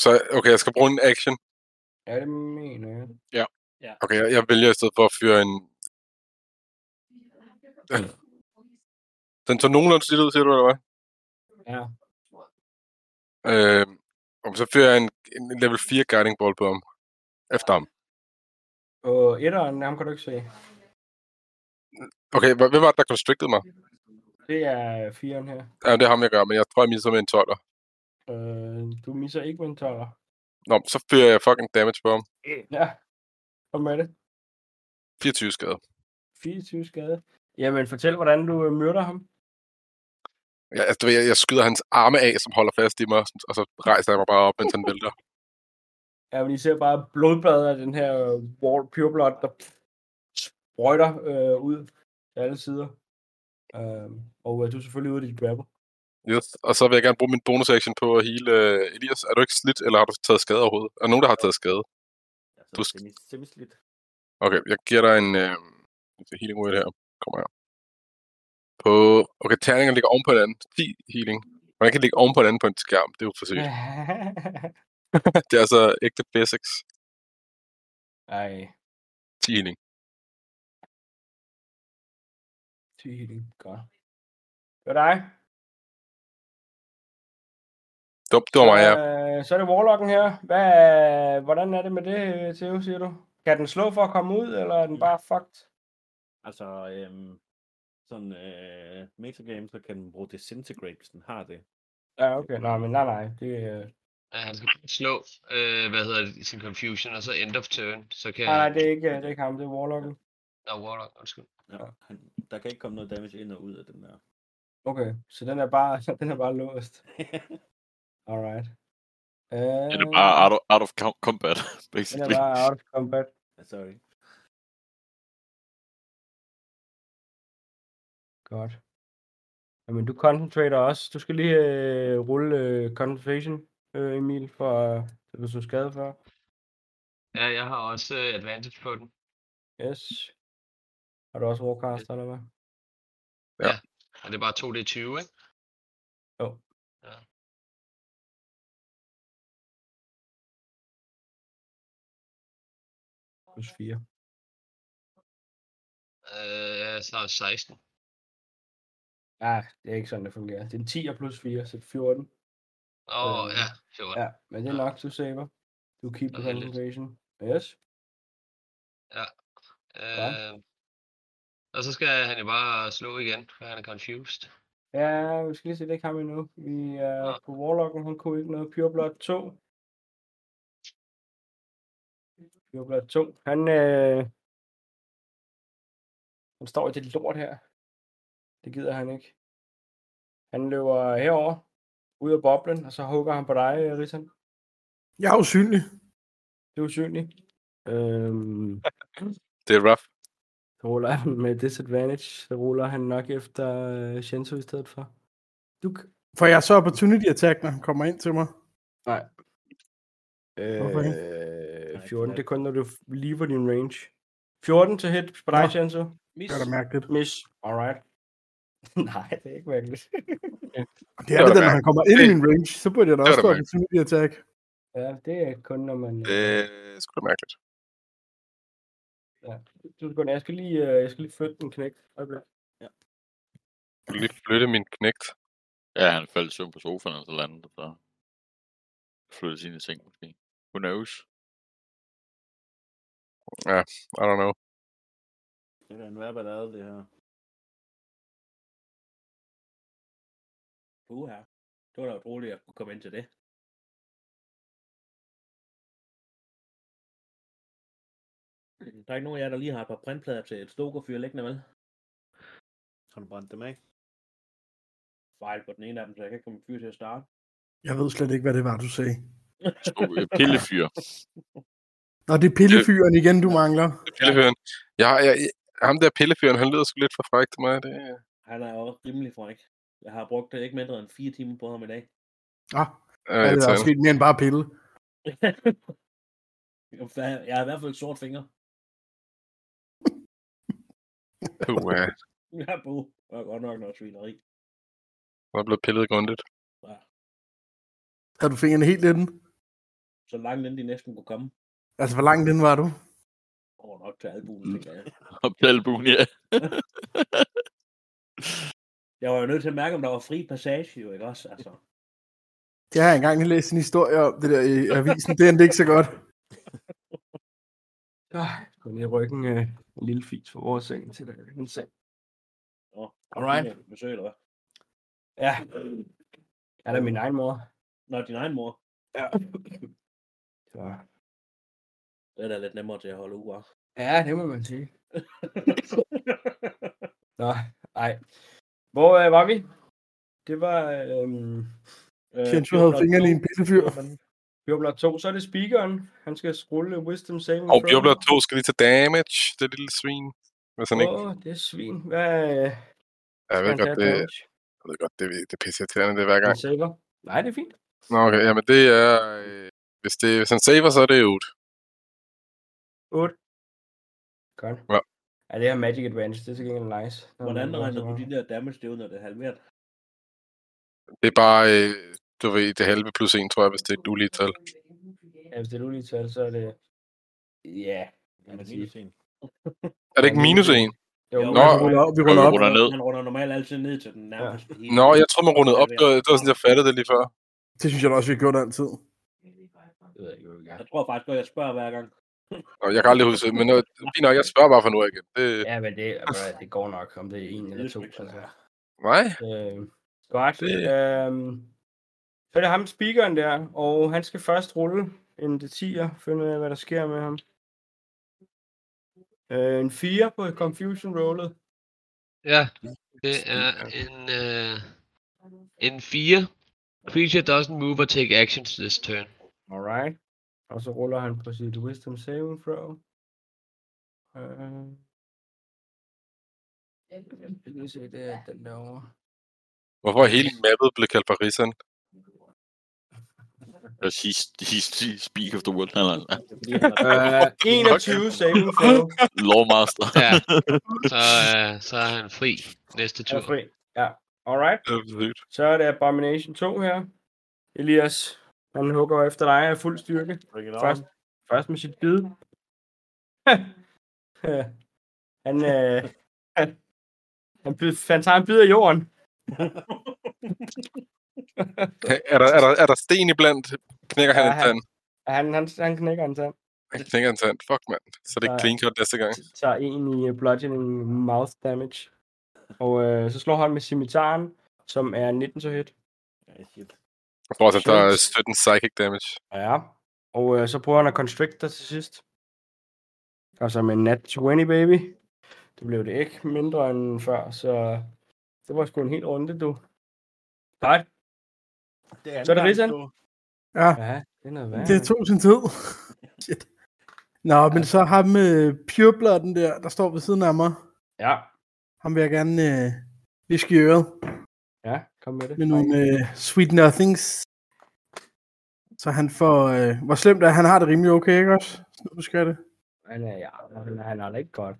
S1: Så, okay, jeg skal bruge en action.
S2: ja det mener jeg.
S1: Okay, jeg, jeg vælger i stedet for at fyre en... Den så nogenlunde slidt ud, siger du, eller hvad?
S2: Ja.
S1: Øh, og så fyrer jeg en, en level 4 guiding ball på ham. Efter ham.
S2: Og etteren, ham kan du ikke se.
S1: Okay, hva- hvem var det, der constricted mig?
S2: Det er firen her.
S1: Ja, det er ham, jeg gør, men jeg tror, jeg misser med en 12'er.
S2: Øh, du misser ikke med en toller.
S1: Nå, så fyrer jeg fucking damage på ham.
S2: Ja. Kom med det.
S1: 24 skade.
S2: 24 skade. Jamen, fortæl, hvordan du øh, myrder ham.
S1: Jeg, altså, du ved, jeg, jeg skyder hans arme af, som holder fast i mig, og sådan- og så rejser jeg mig bare op, mens han vælter.
S2: Ja, men I ser bare blodbadet af den her øh, wall pure blood, der sprøjter øh, ud til alle sider. Øh, og øh, du er selvfølgelig ude i dit grapple.
S1: Yes. Og så vil jeg gerne bruge min bonus action på at hele uh, Elias. Er du ikke slidt, eller har du taget skade overhovedet? Er der nogen, der har taget skade?
S5: Altså,
S1: Du sk-
S5: semi, semi slidt.
S1: Okay, jeg giver dig en øh, healing word her. Kommer her. På, okay, terninger ligger oven på hinanden. 10 healing. Hvordan kan det ligge oven på hinanden på en skærm? Det er jo for sygt. Det er altså ægte physics.
S2: Ej,
S1: 10 healing.
S2: 10 healing. Godt. Det var dig.
S1: Det var, det var mig, ja.
S2: Øh, så er det Warlocken her. Hvad, hvordan er det med det, Theo, siger du? Kan den slå for at komme ud, eller er den bare fucked?
S5: Altså, øhm, sådan øh, metagame, så kan den bruge disintegrate, hvis den har det.
S2: Ja, okay. Nej, men nej, nej. Det, øh,
S4: Ja, han skal bare slå, øh, hvad hedder det, sin confusion, og så end of turn. Så kan...
S2: øh, nej, nej, det er ikke, det er ikke ham, det er Warlocken.
S4: Nå, Warlock, undskyld.
S5: Ja, han, der kan ikke komme noget damage ind og ud af den der.
S2: Okay, så den er bare, den er bare låst. Alright. Uh,
S6: Er du bare out of, out of com- combat,
S2: den er
S6: basically?
S2: bare out of combat.
S5: Sorry.
S2: Godt. Jamen, du concentrater også. Du skal lige øh, rulle øh, concentration, øh, Emil, for øh, hvis du er skadet for.
S11: Ja, jeg har også
S4: øh,
S11: uh, advantage på den.
S2: Yes. Har du også warcaster, eller hvad?
S11: Og det er bare 2D20, ikke?
S2: Jo.
S11: Ja.
S2: Plus 4.
S11: Øh, jeg er snart 16.
S2: Ja, det er ikke sådan, det fungerer. Det er en 10 og plus 4, så 14.
S11: Åh, oh,
S2: Øh,
S11: ja, 14.
S2: Ja, men det er nok, du saver. Du keep the
S11: Det er lidt.
S2: concentration. Yes.
S11: Øh,
S4: Øhm,
S11: og så skal han jo bare slå igen, for han er confused.
S2: Ja, vi skal lige se, det er ikke ham endnu. Vi er
S11: Nå.
S2: på Warlocken, han kunne ikke noget. Pure Blood 2. Pure Blood 2. Han, øh... han står i det lort her. Det gider han ikke. Han løber herover ud af boblen, og så hugger han på dig, Rissan.
S3: Jeg er usynlig.
S2: Det er usynligt. Øhm,
S1: Det er rough.
S2: så ruller han med disadvantage. Så ruller han nok efter øh, Shenzo i stedet for. Du, k-
S3: For jeg så opportunity attack, når han kommer ind til mig.
S2: Nej.
S3: Hvorfor ikke?
S2: Øh, 14, det er kun, når du lever din range. 14 til hit på dig,
S3: Nå.
S2: Shanzo.
S9: Miss.
S3: Det er da mærkeligt.
S2: Miss. Alright. Nej, det er ikke mærkeligt.
S3: Det er
S1: Det var
S3: det, da, når
S1: da
S3: han
S1: mærkeligt.
S3: kommer ind i
S1: Det-
S3: min range, så burde jeg da
S1: det var
S3: også
S1: da
S3: få
S1: mærkeligt.
S3: opportunity attack.
S2: ja, det er kun, når man...
S1: Det
S2: Øh,
S1: er sgu da mærkeligt.
S2: ja. Du skal gå ned. Jeg skal lige, øh, jeg skal lige flytte den knæk. Øjeblik.
S1: Jeg vil lige flytte min knægt.
S6: Ja, han faldt i søvn på sofaen og så landede så flyttede sine ting måske. Who knows?
S1: I don't know.
S5: Det er da en værre ballade, det her.
S9: Uha. Det var da utroligt, at jeg kunne komme ind til det. Der er ikke nogen af jer, der lige har et par printplader til et stokerfyr liggende, vel?
S5: Har du brændt dem af?
S9: Fejl på den ene af dem, så jeg kan ikke komme fyr til at starte.
S3: Jeg ved slet ikke, hvad det var, du sagde.
S6: To- øh, Pillefyr.
S3: Nå, det er pillefyren igen, du mangler.
S1: Pillefyren. Jeg, jeg, jeg, ham der pillefyren, han lyder sgu lidt for fræk til mig. Øh, Det, er-
S9: Han er jo rimelig fræk. Jeg har brugt ikke mindre end fire timer på ham i dag.
S3: Ah,
S1: er
S3: ja, det er der
S1: irriterende.
S3: sket mere end bare pille.
S9: jeg har i hvert fald sort finger.
S1: Puha,
S9: Ja, bo. Det var godt nok noget svineri.
S1: han er blevet pillet grundigt.
S3: Har du fingrene helt i den?
S9: Så langt inden de næsten kunne komme.
S3: Altså, hvor langt den var du?
S9: Over nok til albuen, tænker jeg.
S6: Og albuen, ja.
S9: Jeg var jo nødt til at mærke, om der var fri passage, jo ikke også? Altså,
S3: Jeg har engang læst en historie om det der i avisen. Det endte ikke så godt.
S2: Ah, gå ned i ryggen. Øh, en lille fis for vores seng til det. En seng.
S9: nå,
S2: Alright.
S9: right. besøg, eller hvad?
S2: Ja. Er det min egen mor?
S9: Nå, din egen mor.
S2: Ja. Så.
S9: Det er da lidt nemmere til at holde uger.
S2: Ja, det må man sige. Nå, nej. Hvor øh, var vi? Det var... Øhm, øh,
S3: Shinsu havde fingrene i en pillefyr.
S2: Bjørblad 2. Så er det speakeren. Han skal rulle Wisdom Saving
S1: Og
S2: throw.
S1: Bjørblad 2 skal lige tage damage, det lille svin. Hvis han ikke...
S2: Åh, oh, det er svin. Hvad øh,
S1: Ja, Jeg ved godt, det,
S2: damage?
S1: jeg ved godt, det, er- det er pisse irriterende, det er hver
S2: Han
S1: gang.
S2: saver. Nej, det er fint.
S1: Nå, okay, jamen det er... Øh, hvis, det, hvis han saver, så er det 8.
S2: 8. Godt.
S1: Ja.
S2: Ja, det her Magic Advantage, det er til gengæld nice. Nå,
S9: Hvordan
S2: men,
S9: regner du
S2: altså,
S9: de der damage, det er, når det er halveret?
S1: Det er bare, øh, du ved, det halve plus 1, tror jeg, hvis det er et ulige tal.
S2: Ja, hvis det er ulige tal, så er det... Ja.
S5: Ja, det
S2: sige.
S5: minus en.
S1: Er det ikke minus 1?
S2: Jo,
S9: Jo,
S2: men
S1: Nå,
S3: Vi ruller op. Vi ruller
S6: Vi
S3: op.
S6: ruller ned.
S9: Man runder normalt altid ned til den nærmeste. hele.
S1: Nå, jeg tror, man rundede op. Det var, det var sådan, jeg fattede det lige før.
S3: Det synes jeg da også, vi har gjort altid.
S2: det ved jeg ikke, hvad vi gør.
S9: Jeg tror faktisk godt, jeg spørger hver gang.
S1: Nå, jeg kan aldrig huske det, men øh, fint nok, jeg spørger bare for nu af igen. Det,
S2: Ja, men det, bro, det går nok, om det er en eller
S9: Det
S2: to.
S9: skal ikke
S2: Altså.
S9: være.
S1: nej,
S2: Øh, godt.
S1: Det-
S2: Øhm, så er det ham, speakeren der, og han skal først rulle en D10'er, finde ud af, hvad der sker med ham. Øh, en 4 på Confusion Rollet.
S4: Ja, det er en, øh, en 4. Creature doesn't move or take actions this turn.
S2: Alright. Og så ruller han på sit Wisdom Saving Throw. Øh, jeg kan se, det er den derovre.
S1: Hvorfor er hele mappet blevet kaldt Pariseren?
S6: Because he's, he's, he speak of the world. Nej, nej,
S2: Øh, 21 saving throw.
S6: Lawmaster.
S4: Ja, så, øh, så er han fri næste
S2: Er
S4: tur.
S2: du fri? Ja. Alright.
S1: Absolut.
S2: Så er det Abomination 2 her. Elias, han hugger efter dig af fuld styrke.
S5: Bring it
S2: Først, først med sit bid. han, øh, han, han, bid- han tager en bid af jorden.
S1: Er der, er, der, er der sten iblandt? Knækker han
S2: Ja,
S1: en
S2: han-
S1: tand?
S2: Han, han, han knækker en tand.
S1: Han knækker en tand. Fuck, mand. Så er det
S2: Nej.
S1: ikke clean cut næste gang.
S2: Tager en i øh, bludgeoning mouth damage. Og øh, så slår han med scimitaren, som er 19 så hit.
S5: Ja, shit.
S1: Jeg tror også, at der er
S2: Shit.
S1: 17 psychic damage.
S2: Ja. Og øh, så prøver han at constrict dig til sidst. Og så med nat 20, baby. Det blev det ikke mindre end før, så det var sgu en helt runde, du. Godt.
S5: Det er
S2: Så er det
S5: anden
S2: Rizan.
S5: gang, du-
S3: Ja,
S2: Ja, det er noget værd.
S3: det tog sin tid. Shit. Nå, men så ham med pureblotten der, der står ved siden af mig.
S2: Ja,
S3: Ham vil jeg gerne øh, viske i øret
S2: ja, kom med det.
S3: med nogle øh, sweet nothings. Så han får... Øh, hvor slemt er han? har det rimelig okay, ikke også? Sådan husker jeg det.
S2: Han er, ja, han, han har det ikke godt.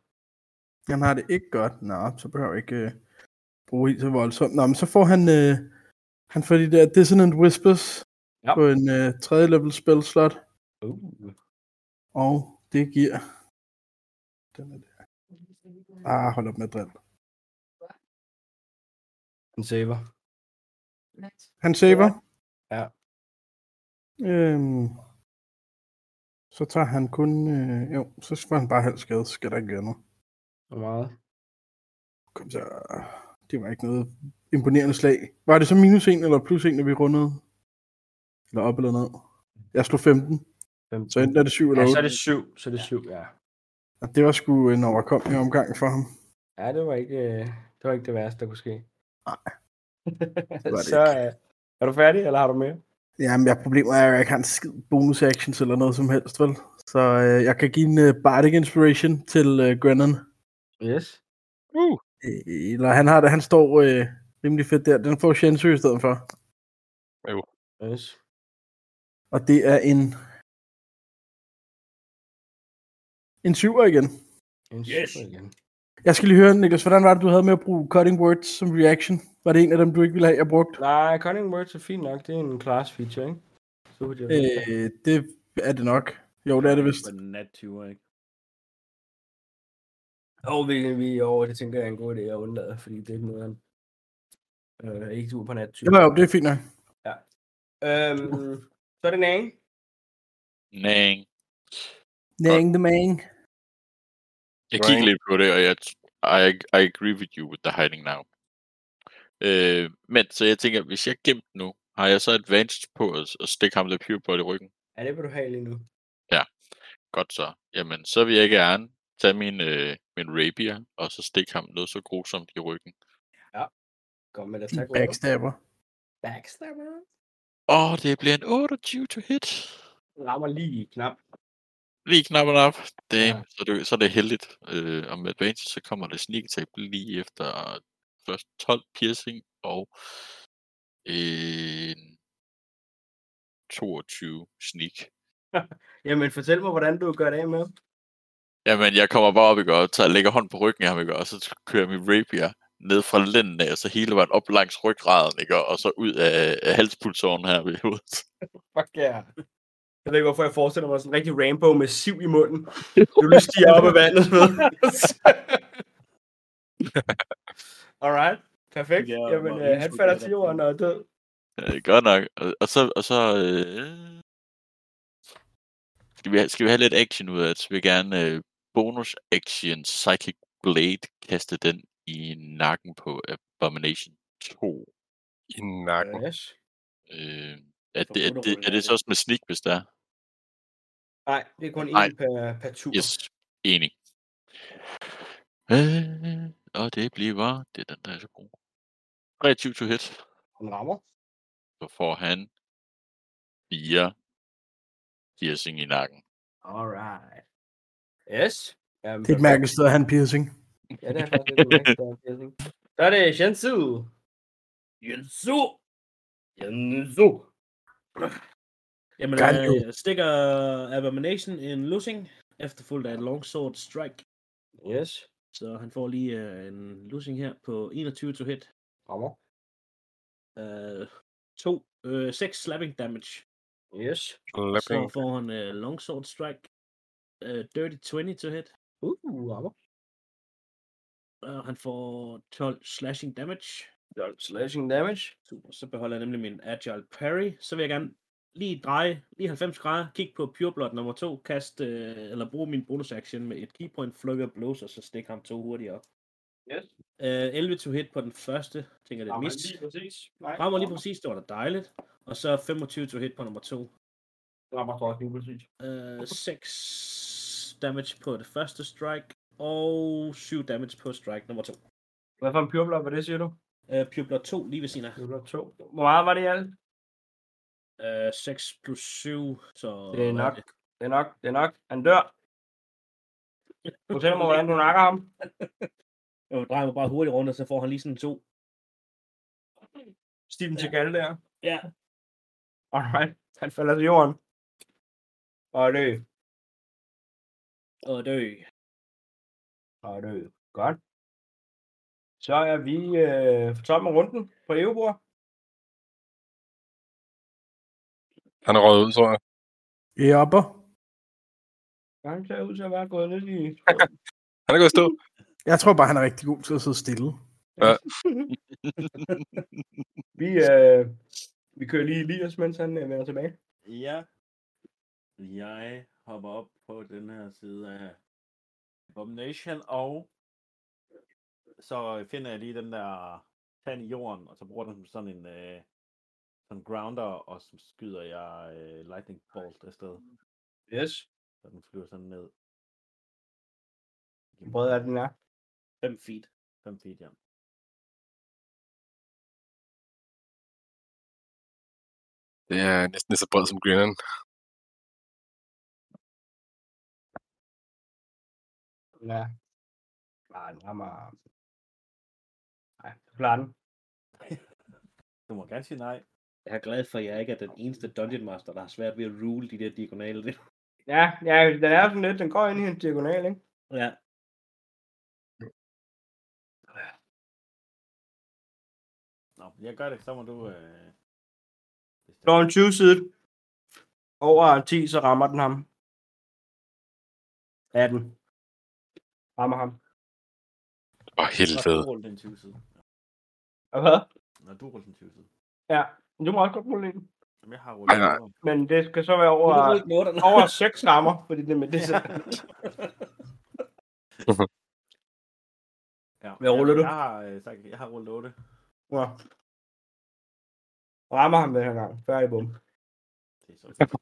S3: Han har det ikke godt. Nå, så behøver jeg ikke øh, bruge helt så voldsomt. Nå, men så får han, øh, han får de der Dissonant Whispers
S2: Ja.
S3: ja. på en øh, 3. level spell slot.
S2: Uh.
S3: Og det giver... Den er der. Ah, hold op med at drille.
S2: En saver.
S3: Han saver.
S2: Ja.
S3: Øhm, så tager han kun... Øh, jo, så får han bare halv skade. Så skal der ikke gøre noget.
S2: Hvor meget?
S3: Kom så. Det var ikke noget imponerende slag. Var det så minus 1 eller plus 1, når vi rundede? Eller op eller ned? Jeg slog 15,
S2: 15.
S3: så enten er det 7 eller
S2: Ja,
S3: 8.
S2: så er det syv. Så er det syv, ja.
S3: Og det var sgu en overkommelig omgang for ham.
S2: Ja, det var ikke, øh, det, var ikke det værste, der kunne ske.
S3: Nej.
S2: det
S3: var det
S2: så øh, er du færdig, eller har du mere?
S3: Jamen, jeg problemet er, at jeg ikke har en skid bonus actions eller noget som helst, vel? Så øh, jeg kan give en øh, Bardic Inspiration til øh, Grennan.
S2: Yes.
S1: Uh.
S3: Øh, Eller han har det, han står øh, rimelig fedt der. Den får Shenzhou i stedet for.
S2: Yes.
S3: Og det er en... En syver igen.
S2: En
S9: Yes.
S2: syver igen.
S3: Jeg skal lige høre, Niklas, hvordan var det, du havde med at bruge cutting words som reaction? Var det en af dem, du ikke ville have, jeg brugte?
S2: Nej, cutting words er fint nok. Det er en class feature, ikke? Så kunne jeg...
S3: Øh, det er det nok. Jo, det er det vist.
S5: Men Nat 20, ikke?
S2: Og vi, vi er over, det tænker jeg er en god idé at undlade, fordi det er ikke noget, han øh, ikke du på nat.
S3: Jo, jo, det er fint nok.
S2: Øhm, så er det Nang.
S6: Næng.
S3: Nang the man.
S6: Jeg
S1: Right.
S6: kigger lidt på det, og jeg, I, I agree with you with the hiding now. Øh, men så jeg tænker, hvis jeg er gemt nu, har jeg så advantage på at, at stikke ham der pure bolt i ryggen?
S2: Ja, det vil du have lige nu.
S6: Godt så. Jamen, så vil jeg gerne tage min, øh, min rapier, og så stikke ham noget så grusomt i ryggen.
S2: Kom med det.
S3: Din
S2: Tak.
S3: backstabber.
S2: Backstabber.
S6: Åh, det bliver en 28 to hit.
S2: Rammer lige i knap.
S6: Lige knappen op. Damn,
S2: Ja.
S6: ja. så, er det, så er det heldigt. Øh, og med advantage, så kommer det sneak attack lige efter først 12 piercing og en 22 sneak.
S2: Jamen, fortæl mig, hvordan du gør det af med. ham.
S6: Jamen, jeg kommer bare op, ikke? Og tager, lægger hånd på ryggen af ham, ikke? Og så kører jeg min rapier ned fra lænden af, og så hele vejen op langs ryggraden, ikke? Og så ud af, af halspulsåren her ved hovedet.
S2: Fuck ja. Yeah. Jeg ved ikke, hvorfor jeg forestiller mig sådan en rigtig Rambo med siv i munden. Du lige stiger op af vandet. ved du. Alright. Perfekt.
S5: Ja,
S2: Jamen,
S5: og
S2: øh, han
S5: indtryk
S2: falder
S5: er
S2: til
S5: der.
S2: jorden og er død.
S6: Øh, godt nok. Og, og så... Og så øh... skal, vi have, skal vi have lidt action ud af det, så vil jeg gerne øh, bonus action Psychic Blade kaste den i nakken på Abomination 2.
S1: I nakken.
S2: Yes.
S6: Øh, er,
S5: Så
S6: det, er,
S5: ruller
S6: det,
S5: hun
S6: er det
S5: af
S6: så også med sneak, hvis der er?
S2: Nej, det er kun
S6: Nej.
S2: én per, per tur.
S6: Yes, enig. Øh, Og det bliver, det er den, der er så god. 23 to hit.
S2: Han rammer.
S6: Så får han 4 piercing i nakken.
S2: Alright. Yes. Jamen,
S3: Det er et
S2: perfekt.
S3: mærkeligt sted at have en piercing.
S2: Ja, det er faktisk lidt mærkeligt. der er en piercing. Så er det Shensu. Shensu. Shensu.
S9: Jamen,
S2: Kan
S9: jeg øh, stikker Abomination en losing, efterfulgt af et longsword strike.
S2: Yes.
S9: Så han får lige øh, en losing her på 21 to hit.
S2: Rammer.
S9: Øh, to, øh, 6 slapping damage.
S2: Yes.
S9: Så får han øh, longsword strike. Øh, dirty 20 to hit.
S2: Uh, rammer.
S9: Og han får 12 slashing damage.
S2: 12 slashing damage.
S9: Super, så beholder jeg nemlig min agile parry. Så vil jeg gerne lige dreje lige 90 grader, kigge på Pure Blood nummer 2, kaste, øh, eller bruge min bonus action med et keypoint, flukker blows, og så stikke ham to hurtigere.
S2: Yes.
S9: Øh, 11 to hit på den første, tænker det er
S2: Rammer
S9: mist.
S2: lige præcis. Nej,
S9: Rammer lige
S2: rammer.
S9: præcis, det var da dejligt. Og så 25 to hit på nummer 2.
S2: Rammer så også lige præcis.
S9: Øh, 6 damage på det første strike, og 7 damage på strike nummer 2.
S2: Hvad for en Pure Blood var det, siger du?
S9: Øh, Pure Blood 2 lige ved siden af.
S2: Pure Blood 2. Hvor meget var det i alt?
S9: Øh, 6 plus 7, så...
S2: Det
S9: hvad
S2: er nok. Det er nok. Det er nok. Han dør. Fortæl mig, hvordan du nakker ham.
S9: Jo, drejer mig bare hurtigt rundt, og så får han lige sådan to.
S2: Steven til Galle der.
S9: Ja.
S2: Alright. Han falder til jorden. Og dø.
S9: Og dø.
S2: Og dø. Godt. Så er vi øh, for toppen af runden på Evebror.
S1: Han er røget ud, tror jeg.
S3: Jopper.
S2: Han ser ud til at være gået lidt i...
S1: Han er gået i stå.
S3: Jeg tror bare, han er rigtig god til at sidde stille.
S1: Ja.
S2: vi, øh, vi kører lige Elias, mens han øh, vender tilbage.
S5: Ja. Jeg hopper op på den her side af Abomination, og så finder jeg lige den der tand i jorden, og så bruger den som sådan en øh, sådan grounder, og så skyder jeg øh, lightning bolt afsted.
S2: Yes.
S5: Så den flyver sådan ned.
S2: Hvor bred er den er?
S9: 5 feet.
S5: 5 feet, ja.
S1: Det er næsten lige så bred som Grinnan.
S2: Ja. Nej, den rammer... Nej, så klarer den.
S5: Du må gerne sige nej.
S9: Jeg er glad for, at jeg ikke er den eneste Dungeon Master, der har svært ved at rule de der diagonale. der.
S2: Ja, ja, den er sådan lidt, den går ind i en diagonal, ikke?
S9: ja.
S5: Nå, jeg gør det, så må du... Øh...
S2: Når en 20 side over 10, så rammer den ham. 18. Rammer ham.
S1: Åh, helvede.
S5: Når du ruller den 20 side.
S2: Og Hvad?
S5: Når du ruller den 20 side.
S2: Ja, men du må også godt bruge den.
S5: Jamen, jeg har rullet
S1: Nej, nej.
S5: den.
S2: Men det skal så være over,
S9: Du må ikke nå den.
S2: over 6 rammer, fordi det er med det selv.
S5: Ja.
S2: Hvad ruller
S5: jeg,
S2: du?
S5: Jeg har, øh, sagt, jeg har rullet 8.
S2: Ja. Rammer ham den her gang. Færdig bum.
S5: Det er så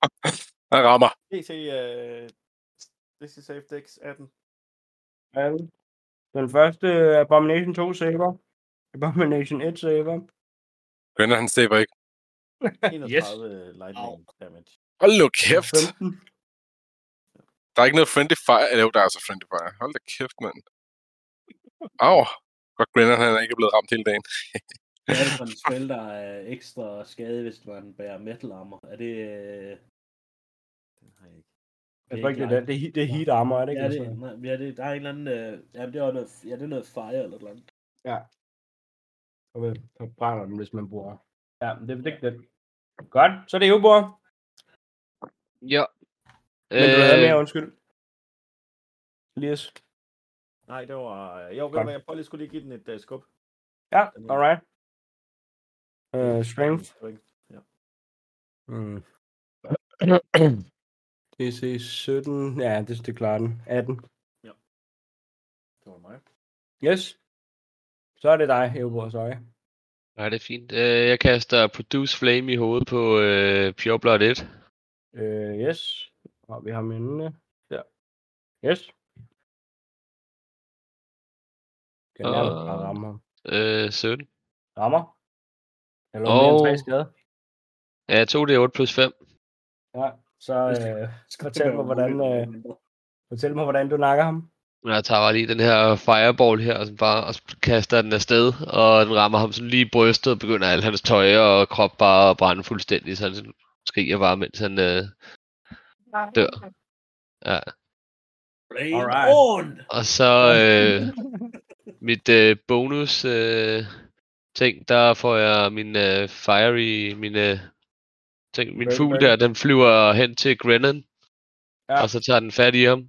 S1: Han rammer.
S5: DC, uh, DC Safe Dex 18.
S2: Alle. Den første øh, Abomination 2 saver. Abomination 1 saver.
S1: Grinnan, han saver ikke.
S5: 31 yes. øh, lightning damage.
S1: Hold nu kæft.
S2: 15.
S1: Der er ikke noget friendly fire. Eller jo, der er så friendly fire. Hold da kæft, mand. Au. Godt, Grinnan, han er ikke blevet ramt hele dagen.
S9: Hvad er det for en spil, der er ekstra skade, hvis man bærer metal armor? Er det... øh,
S5: Den har jeg ikke.
S2: Jeg tror ikke, det er
S9: Iron.
S2: den. Det er, he- det er heat armor, er det ikke? Altså.
S9: Ja, det, nej, ja, det, der er en eller anden... Øh, ja, det er noget, ja, det er noget fire eller noget. andet.
S2: Og man brænder dem, hvis man bruger. Ja, men det er ikke det. Godt, så er det jo, bror.
S4: Ja.
S2: Men du havde mere, undskyld. Elias.
S5: Nej, det var... øh, Jo, ved du
S2: Godt.
S5: hvad, jeg prøver lige skulle lige give den et uh, skub.
S2: Ja,
S5: Den her.
S2: alright. Uh, strength.
S5: Strength.
S2: Mm. DC 17. Ja, det, det klarer den. 18.
S5: Det var mig.
S2: Yes. Så er det dig, Eubor, sorry.
S4: Nej, det er fint. Øh, jeg kaster Produce Flame i hovedet på øh, Pure Blood 1.
S2: Uh, yes. Og vi har mindene. Ja. Yes. Skal jeg nærmest bare ramme ham?
S4: Øh, 17.
S2: Rammer? Jeg lå mere end tre
S4: Og-
S2: skade.
S4: Ja, 2 det er 8 plus 5.
S2: Ja, så øh, fortæl, mig, hvordan, øh, fortæl mig, hvordan du nakker ham.
S4: Men jeg tager bare lige den her fireball her, og, sådan bare, og så kaster den afsted, og den rammer ham sådan lige i brystet, og begynder alt hans tøj og krop bare at brænde fuldstændig, så han sådan skriger bare, mens han øh, dør. Ja.
S9: Alright. on!
S4: Og så øh, mit øh, bonus øh, ting, der får jeg min øh, fiery, min, øh, ting, min
S11: Burn,
S4: fugl
S11: burn.
S4: der, den flyver hen til Grennan, ja. og så tager den fat i ham,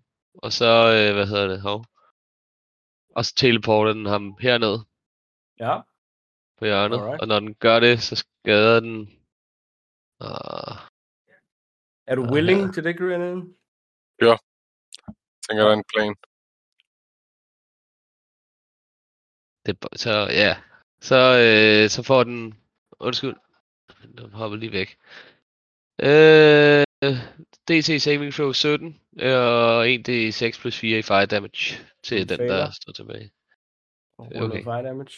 S4: og så, øh, hvad hedder det, hov, og så teleporter den ham herned
S2: Ja.
S4: på hjørnet,
S2: Alright.
S4: og når den gør det, så skader den, uh,
S2: Er du willing til det, Grennan?
S1: Ja. Tænker, der er en plan.
S4: det, er bo- så ja, så, øh, så får den, undskyld, den hopper lige væk. Øh, DC saving throw 17, øh, og 1d6 plus 4 i fire damage til
S2: Den
S4: den,
S2: fejler.
S4: der står tilbage.
S2: Og
S4: Øh,
S2: ruller
S4: okay.
S2: fire damage.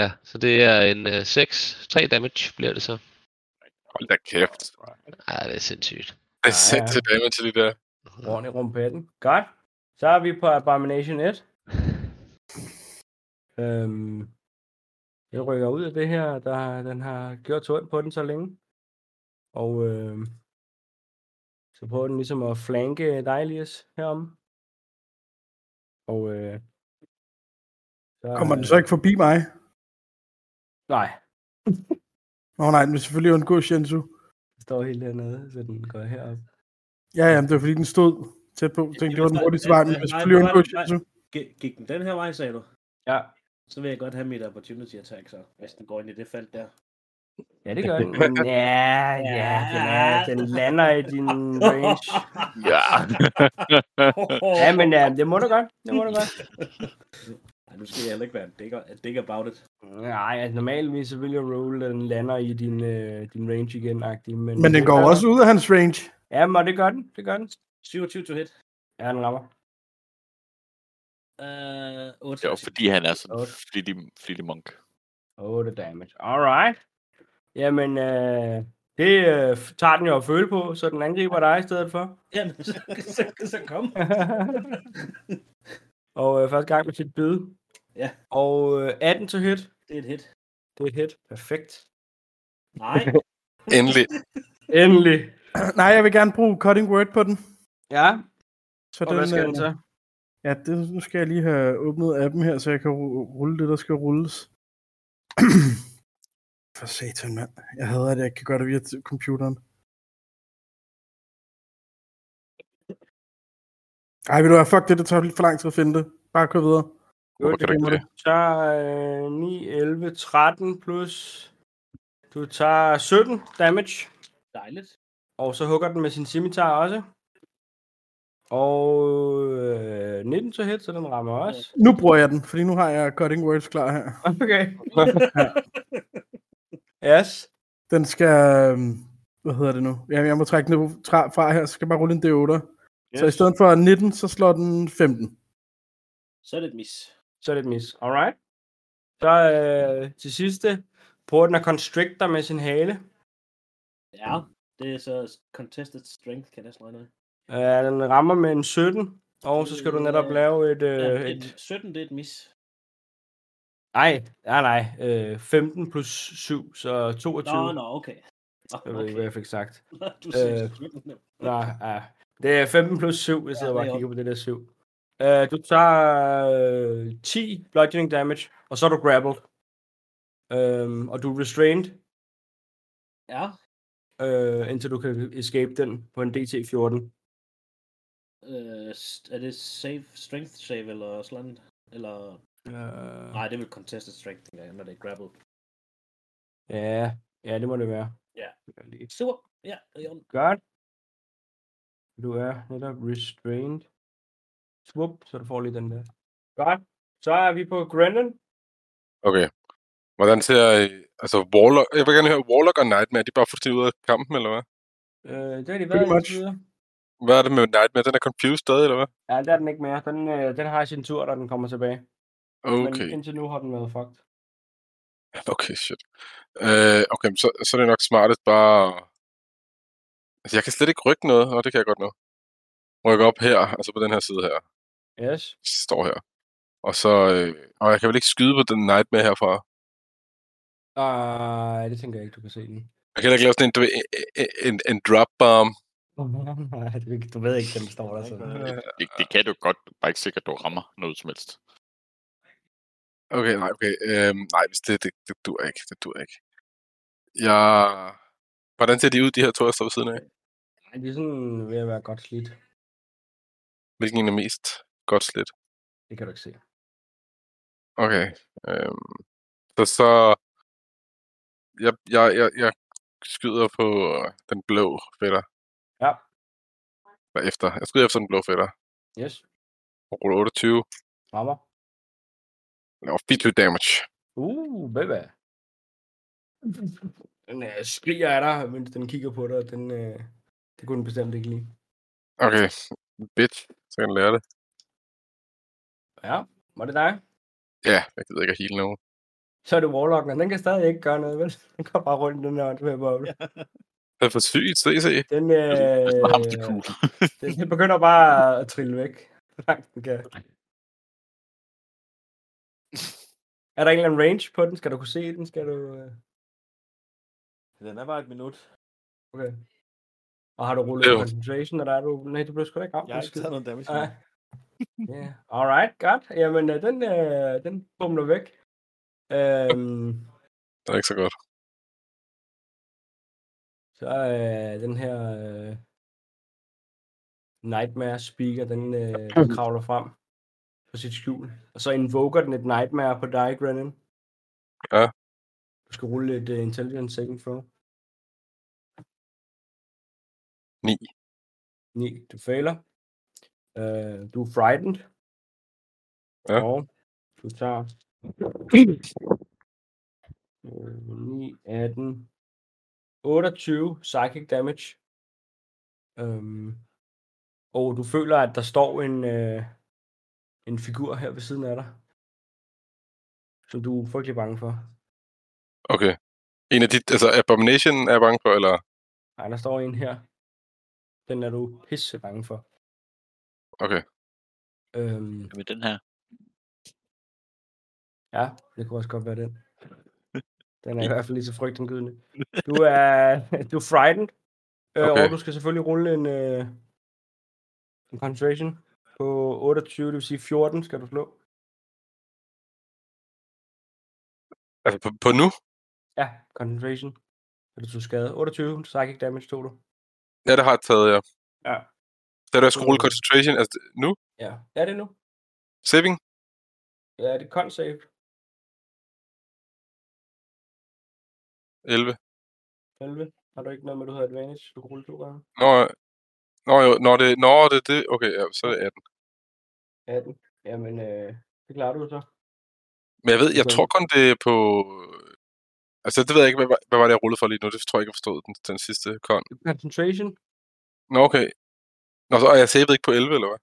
S4: Ja, så det er en øh, 6, 3 damage bliver det så.
S1: Hold da kæft.
S4: Ja, det er sindssygt.
S1: Det er sindssygt damage til det der.
S2: Rundt i rumpetten. Godt. Så er vi på Abomination 1. øhm, jeg rykker ud af det her, der den har gjort så ondt på den så længe. Og øhm, så prøver den ligesom at flanke Dejlius herom. Og øh, så,
S3: Kommer den så ikke forbi mig?
S2: Nej,
S3: Nå nej, den vil selvfølgelig undgå Shenzhou.
S2: den står helt hernede, så den går herop.
S3: Ja, ja, men det var fordi, den stod tæt på. Jeg tænkte, det var
S9: Altså,
S3: den hurtigste vej, men den vil selvfølgelig undgå Shenzhou.
S9: Gik den den her vej, sagde du?
S2: Ja.
S9: Så vil jeg godt have mit opportunity attack, så hvis den går ind i det felt der.
S2: Ja, det gør den. Men Ja, ja, den, er, den lander i din range.
S1: Ja.
S2: ja, men ja, det må du godt. Det må du godt.
S9: Ej, nu skal jeg heller ikke være en digger, en digger about it.
S2: Nej, altså normalvis så vil jeg roll, at den lander i din, øh, din range igen, agtig, men... øh,
S3: Men den går også ud af hans range.
S2: Ja, men og det gør den, det gør den.
S9: 27 to hit.
S2: Ja, den rammer.
S9: Øh, 8.
S6: Det er jo fordi, han er sådan en
S2: Otte.
S6: flittig, flittig monk.
S2: 8 damage. Alright. Jamen, øh, det øh, f- tager den jo at føle på, så den angriber dig i stedet for.
S9: Jamen, så, så, så kom.
S2: Og øh, første gang med sit bid.
S9: Ja.
S2: Og øh, 18 til hit.
S9: det er et hit.
S2: Det er et hit. Perfekt.
S9: Nej.
S1: Endelig.
S2: Endelig.
S3: Nej, jeg vil gerne bruge cutting word på den.
S2: Ja.
S3: Så
S2: Og hvad skal den
S3: øh,
S2: så?
S3: Ja, det, nu skal jeg lige have åbnet appen her, så jeg kan ru- rulle det, der skal rulles. For satan, mand. Jeg hader, at jeg ikke kan gøre det via t- computeren. Ej, vil du have, fuck det, det tager lidt for lang tid at finde det. Bare kør videre.
S2: Jo,
S3: kan du ikke
S2: det, det.
S3: det?
S2: Du tager øh, 9, 11, 13 plus... Du tager 17 damage,
S9: Dejligt.
S2: og så hugger den med sin scimitar også. Og øh, 19 til hit, så den rammer også.
S3: Nu bruger jeg den, fordi nu har jeg cutting words klar her.
S2: Okay. yes.
S3: Den skal... øhm, Hvad hedder det nu? Jamen, jeg må trække den fra fra her, så skal jeg bare rulle en D8. Yes. Så i
S9: Yes.
S3: stedet for 19, så slår den 15.
S9: Så er det et mis.
S2: Så er det et mis. Alright. Så øh, til sidste prøver den at constricte dig med sin hale.
S9: Ja, det er så contested strength, kan jeg næsten regne med.
S2: Øh, den rammer med en 17, og så skal du netop lave et...
S9: Ja,
S2: Øh,
S9: en
S2: et
S9: 17, det er et mis.
S2: Nej, nej, nej. Øh, 15 plus 7, så 22.
S9: Nå, nå, okay. Nå,
S2: Jeg ved ikke, hvad jeg fik sagt.
S9: Du sagde
S2: Øh,
S9: 17.
S2: nej, ja. Det er 15 plus 7, jeg sidder
S9: det
S2: bare
S9: er
S2: og kigger på det der 7. Øh, du tager øh, 10 bludgeoning damage, og så er du grappled. Øhm, og du er restrained,
S9: Ja,
S2: øh, indtil du kan escape den på en DT14.
S9: øh, s- er det save, strength save eller sådan noget? Eller...
S2: Øh,
S9: Nej, det er vel contested strength, tænker jeg, når det er grapple.
S2: Ja, ja, det må det være.
S9: Ja.
S2: Lige.
S9: Super. Ja, det er i orden.
S2: Godt. Du er netop restrained. Swoop, så du får lige den der. Godt. Så er vi på Grennan.
S1: Okay. Hvordan ser I, altså Warlock, jeg vil gerne høre, Warlock og Nightmare, er de bare fuldstændig ude af kampen, eller hvad?
S2: Øh, det har de været
S1: Pretty much.
S2: indtil videre.
S1: Hvad er det med Nightmare? Den er confused stadig, eller hvad?
S2: Ja, der er den ikke mere. Den, øh, den har sin tur, når den kommer tilbage.
S1: Okay.
S2: Men indtil nu har den været fucked.
S1: Okay, shit. Øh, okay, men så, så er det nok smartest bare... Altså, jeg kan slet ikke rykke noget, og det kan jeg godt nu. Rykke op her, altså på den her side her.
S2: Yes.
S1: Står her. Og så... Øh, og jeg kan vel ikke skyde på den Nightmare herfra.
S2: Nej, det tænker jeg ikke, du kan se den.
S1: Jeg kan heller ikke lave sådan en, du ved, en, en, en drop bomb.
S2: Nej, du- du ved ikke, den står der sådan.
S6: Det, det kan du godt, du er bare ikke sikkert, du rammer noget som helst.
S1: Okay, nej, okay. Øhm, nej, hvis det, det, det dur ikke. Det dur ikke. Jeg... Hvordan ser de ud, de her to, jeg står ved siden af?
S2: Nej, de er sådan ved at være godt slidt.
S1: Hvilken en er mest godt slidt?
S2: Det kan du ikke se.
S1: Okay. Øhm, så så... Jeg, jeg, jeg, jeg skyder på øh, den blå fætter.
S2: Ja.
S1: Eller efter. Jeg skyder efter den blå fætter.
S2: Yes,
S1: Og ruller 28.
S2: rammer.
S1: Laver 24 damage.
S2: Uh, baby. Den øh, skriger af dig, mens den kigger på dig, og den, øh, det kunne den bestemt ikke lide.
S1: Okay. Bitch. Så kan jeg lære det.
S2: Ja, var det dig?
S1: Ja, jeg gider ikke at hele nogen.
S2: Så er det Warlocken, og den kan stadig ikke gøre noget, vel? Den går bare rundt i den her åndssvage boble.
S1: Det er for sygt, se, se.
S2: Den, øh, den, den begynder bare at trille væk, så langt den kan. Er der en eller anden range på den? Skal du kunne se den? Skal du... øh,
S5: Den er bare et minut.
S2: Okay. Og har du rullet
S5: Jo.
S2: concentration, eller er du... Nej, du blev sgu da ikke ramt.
S5: Jeg har
S2: af
S5: ikke
S2: skid.
S5: taget noget damage
S2: Nej. Ja, alright, godt. Jamen, øh, den, øh, den bumler væk. Øhm,
S1: Det er ikke så godt.
S2: så øh, den her øh, Nightmare Speaker, den øh, kravler frem på sit skjul. Og så invoker den et Nightmare på dig, Grennan.
S1: Ja.
S2: Du skal rulle et uh, Intelligence Saving Throw.
S1: 9.
S2: 9, du fejler. Øh, du er frightened.
S1: Ja.
S2: Og du tager... 9, 18, 28 psychic damage. Øhm, og du føler, at der står en, øh, en figur her ved siden af dig, som du er frygtelig bange for.
S1: Okay. En af de, altså Abomination er jeg bange for, eller?
S2: Nej, der står en her. Den er du pisse bange for.
S1: Okay.
S2: Øhm,
S6: Med den her.
S2: Ja, det kunne også godt være den. Den er i hvert fald lige så frygtindgydende. Du er, du er frightened, øh,
S1: Okay.
S2: og du skal selvfølgelig rulle en, øh, en concentration på 28, det vil sige 14 skal du slå.
S1: Altså på, på nu?
S2: Ja, concentration. Eller du skade. 28, psychic damage tog du.
S1: Ja, det har jeg taget, ja.
S2: Ja.
S1: Så er der skulle rulle concentration, altså det- nu?
S2: Ja, er det nu?
S1: Saving?
S2: Ja, er det con save?
S1: 11.
S2: 11. Har du ikke noget med, at du har advantage? Du kan rulle to gange.
S1: Nå, nå, jo, nå, det, nå, det, det, okay, ja, så er det 18.
S2: 18. Jamen, øh, det klarer du så.
S1: Men jeg ved, jeg
S2: Okay.
S1: tror kun det er på... Altså, det ved jeg ikke, hvad, var- hvad var det, jeg rullede for lige nu? Det tror jeg ikke, jeg forstod den, den sidste kon.
S2: Concentration?
S1: Nå, okay. Nå, så, og jeg savede ikke på 11, eller hvad?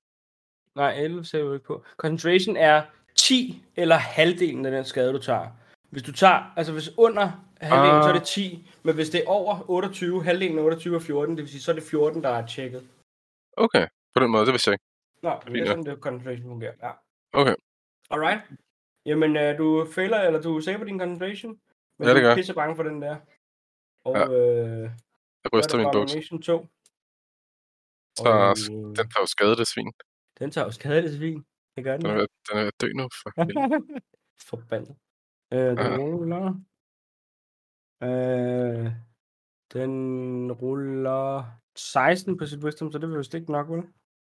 S2: Nej, 11 ser jeg jo ikke på. Concentration er 10 eller halvdelen af den skade, du tager. Hvis du tager, altså hvis under halvdelen, ah. så er
S1: Ah.
S2: det 10. Men hvis det er over 28, halvdelen af 28 er 14, det vil sige, så er det 14, der er tjekket.
S1: Okay, på den måde, det vidste jeg ikke.
S2: Nej, det er
S1: Fint, ja.
S2: sådan, det concentration fungerer. Ja.
S1: Okay,
S2: Alright. Jamen, øh, du fælder, eller du saver din concentration. Men
S1: Ja, det
S2: du
S1: gør
S2: er
S1: jeg.
S2: pisse bange for den der. Og
S1: Ja.
S2: øh,
S1: jeg ryster min buks.
S2: Abomination 2.
S1: Så den tager jo skade, det svin.
S2: Den tager jo skade, det svin. Det gør den.
S1: Den er, ved- den er ved at dø nu, for helvede.
S2: Forbandet. Øh, den
S1: Ja.
S2: ruller. Øh, den ruller 16 på sit wisdom, så det vil vist ikke nok, vel?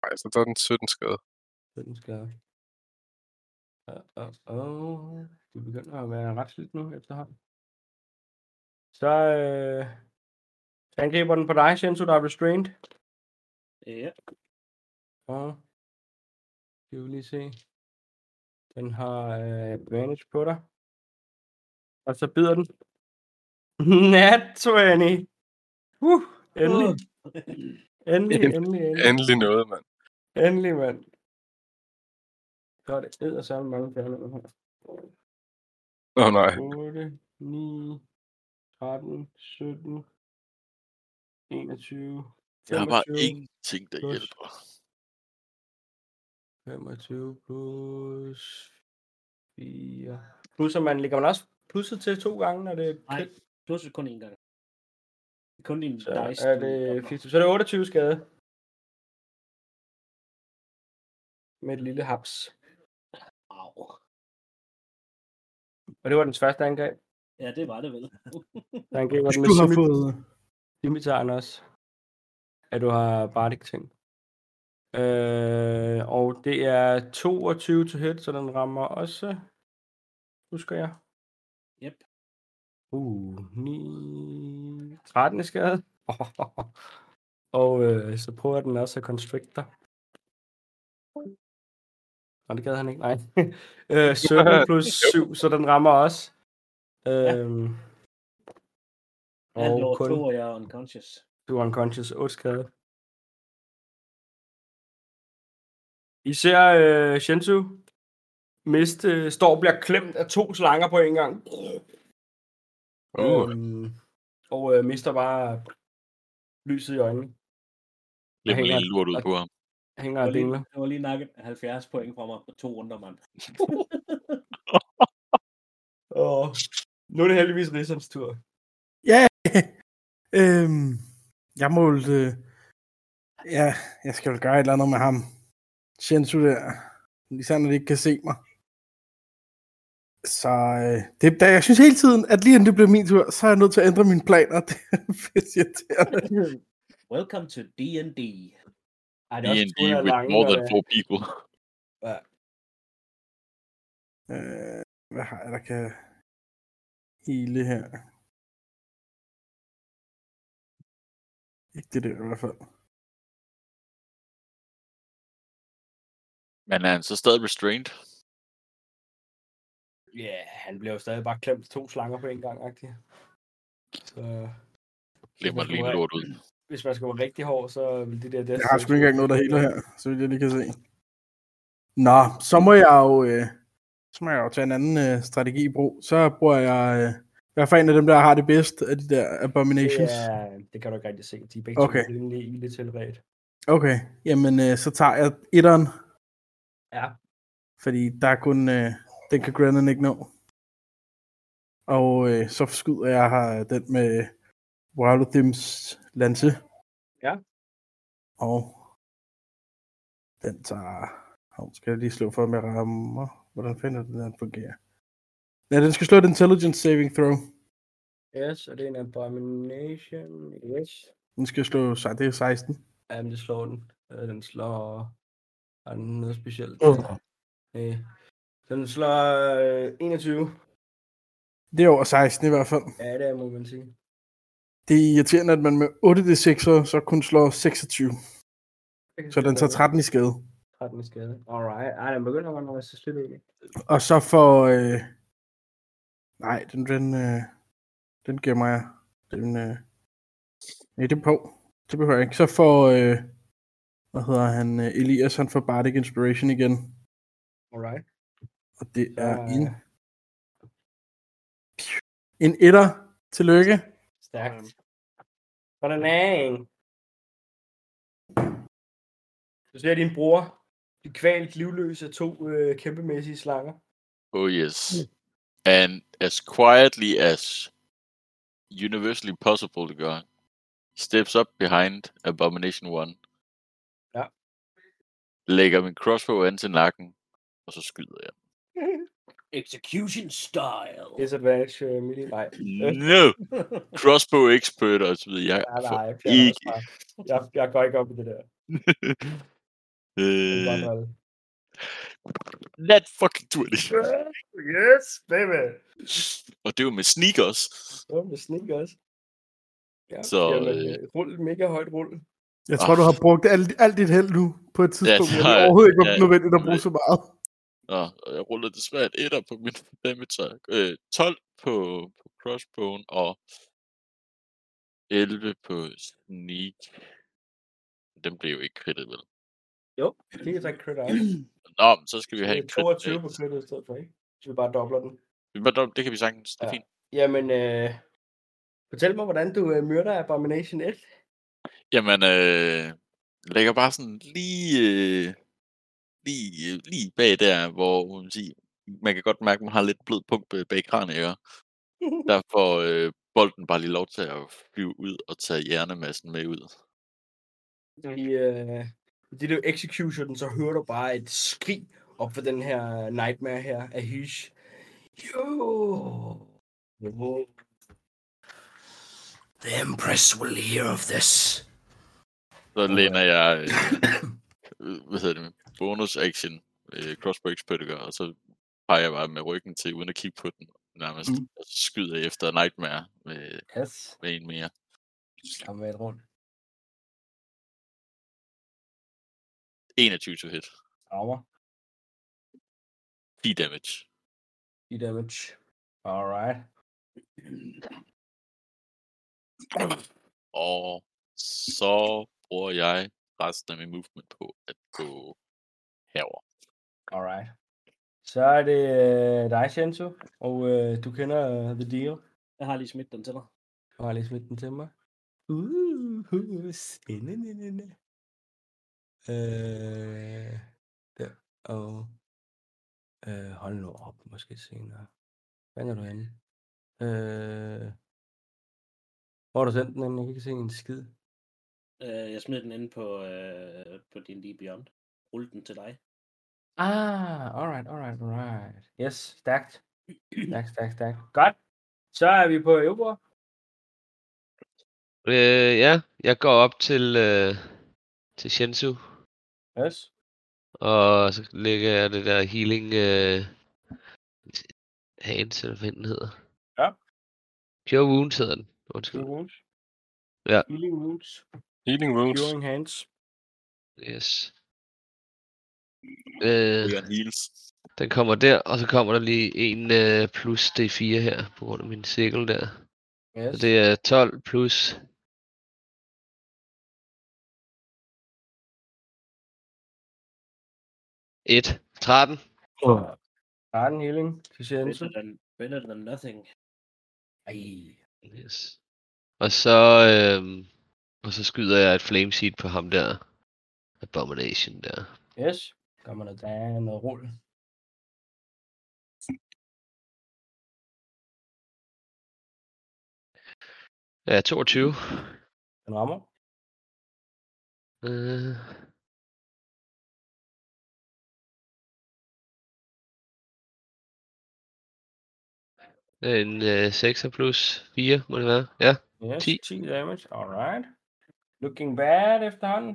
S1: Nej, så der er den 17 skade.
S2: Den skal... Uh, uh, uh. Det begynder at være ret slidt nu efterhånden. Så, øh, så angriber den på dig, Shensu, der er restrained.
S9: Ja.
S2: Og skal vi lige se. Den har øh, advantage på dig. Og så bider den. Nat 20. Uh, endelig. Endelig,
S1: End-
S2: endelig, endelig.
S1: Endelig noget, mand.
S2: Endelig, mand. Så er det edder sammen mange fjerninger her.
S1: Åh oh, nej.
S2: 8, 9, 13, 17, 21,
S6: Jeg har bare
S2: 25.
S6: ingenting, der
S2: plus-
S6: hjælper.
S2: 25 plus 4. Plusser man, ligger man også plusset til to gange, når det er
S9: Nej,
S2: krit?
S9: plus kun én gang. Kun din
S2: Så
S9: dice.
S2: er det, 80, så er det 28 skade. Med et lille haps.
S9: Au.
S2: Og det var den første angreb.
S9: Ja, det var det vel.
S2: Der angreb var den med
S3: Du har
S2: simi-
S3: fået...
S2: Simitaren også. At du har bardic ting. Øh, og det er 22 til hit, så den rammer også. Husker jeg.
S9: Yep.
S2: Uh, 9... 13 i skade. og øh, så prøver den også at constrict dig. Nå, det gad han ikke. Nej. øh, 17 plus 7, så den rammer også. Øhm,
S9: Jeg
S2: og
S9: lå
S2: kun-
S9: to, og jeg er unconscious.
S2: du er unconscious. 8 skade. I ser øh, Shensu miste, øh, står og bliver klemt af to slanger på en gang.
S1: Uh,
S2: Øhm, og øh, mister bare lyset i øjnene.
S6: Lidt
S2: hænger-
S6: lidt lort ud
S2: og-
S6: på ham.
S2: Hænger
S9: Det var
S2: og
S9: lige,
S2: dingler.
S9: det var lige nakket 70 point fra mig på to runder, mand.
S2: Og nu er det heldigvis Rissons tur.
S3: Ja! Øhm, jeg målte... Øh, ja, jeg skal jo gøre et eller andet med ham. Shensu der. Især når de ikke kan se mig. Så øh, det, da jeg synes hele tiden, at lige inden det blev min tur, så er jeg nødt til at ændre mine planer. Det er pisse irriterende.
S9: Welcome to D&D.
S2: Ej, det er også
S6: D&D
S2: tur, der er
S6: with
S2: lange,
S6: more
S2: og
S6: than
S2: det-
S6: four people.
S3: Øh, hvad har jeg, der kan hele her? Ikke det der i hvert fald.
S6: Men er han så stadig restrained?
S2: Ja, yeah, han bliver jo stadig bare klemt to slanger på en gang, agtig. Så
S6: Glemmer
S2: Hvorfor
S6: lige
S2: er-
S6: lort ud.
S2: hvis man skal være rigtig hård, så vil det der...
S3: Jeg har sgu ikke engang noget, der heler her, så vidt jeg lige kan se. Nå, så må jeg jo, øh, så må jeg jo tage en anden øh, strategi i brug. Så bruger jeg, øh, jeg får en af dem, der har det bedst af de der abominations.
S2: Det, er, det kan du ikke rigtig se. De er begge okay.
S3: Okay.
S2: to rimelig ilde tilredt.
S3: Okay, jamen øh, så tager jeg etteren,
S2: Ja,
S3: fordi der er kun, øh, den kan Grennan ikke nå. Og øh, så forskyder jeg her den med Wildothims lance.
S2: Ja.
S3: Og den tager... Hov, skal jeg lige slå for, om jeg rammer? Hvordan finder den, den fungerer? Ja, den skal slå et intelligence saving throw.
S2: yes, og det er en abomination. Yes.
S3: Den skal slå... Så det er 16.
S2: Jamen, det slår den. Øh, Den slår... Har den noget specielt?
S3: Mm.
S2: Nej. Den slår øh, 21.
S3: Det er over 16 i hvert fald.
S2: Ja, det er, må man sige.
S3: Det er irriterende, at man med 8d6'er så kun slår 26. Så den tager 13 i skade.
S2: 13 i skade. Alright. Ej, den begynder godt nok at se slidt ud.
S3: Og så får... Øh... Nej, den, den, øh... den gemmer jeg. Den, øh... Nej, det er på. Det behøver jeg ikke. Så får... Øh... Hvad hedder han? Øh, Elias, han får Bardic Inspiration igen.
S2: Alright.
S3: Og det er
S2: Så,
S3: en...
S2: øh,
S3: En etter. Tillykke.
S2: Stærkt. Sådan er en. Du ser din bror. De kvalt livløse af to øh, kæmpemæssige slanger.
S6: Oh yes.
S2: Mm.
S6: And as quietly as universally possible to go, steps up behind Abomination 1.
S2: Ja.
S6: Lægger min crossbow an til nakken, og så skyder jeg.
S9: Execution style.
S2: Disadvantage, øh, midt i nej. Øh,
S6: No! Crossbow expert og så videre. Jeg
S2: nej,
S6: får
S2: nej, jeg, fjerner
S6: ikke...
S2: også bare. jeg, jeg går ikke op i det der. Det er bare
S6: Øh,
S2: noget.
S6: Nat fucking 20.
S2: Yes, baby.
S6: Og det var med sneak også.
S2: Det var med sneak også. Ja,
S6: Så,
S2: jamen,
S6: øh,
S2: øh, rul, mega højt rul.
S3: Jeg tror, du har brugt alt, alt dit held nu på et tidspunkt,
S6: det
S3: hvor
S6: har
S3: det
S6: jeg.
S3: overhovedet ikke var
S6: Ja,
S3: nødvendigt at
S6: jeg
S3: bruge
S6: ved.
S3: så meget.
S6: Nå, og jeg rullede desværre et etter på min damage. Øh, 12 på, på crossbone og 11 på sneak. Dem blev jo ikke kridtet, vel?
S2: Jo, det kan tage crit out.
S6: Nå, men så skal vi have en
S2: Det er
S6: crit.
S2: 22 på crittet i stedet for, ikke? Så vi bare dobler den.
S6: Men hvad dom- Det kan vi sagtens. Det er fint.
S2: Jamen, øh, fortæl mig, hvordan du øh, myrder Abomination 1.
S6: Jamen, øh, lægger bare sådan lige, øh, lige, øh, lige bag der, hvor man, siger, man kan godt mærke, at man har lidt blød punkt øh, bag kranen, ikke? Der får øh, bolden bare lige lov til at flyve ud og tage hjernemassen med ud.
S2: I, øh, i det der execution, så hører du bare et skrig op for den her nightmare her af Hish. Jo!
S7: The Empress will hear of this.
S6: Så læner jeg, øh, øh, hvad hedder det, bonus action, øh, crossbow expertiker, og så peger jeg bare med ryggen til, uden at kigge på den nærmest.
S2: Mm.
S6: Mm. Og så skyder jeg efter Nightmare med,
S2: Yes.
S6: med en mere.
S2: Kom med et rundt.
S6: 21 to hit.
S2: Armer.
S6: 10 damage.
S2: I E damage. Alright.
S6: Og så bruger jeg resten af min movement på at gå herover.
S2: Alright. Så er det øh, dig, Shenzo, og øh, du kender øh, The Deal.
S9: Jeg har lige smidt den til dig.
S2: Jeg har lige smidt den til mig. Uh, uh spændende. Øh, der. Og øh, hold nu op, måske senere. Hvad er du henne? Øh, hvor har du sendt den henne? Jeg kan ikke se en skid.
S9: Øh, jeg smed den inde på, øh, på din D&D Beyond. Rulle den til dig.
S2: Ah, alright, alright, alright. Yes, stærkt. Stærkt, stærkt, stærkt. Godt. Så er vi på Øvbord.
S4: Øh, ja, jeg går op til, øh, til Shensu,
S2: Yes.
S4: og så lægger jeg det der healing øh, hands, eller hvad den hedder.
S2: Ja.
S4: Cure Wounds hedder den. Undskyld.
S2: Wounds.
S4: Ja.
S2: Healing Wounds.
S1: Healing wounds.
S2: Curing Hands.
S4: Yes. Øh,
S6: heals.
S4: Den kommer der, og så kommer der lige en øh, plus D4 her, på grund af min cirkel der.
S2: Yes.
S4: Så det er 12 plus... Et. 13.
S2: Der er en healing til Shenzo.
S9: Better than, better than nothing.
S2: Ej.
S4: Yes. Og så, øh, og så skyder jeg et flameseed på ham der. Abomination der.
S2: Yes. Kommer der, der er noget rull.
S4: Ja, 22.
S2: Den rammer.
S4: Øh. En øh, 6 plus 4, må det være. Ja.
S2: Yes,
S4: 10.
S2: 10 damage. Alright. Looking bad efterhånden.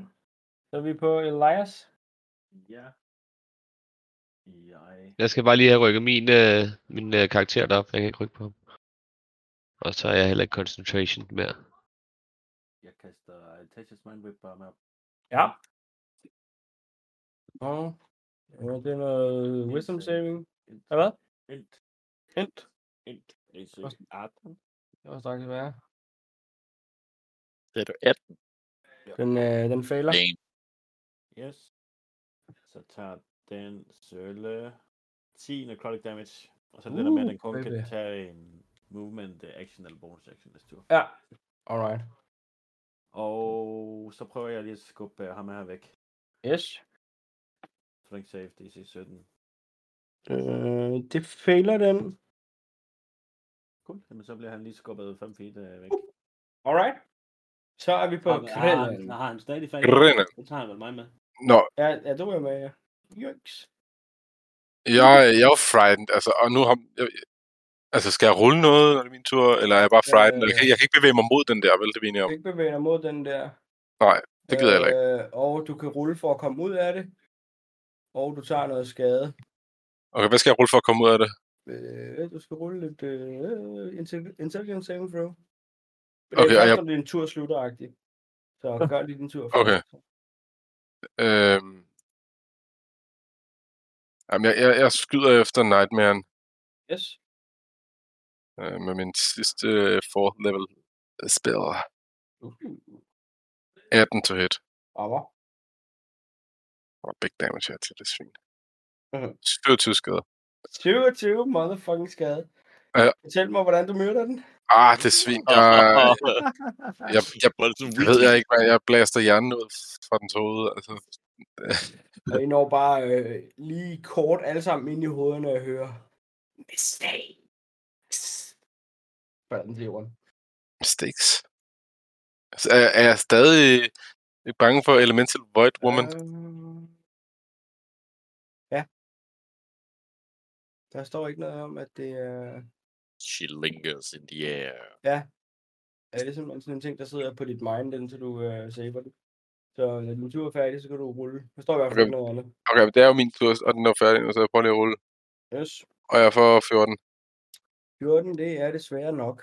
S2: Så er vi på Elias.
S9: Ja.
S5: Jeg...
S4: Jeg skal bare lige have rykket min, øh, min øh, karakter derop. Jeg kan ikke rykke på ham. Og så har jeg heller ikke concentration mere.
S5: Jeg kaster Attachers Mind Whip bare med op.
S2: Ja. Og ja, det er noget wisdom saving. Eller hvad?
S5: Int.
S2: Hent.
S5: Int. AC
S2: Også-
S5: 18.
S2: Det var straks være.
S6: Det er du 18.
S2: Den, øh, den fejler.
S6: Damn.
S5: Yes. Så tager den sølle 10 necrotic damage. Og så er det der med, at
S2: Uh,
S5: den kun kan
S2: baby.
S5: tage en movement øh, action eller bonus action næste tur.
S2: Ja. Alright.
S5: Og så prøver jeg lige at skubbe øh, ham her væk.
S2: Yes.
S5: Så den save DC 17.
S2: Øh, det fejler den.
S5: Cool. Jamen, så bliver han lige skubbet 5 feet øh, væk.
S2: Alright. Så er vi på
S9: Har, har, han,
S2: Grillen.
S9: har han stadig fat
S1: Grillen.
S9: Det tager han vel mig med.
S1: Nå,
S2: Ja, ja, du er med. ja. Jøks.
S1: jeg, jeg er jo frightened, altså, og nu har... Jeg, altså, skal jeg rulle noget, når det er min tur, eller er jeg bare frightened? Jeg kan, jeg kan ikke bevæge mig mod den der, vel, det mener jeg
S2: Du
S1: om.
S2: kan ikke bevæge dig mod den der.
S1: Nej, det gider jeg heller ikke.
S2: Øh, og du kan rulle for at komme ud af det. Og du tager noget skade.
S1: Okay, hvad skal jeg rulle for at komme ud af det?
S2: Øh, du skal rulle lidt øh, intel- intelligence saving throw. Men
S1: Okay,
S2: det er
S1: og
S2: først,
S1: jeg-
S2: når din tur slutter -agtigt. Så gør lige din tur.
S1: Okay. Øhm. Jamen, jeg, jeg, jeg skyder efter Nightmaren.
S2: Yes.
S1: øh, med min sidste øh, fourth level spil.
S2: Uh.
S1: 18 to hit.
S2: Over.
S1: Og big damage her til det svin. 27 skader.
S2: 27 motherfucking skade.
S1: Ja.
S2: Fortæl mig, hvordan du myrder den.
S1: Øh, Ah, det svin. Jeg, jeg, jeg, jeg ved jeg ikke, hvad jeg blaster hjernen ud fra dens hoved. Altså,
S2: Og I når bare øh, lige kort alle sammen ind i hovedet, når jeg hører. Mistakes. Hvordan lever den?
S1: mistakes. Altså, er, er jeg stadig øh, bange for Elemental Void Woman?
S2: Der står ikke noget om, at det er...
S6: She lingers in the air.
S2: Ja. Er det simpelthen sådan en ting, der sidder på dit mind, indtil du øh, saver den? Så når din tur er færdig, så kan du rulle. Der står i hvert fald
S1: Okay.
S2: ikke noget andet.
S1: Okay, men det er jo min tur, og den er færdig nu, så jeg prøver lige at rulle.
S2: Yes.
S1: Og jeg får 14.
S2: 14, det er desværre nok.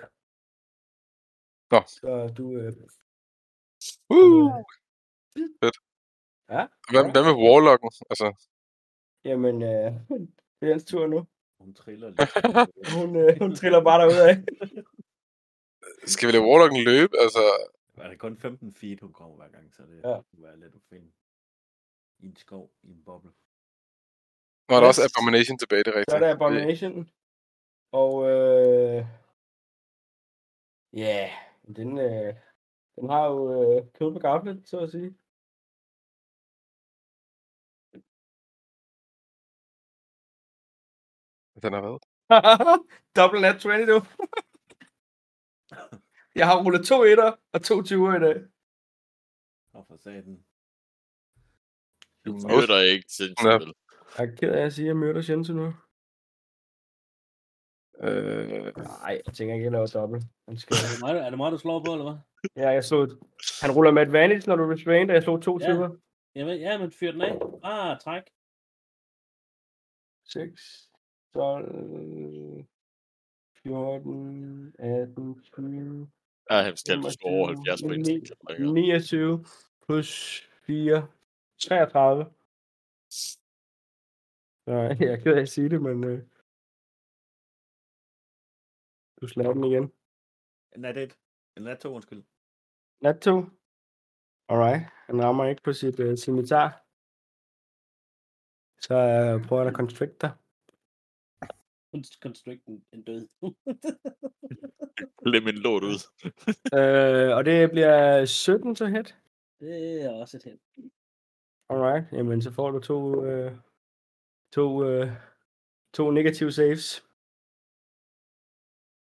S1: Nå.
S2: Så du... Øh,
S1: Uh! Fedt.
S2: Ja,
S1: Hvad, hvad med Warlocken? Altså,
S2: jamen, øh, det er hans tur nu.
S9: Hun triller
S2: Hun, øh, hun triller bare derudad.
S1: skal vi lade Warlocken løbe? Altså,
S5: Er det kun 15 feet, hun kommer hver gang, så det
S2: Ja.
S5: ja. kunne være let at finde i en skov, i en boble.
S1: når der
S2: Yes.
S1: også er Abomination tilbage, det er rigtigt.
S2: Så er der
S1: Det-
S2: Abomination. Og øh... Ja, yeah, den, øh, den har jo øh, kød på gaflen, så at sige.
S1: Den har været.
S2: Double nat 20, du. Jeg har rullet to etter og to 20'er i dag.
S5: Og for satan.
S6: Du
S1: Nå.
S6: myrder ikke sindssygt.
S1: Nå.
S6: vel?
S2: Jeg er ked af at sige, at jeg myrder Jensen nu.
S1: Øh,
S2: Nej, jeg tænker ikke, at jeg laver dobbelt. Han skal...
S9: Er det mig, er det mig, du slår på, eller hvad?
S2: ja, jeg slog... et- Han ruller med advantage, når du restrained, og jeg slog to
S9: Ja.
S2: 20'er.
S9: Jamen, ja, men fyr den af. Ah, træk.
S2: 6, 12,
S6: Mm.
S2: 14, 18, 20,
S6: Ja, han skal du slå over 70 på en
S2: 29,
S6: ting.
S2: 29 plus 4, 33. Så jeg er ked af at sige det, men øh, du slår den igen.
S5: Nat 1. Nat 2, undskyld.
S2: Nat 2. Alright, han rammer ikke på sit øh, cimitar. Så øh, prøver han at constrict dig.
S9: Kunst- Constrict en, en død.
S6: Klem en lort ud.
S2: Øh, og det bliver 17 så hit.
S9: det er også et held.
S2: Alright, jamen så får du to, øh, to, øh, to negative saves,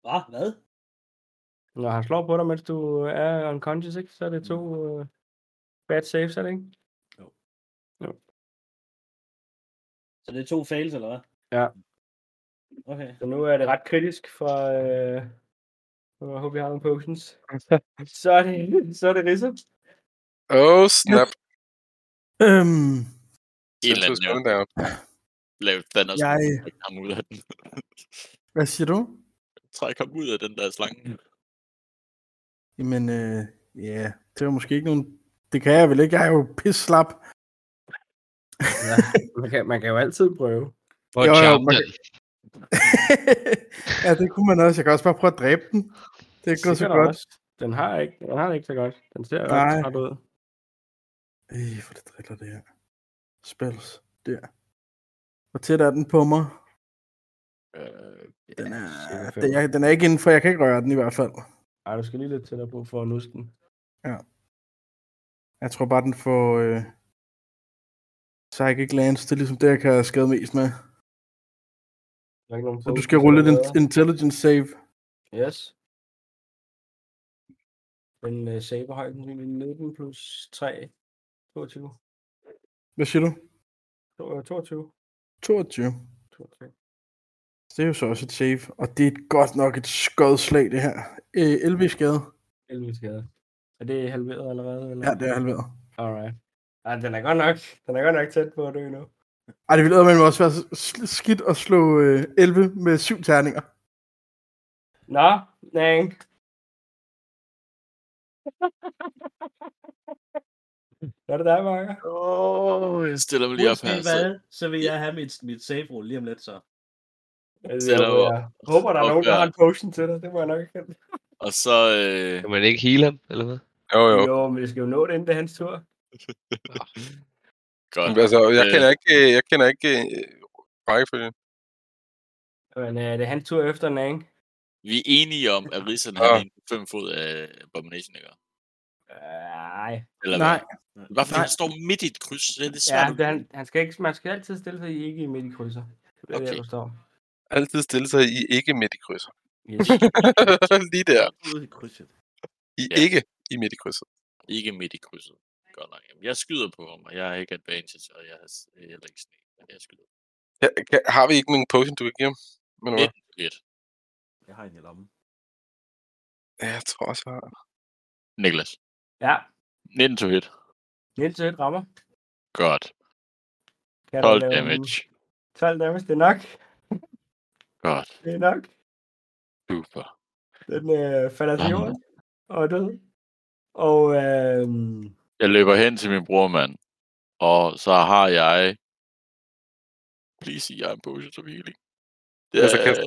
S9: Hva? Hvad?
S2: når han slår på dig, mens du øh, er unconscious, ikke? Så er det to øh, bad saves, er det ikke?
S9: Så det er to fails, eller hvad?
S2: Ja.
S9: Okay.
S2: Så nu er det ret kritisk fra... Øh, jeg håber, vi har nogle potions. så er det, så er det Risse.
S1: oh, snap.
S3: Øhm,
S6: En eller anden
S1: Skulden deroppe.
S6: lav Thanos.
S3: Jeg-
S6: Træk ham ud af den.
S3: hvad siger du?
S6: Træk ham ud af den der slange.
S3: Jamen, øh, ja, det var måske ikke nogen... Det kan jeg vel ikke, jeg er jo pisslap.
S2: Ja, man, kan, man kan jo altid prøve.
S4: Prøv
S3: Jo,
S4: at
S3: jo,
S4: charme
S3: man
S4: den.
S3: ja, det kunne man også. Jeg kan også bare prøve at dræbe den. Det er gået så
S2: Sikkert
S3: godt.
S2: også. Den har ikke, den har det ikke så godt. Den ser jo
S3: Nej.
S2: også træt ud.
S3: Ej, hvor det driller det her. Spells. Der. Hvor tæt er den på mig?
S1: Øh,
S3: Den er,
S2: cirka fem.
S3: den, jeg, den er ikke inden for, jeg kan ikke røre den i hvert fald.
S2: Ej, du skal lige lidt tættere på for at nuske den.
S3: Jeg tror bare, den får... Øh, Psychic Lance, det er ligesom det, jeg kan skade mest med.
S2: Der er ikke nogen
S3: Så du
S2: potions
S3: skal rulle
S2: eller
S3: den
S2: noget.
S3: intelligence save.
S2: Yes. Den øh, saver højden sandsynligt 19 plus 3. 22.
S3: Hvad siger du?
S2: To- øh, 22.
S3: 22.
S2: 22.
S3: Så Det er jo så også et save, og det er godt nok et skodslag, det her. Øh, 11 i skade.
S2: 11 skade. Er det halveret allerede? Eller?
S3: Ja, det er halveret.
S2: Alright. Ej, den er godt nok, den er godt nok tæt på at dø nu.
S3: Ej, det ville eddermame også være s- skidt at slå øh, 11 med syv terninger.
S2: Nå, nej. Hvad er det der, Marker?
S6: Åh, oh, jeg stiller mig lige op her.
S9: Uanset
S6: Så
S9: hvad, så vil jeg have mit, mit save roll lige om lidt, så.
S11: Altså,
S6: Sætter
S11: jeg,
S6: jo
S11: jeg håber, der er nogen, der
S6: opgør.
S11: har en potion til dig. Det må jeg nok erkende.
S6: Og så... Øh...
S4: Kan man ikke heal ham, eller hvad?
S1: Jo, jo.
S11: jo, men vi skal jo nå det, inden det er hans tur.
S6: Godt.
S1: Altså, jeg
S6: Øh,
S1: kender ikke, jeg kender ikke øh, rækkefølgen.
S11: Men øh, det er hans tur efter den, ikke?
S6: Vi er enige om, at Rissen
S1: Ja.
S6: har en fem fod af Abomination, ikke?
S11: Nej.
S6: Eller
S3: Nej.
S6: Hvad? Bare fordi
S3: Nej.
S6: han står midt i et kryds, så er det
S11: Ja,
S6: svært.
S11: det, han, han skal ikke, man skal altid stille sig i ikke midt i krydser. Det er okay. det,
S6: Okay.
S11: jeg forstår.
S1: Altid stille sig i ikke midt i krydset.
S11: Yes.
S1: Lige der.
S5: Ude i krydset.
S1: I
S6: Ja.
S1: ikke i midt i krydset.
S6: Ikke midt i krydset. Godt nok. Jamen, jeg skyder på ham, og jeg har ikke advantage, og jeg har s- øh, heller ikke sne. Men jeg skyder.
S1: Ja, kan, har vi ikke nogen potion, du kan give ham? Men hvad?
S6: 19 1.
S5: Jeg har en i lommen.
S1: Ja, jeg tror også, jeg har.
S6: Niklas.
S11: Ja,
S6: 19 to hit.
S11: Niels et øh, rammer.
S6: Godt.
S11: Kan du
S6: 12
S11: lave en-
S6: damage.
S11: 12 damage, det er nok.
S6: Godt.
S11: Det er nok.
S6: Super.
S11: Den øh, falder til
S6: Jamen.
S11: jorden og er død. Og øh,
S6: Jeg løber hen til min bror, mand. Og så har jeg... Please sig, jeg har en potion til healing. Det øh,
S1: Ja, så kast.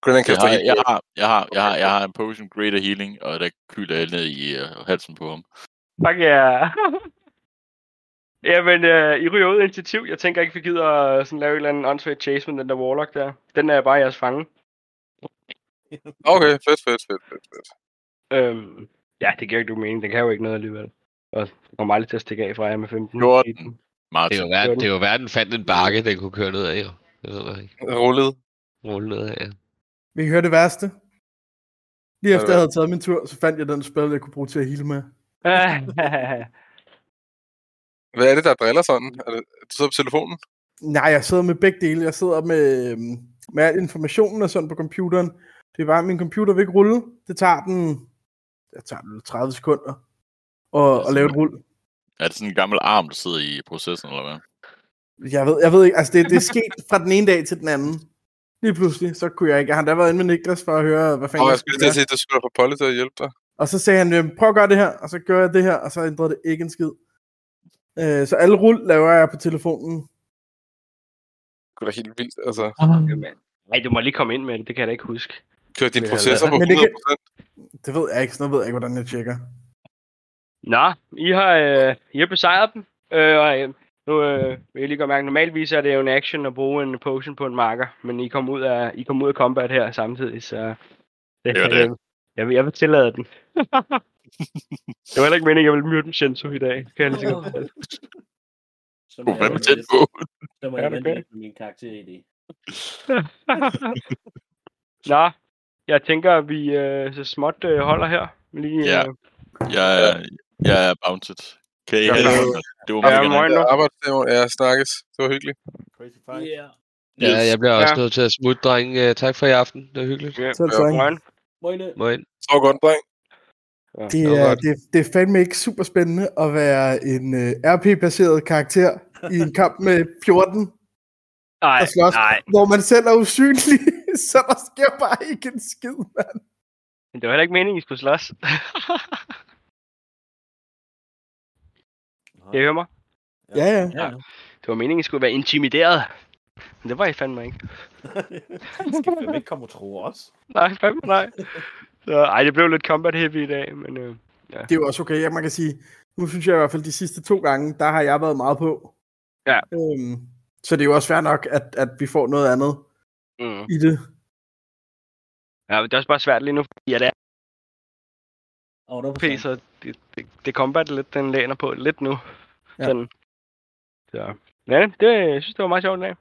S1: Grinnan
S6: Jeg
S1: kaster
S6: har,
S1: helt
S6: jeg, har, jeg, har, jeg, har,
S1: Okay.
S6: jeg har en potion greater healing, og der kyler jeg ned i uh, halsen på ham.
S2: Fuck ja. Jamen, øh, I ryger ud af initiativ. Jeg tænker ikke, vi gider øh, sådan lave et eller andet åndssvagt chase med den der warlock der. Den er bare jeres fange.
S1: Okay, fedt, fedt, fedt, fedt, fedt.
S2: Øhm, ja, det giver ikke du mening. Den kan jo ikke noget alligevel. Og kommer aldrig til at stikke af fra jer med 15.
S6: 14.
S4: Det er
S6: Martin.
S4: jo verden, det er jo verden fandt en bakke, den kunne køre ned af, jo. Det ved jeg ikke.
S1: Rullet.
S4: Rulle ned af, ja.
S3: Vil I høre det værste? Lige
S1: Hvad er
S3: efter
S1: det
S3: jeg havde taget min tur, så fandt jeg den spil, jeg kunne bruge til at heale med.
S1: Hvad er det, der driller sådan? Er det, er du sidder på telefonen?
S3: Nej, jeg sidder med begge dele. Jeg sidder med, øhm, med al informationen og sådan på computeren. Det er bare, at min computer vil ikke rulle. Det tager den, det tager den 30 sekunder at, at lave et rul.
S6: Er det sådan en gammel arm, der sidder i processen, eller hvad?
S3: Jeg ved, jeg ved ikke, altså det, det er sket fra den ene dag til den anden. Lige pludselig, så kunne jeg ikke. Jeg har da været inde med Niklas for at høre, hvad fanden
S1: Og
S3: jeg
S1: jeg skulle
S3: skulle
S1: lige til at sige, at du skulle få Polly til at hjælpe dig.
S3: Og så sagde han, øh, prøv at gøre det her, og så gør jeg det her, og så ændrede det ikke en skid. Øh, så alle rul laver jeg på telefonen.
S1: Det er da helt vildt. Altså,
S3: Ah.
S2: Nej, du må lige komme ind med det. Det kan jeg da ikke huske.
S1: kører dine
S2: Men
S1: processer på
S3: altså- Men det
S1: 100
S3: kan- Det ved jeg ikke, sådan noget ved jeg ikke, hvordan jeg tjekker.
S2: Nå, I har, øh, I har besejret dem. Øh, og, øh, nu øh, vil jeg lige godt mærke, normalvis er det jo en action at bruge en potion på en marker, men I kom ud af, I kom ud af combat her samtidig, så det,
S6: Det var det.
S2: Jeg, jeg, vil, jeg vil tillade den. det var heller ikke meningen, jeg ville myrde Vincenzo i dag. Kan jeg lige så godt fortælle.
S9: Så må
S6: Du
S9: jeg
S6: hvad med
S9: vente
S6: tæt
S9: lidt-
S6: på?
S9: Så må
S2: Ja,
S9: jeg
S2: det
S9: vente
S2: kan.
S9: lidt med min karakter-idé.
S2: Nå, jeg tænker, at vi øh, så småt øh, holder her. Lige, øh,
S6: Ja. Jeg, er- jeg er bounced. Kan I
S1: Ja,
S6: have det?
S1: men-
S6: Anders? Det var
S2: Ja,
S6: mega
S2: men-
S6: nice.
S2: Moin nu.
S1: Jeg arbejder det år. Ja, snakkes. Det var hyggeligt.
S5: Crazy fight.
S9: Yeah.
S4: Ja, jeg bliver også
S2: Ja.
S4: nødt til at smutte, drenge. Øh, Tak for i aften. Det var hyggeligt.
S2: ja.
S3: Selv
S1: Ja,
S3: tak.
S2: Morgen.
S9: Moine.
S4: Må ind.
S1: Så godt, dreng.
S3: Det
S4: det var
S3: er,
S4: godt.
S3: det, det er fandme ikke super spændende at være en uh, RP-baseret karakter i en kamp med 14,
S2: Nej,
S3: der slås,
S2: nej.
S3: hvor man selv er usynlig, så der sker bare ikke en skid, mand.
S2: Men det var heller ikke meningen, I skulle slås. Kan I høre mig?
S3: Ja, ja.
S9: Ja.
S2: Det var meningen, I skulle være intimideret. Men det var I fandme ikke.
S5: Du skal fandme ikke komme og tro os.
S2: Nej, fandme nej. Så, ej, det blev lidt combat heavy i dag, men øh,
S3: Det er jo også okay. Ja, man kan sige, nu synes jeg i hvert fald, de sidste to gange, der har jeg været meget på.
S2: Ja.
S3: Øhm, så det er jo også fair nok, at, at vi får noget andet
S2: mm.
S3: i det.
S2: ja, men det er også bare svært lige nu, fordi jeg er
S9: Og der er
S2: RP, så det, det, det combat lidt, den læner på lidt nu.
S3: Ja.
S2: Ja. Den. Så. Ja, det, jeg synes, det var meget sjovt i dag.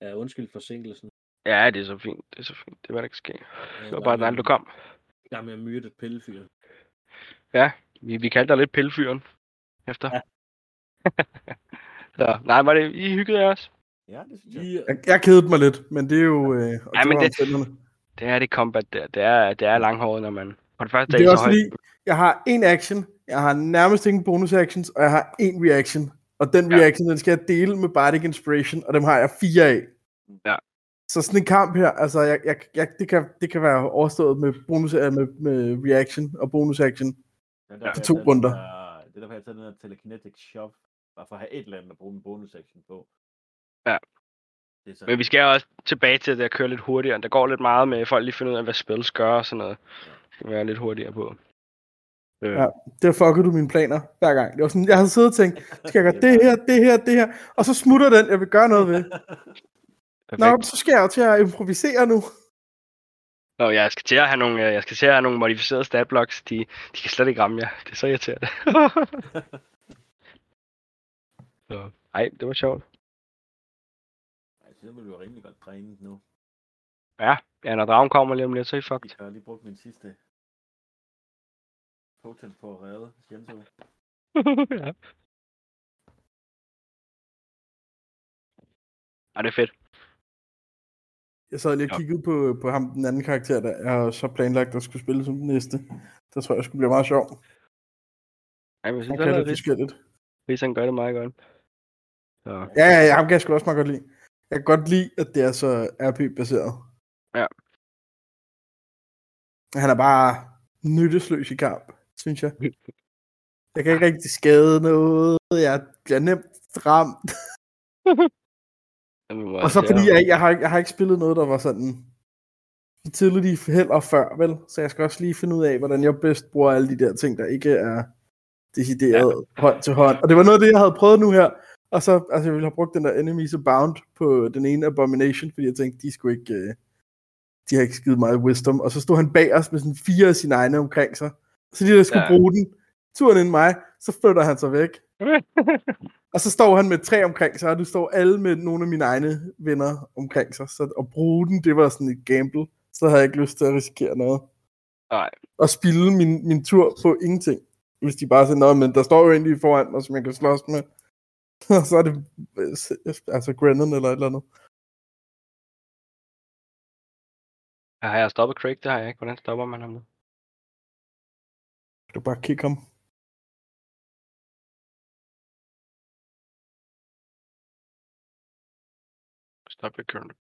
S9: Ja, undskyld forsinkelsen.
S2: Ja, det er så fint, det er så fint. Det var der ikke ske.
S9: Jeg
S2: Det var bare dejligt, du kom.
S9: Der med at myrde et pillefyr.
S2: Vi, vi kaldte dig lidt pillefyren efter. Ja. så, nej, var det, I hyggede jer også?
S5: Ja, det synes jeg.
S9: Yeah.
S3: Jeg, jeg kedede mig lidt, men det er jo... Øh, og
S2: Ja,
S3: det
S2: men
S3: var
S2: det-
S3: omstændighederne.
S2: Det er det combat der. Det er, det er langhåret, når man... For det første
S3: Det
S2: I
S3: er
S2: så
S3: også
S2: højt-
S3: lige, jeg har en action, jeg har nærmest ingen bonus actions, og jeg har en reaction. Og den
S2: Ja.
S3: reaction, den skal jeg dele med Bardic Inspiration, og dem har jeg fire af.
S2: Ja.
S3: Så sådan en kamp her, altså jeg, jeg, jeg, det, kan, det kan være overstået med, bonus, øh, med, med reaction og bonus action.
S5: Det er derfor,
S3: For
S5: jeg
S3: to
S5: tager den
S3: runder.
S5: her- Det er derfor, jeg tager den her telekinetic shove. Bare for at have et eller andet at bruge min bonus action på.
S2: Ja.
S5: Det er så-
S2: Men vi skal også tilbage til det at køre lidt hurtigere. Der går lidt meget med, at folk lige finder ud af, hvad spells gør og sådan noget. Det skal være lidt hurtigere på. Øh,
S3: Ja, der fuckede du mine planer hver gang. Det var sådan, jeg havde siddet og tænkt, skal jeg gøre det her, det her, det her, og så smutter den, jeg vil gøre noget ved. Nå, men så skal jeg jo til at improvisere nu.
S2: Nå, jeg skal til at have nogle, øh, jeg skal til at have nogle modificerede statblocks. De, de kan slet ikke ramme jer. Det er så irriterende. så, ej, det var sjovt.
S5: Ej, så ville Altså, vi jo rimelig godt trænet nu.
S2: Ja, ja når dragen kommer lige om lidt, så er I fucked.
S5: Jeg har lige brugt min sidste potent på at redde Jenso.
S2: ja. Ej, det er fedt.
S3: Jeg sad lige og kiggede på, på ham, den anden karakter, der jeg har så planlagt at skulle spille som den næste. Der tror jeg, det skulle blive meget sjovt.
S2: Ej, men jeg synes,
S3: Han kan
S2: han,
S3: det
S2: er
S3: forskelligt.
S2: Ris, han gør det meget godt. Så.
S3: Ja, ja, ja, ham kan jeg sgu også meget godt lide. Jeg kan godt lide, at det er så RP-baseret.
S2: Ja.
S3: Han er bare nyttesløs i kamp, synes jeg. Jeg kan ikke rigtig skade noget. Jeg bliver nemt ramt.
S2: Jamen, hvor er
S3: Og så
S2: det
S3: fordi
S2: her?
S3: jeg, ikke- jeg, har, ikke- jeg har ikke spillet noget, der var sådan så tidligt i heller før, vel? Så jeg skal også lige finde ud af, hvordan jeg bedst bruger alle de der ting, der ikke er decideret ja. hånd til hånd. Og det var noget af det, jeg havde prøvet nu her. Og så, altså jeg ville have brugt den der Enemies Abound på den ene Abomination, fordi jeg tænkte, de skulle ikke, øh, de har ikke skidt meget wisdom. Og så stod han bag os med sådan fire af sine egne omkring sig. Så de der skulle ja.
S2: Ja.
S3: bruge den, turen inden mig, så flytter han sig væk. og så står han med tre omkring sig, og du står alle med nogle af mine egne venner omkring sig. Så at bruge den, det var sådan et gamble. Så havde jeg ikke lyst til at risikere noget.
S2: Nej.
S3: Og spille min, min tur på ingenting. Hvis de bare siger, noget, men der står jo egentlig foran mig, som jeg kan slås med. Og så er det øh, altså Grennan eller et eller andet.
S2: Ja, Har jeg stoppet Craig? Det har jeg ikke. Hvordan stopper man ham nu?
S3: Kan du bare kigge ham?
S2: Stop your current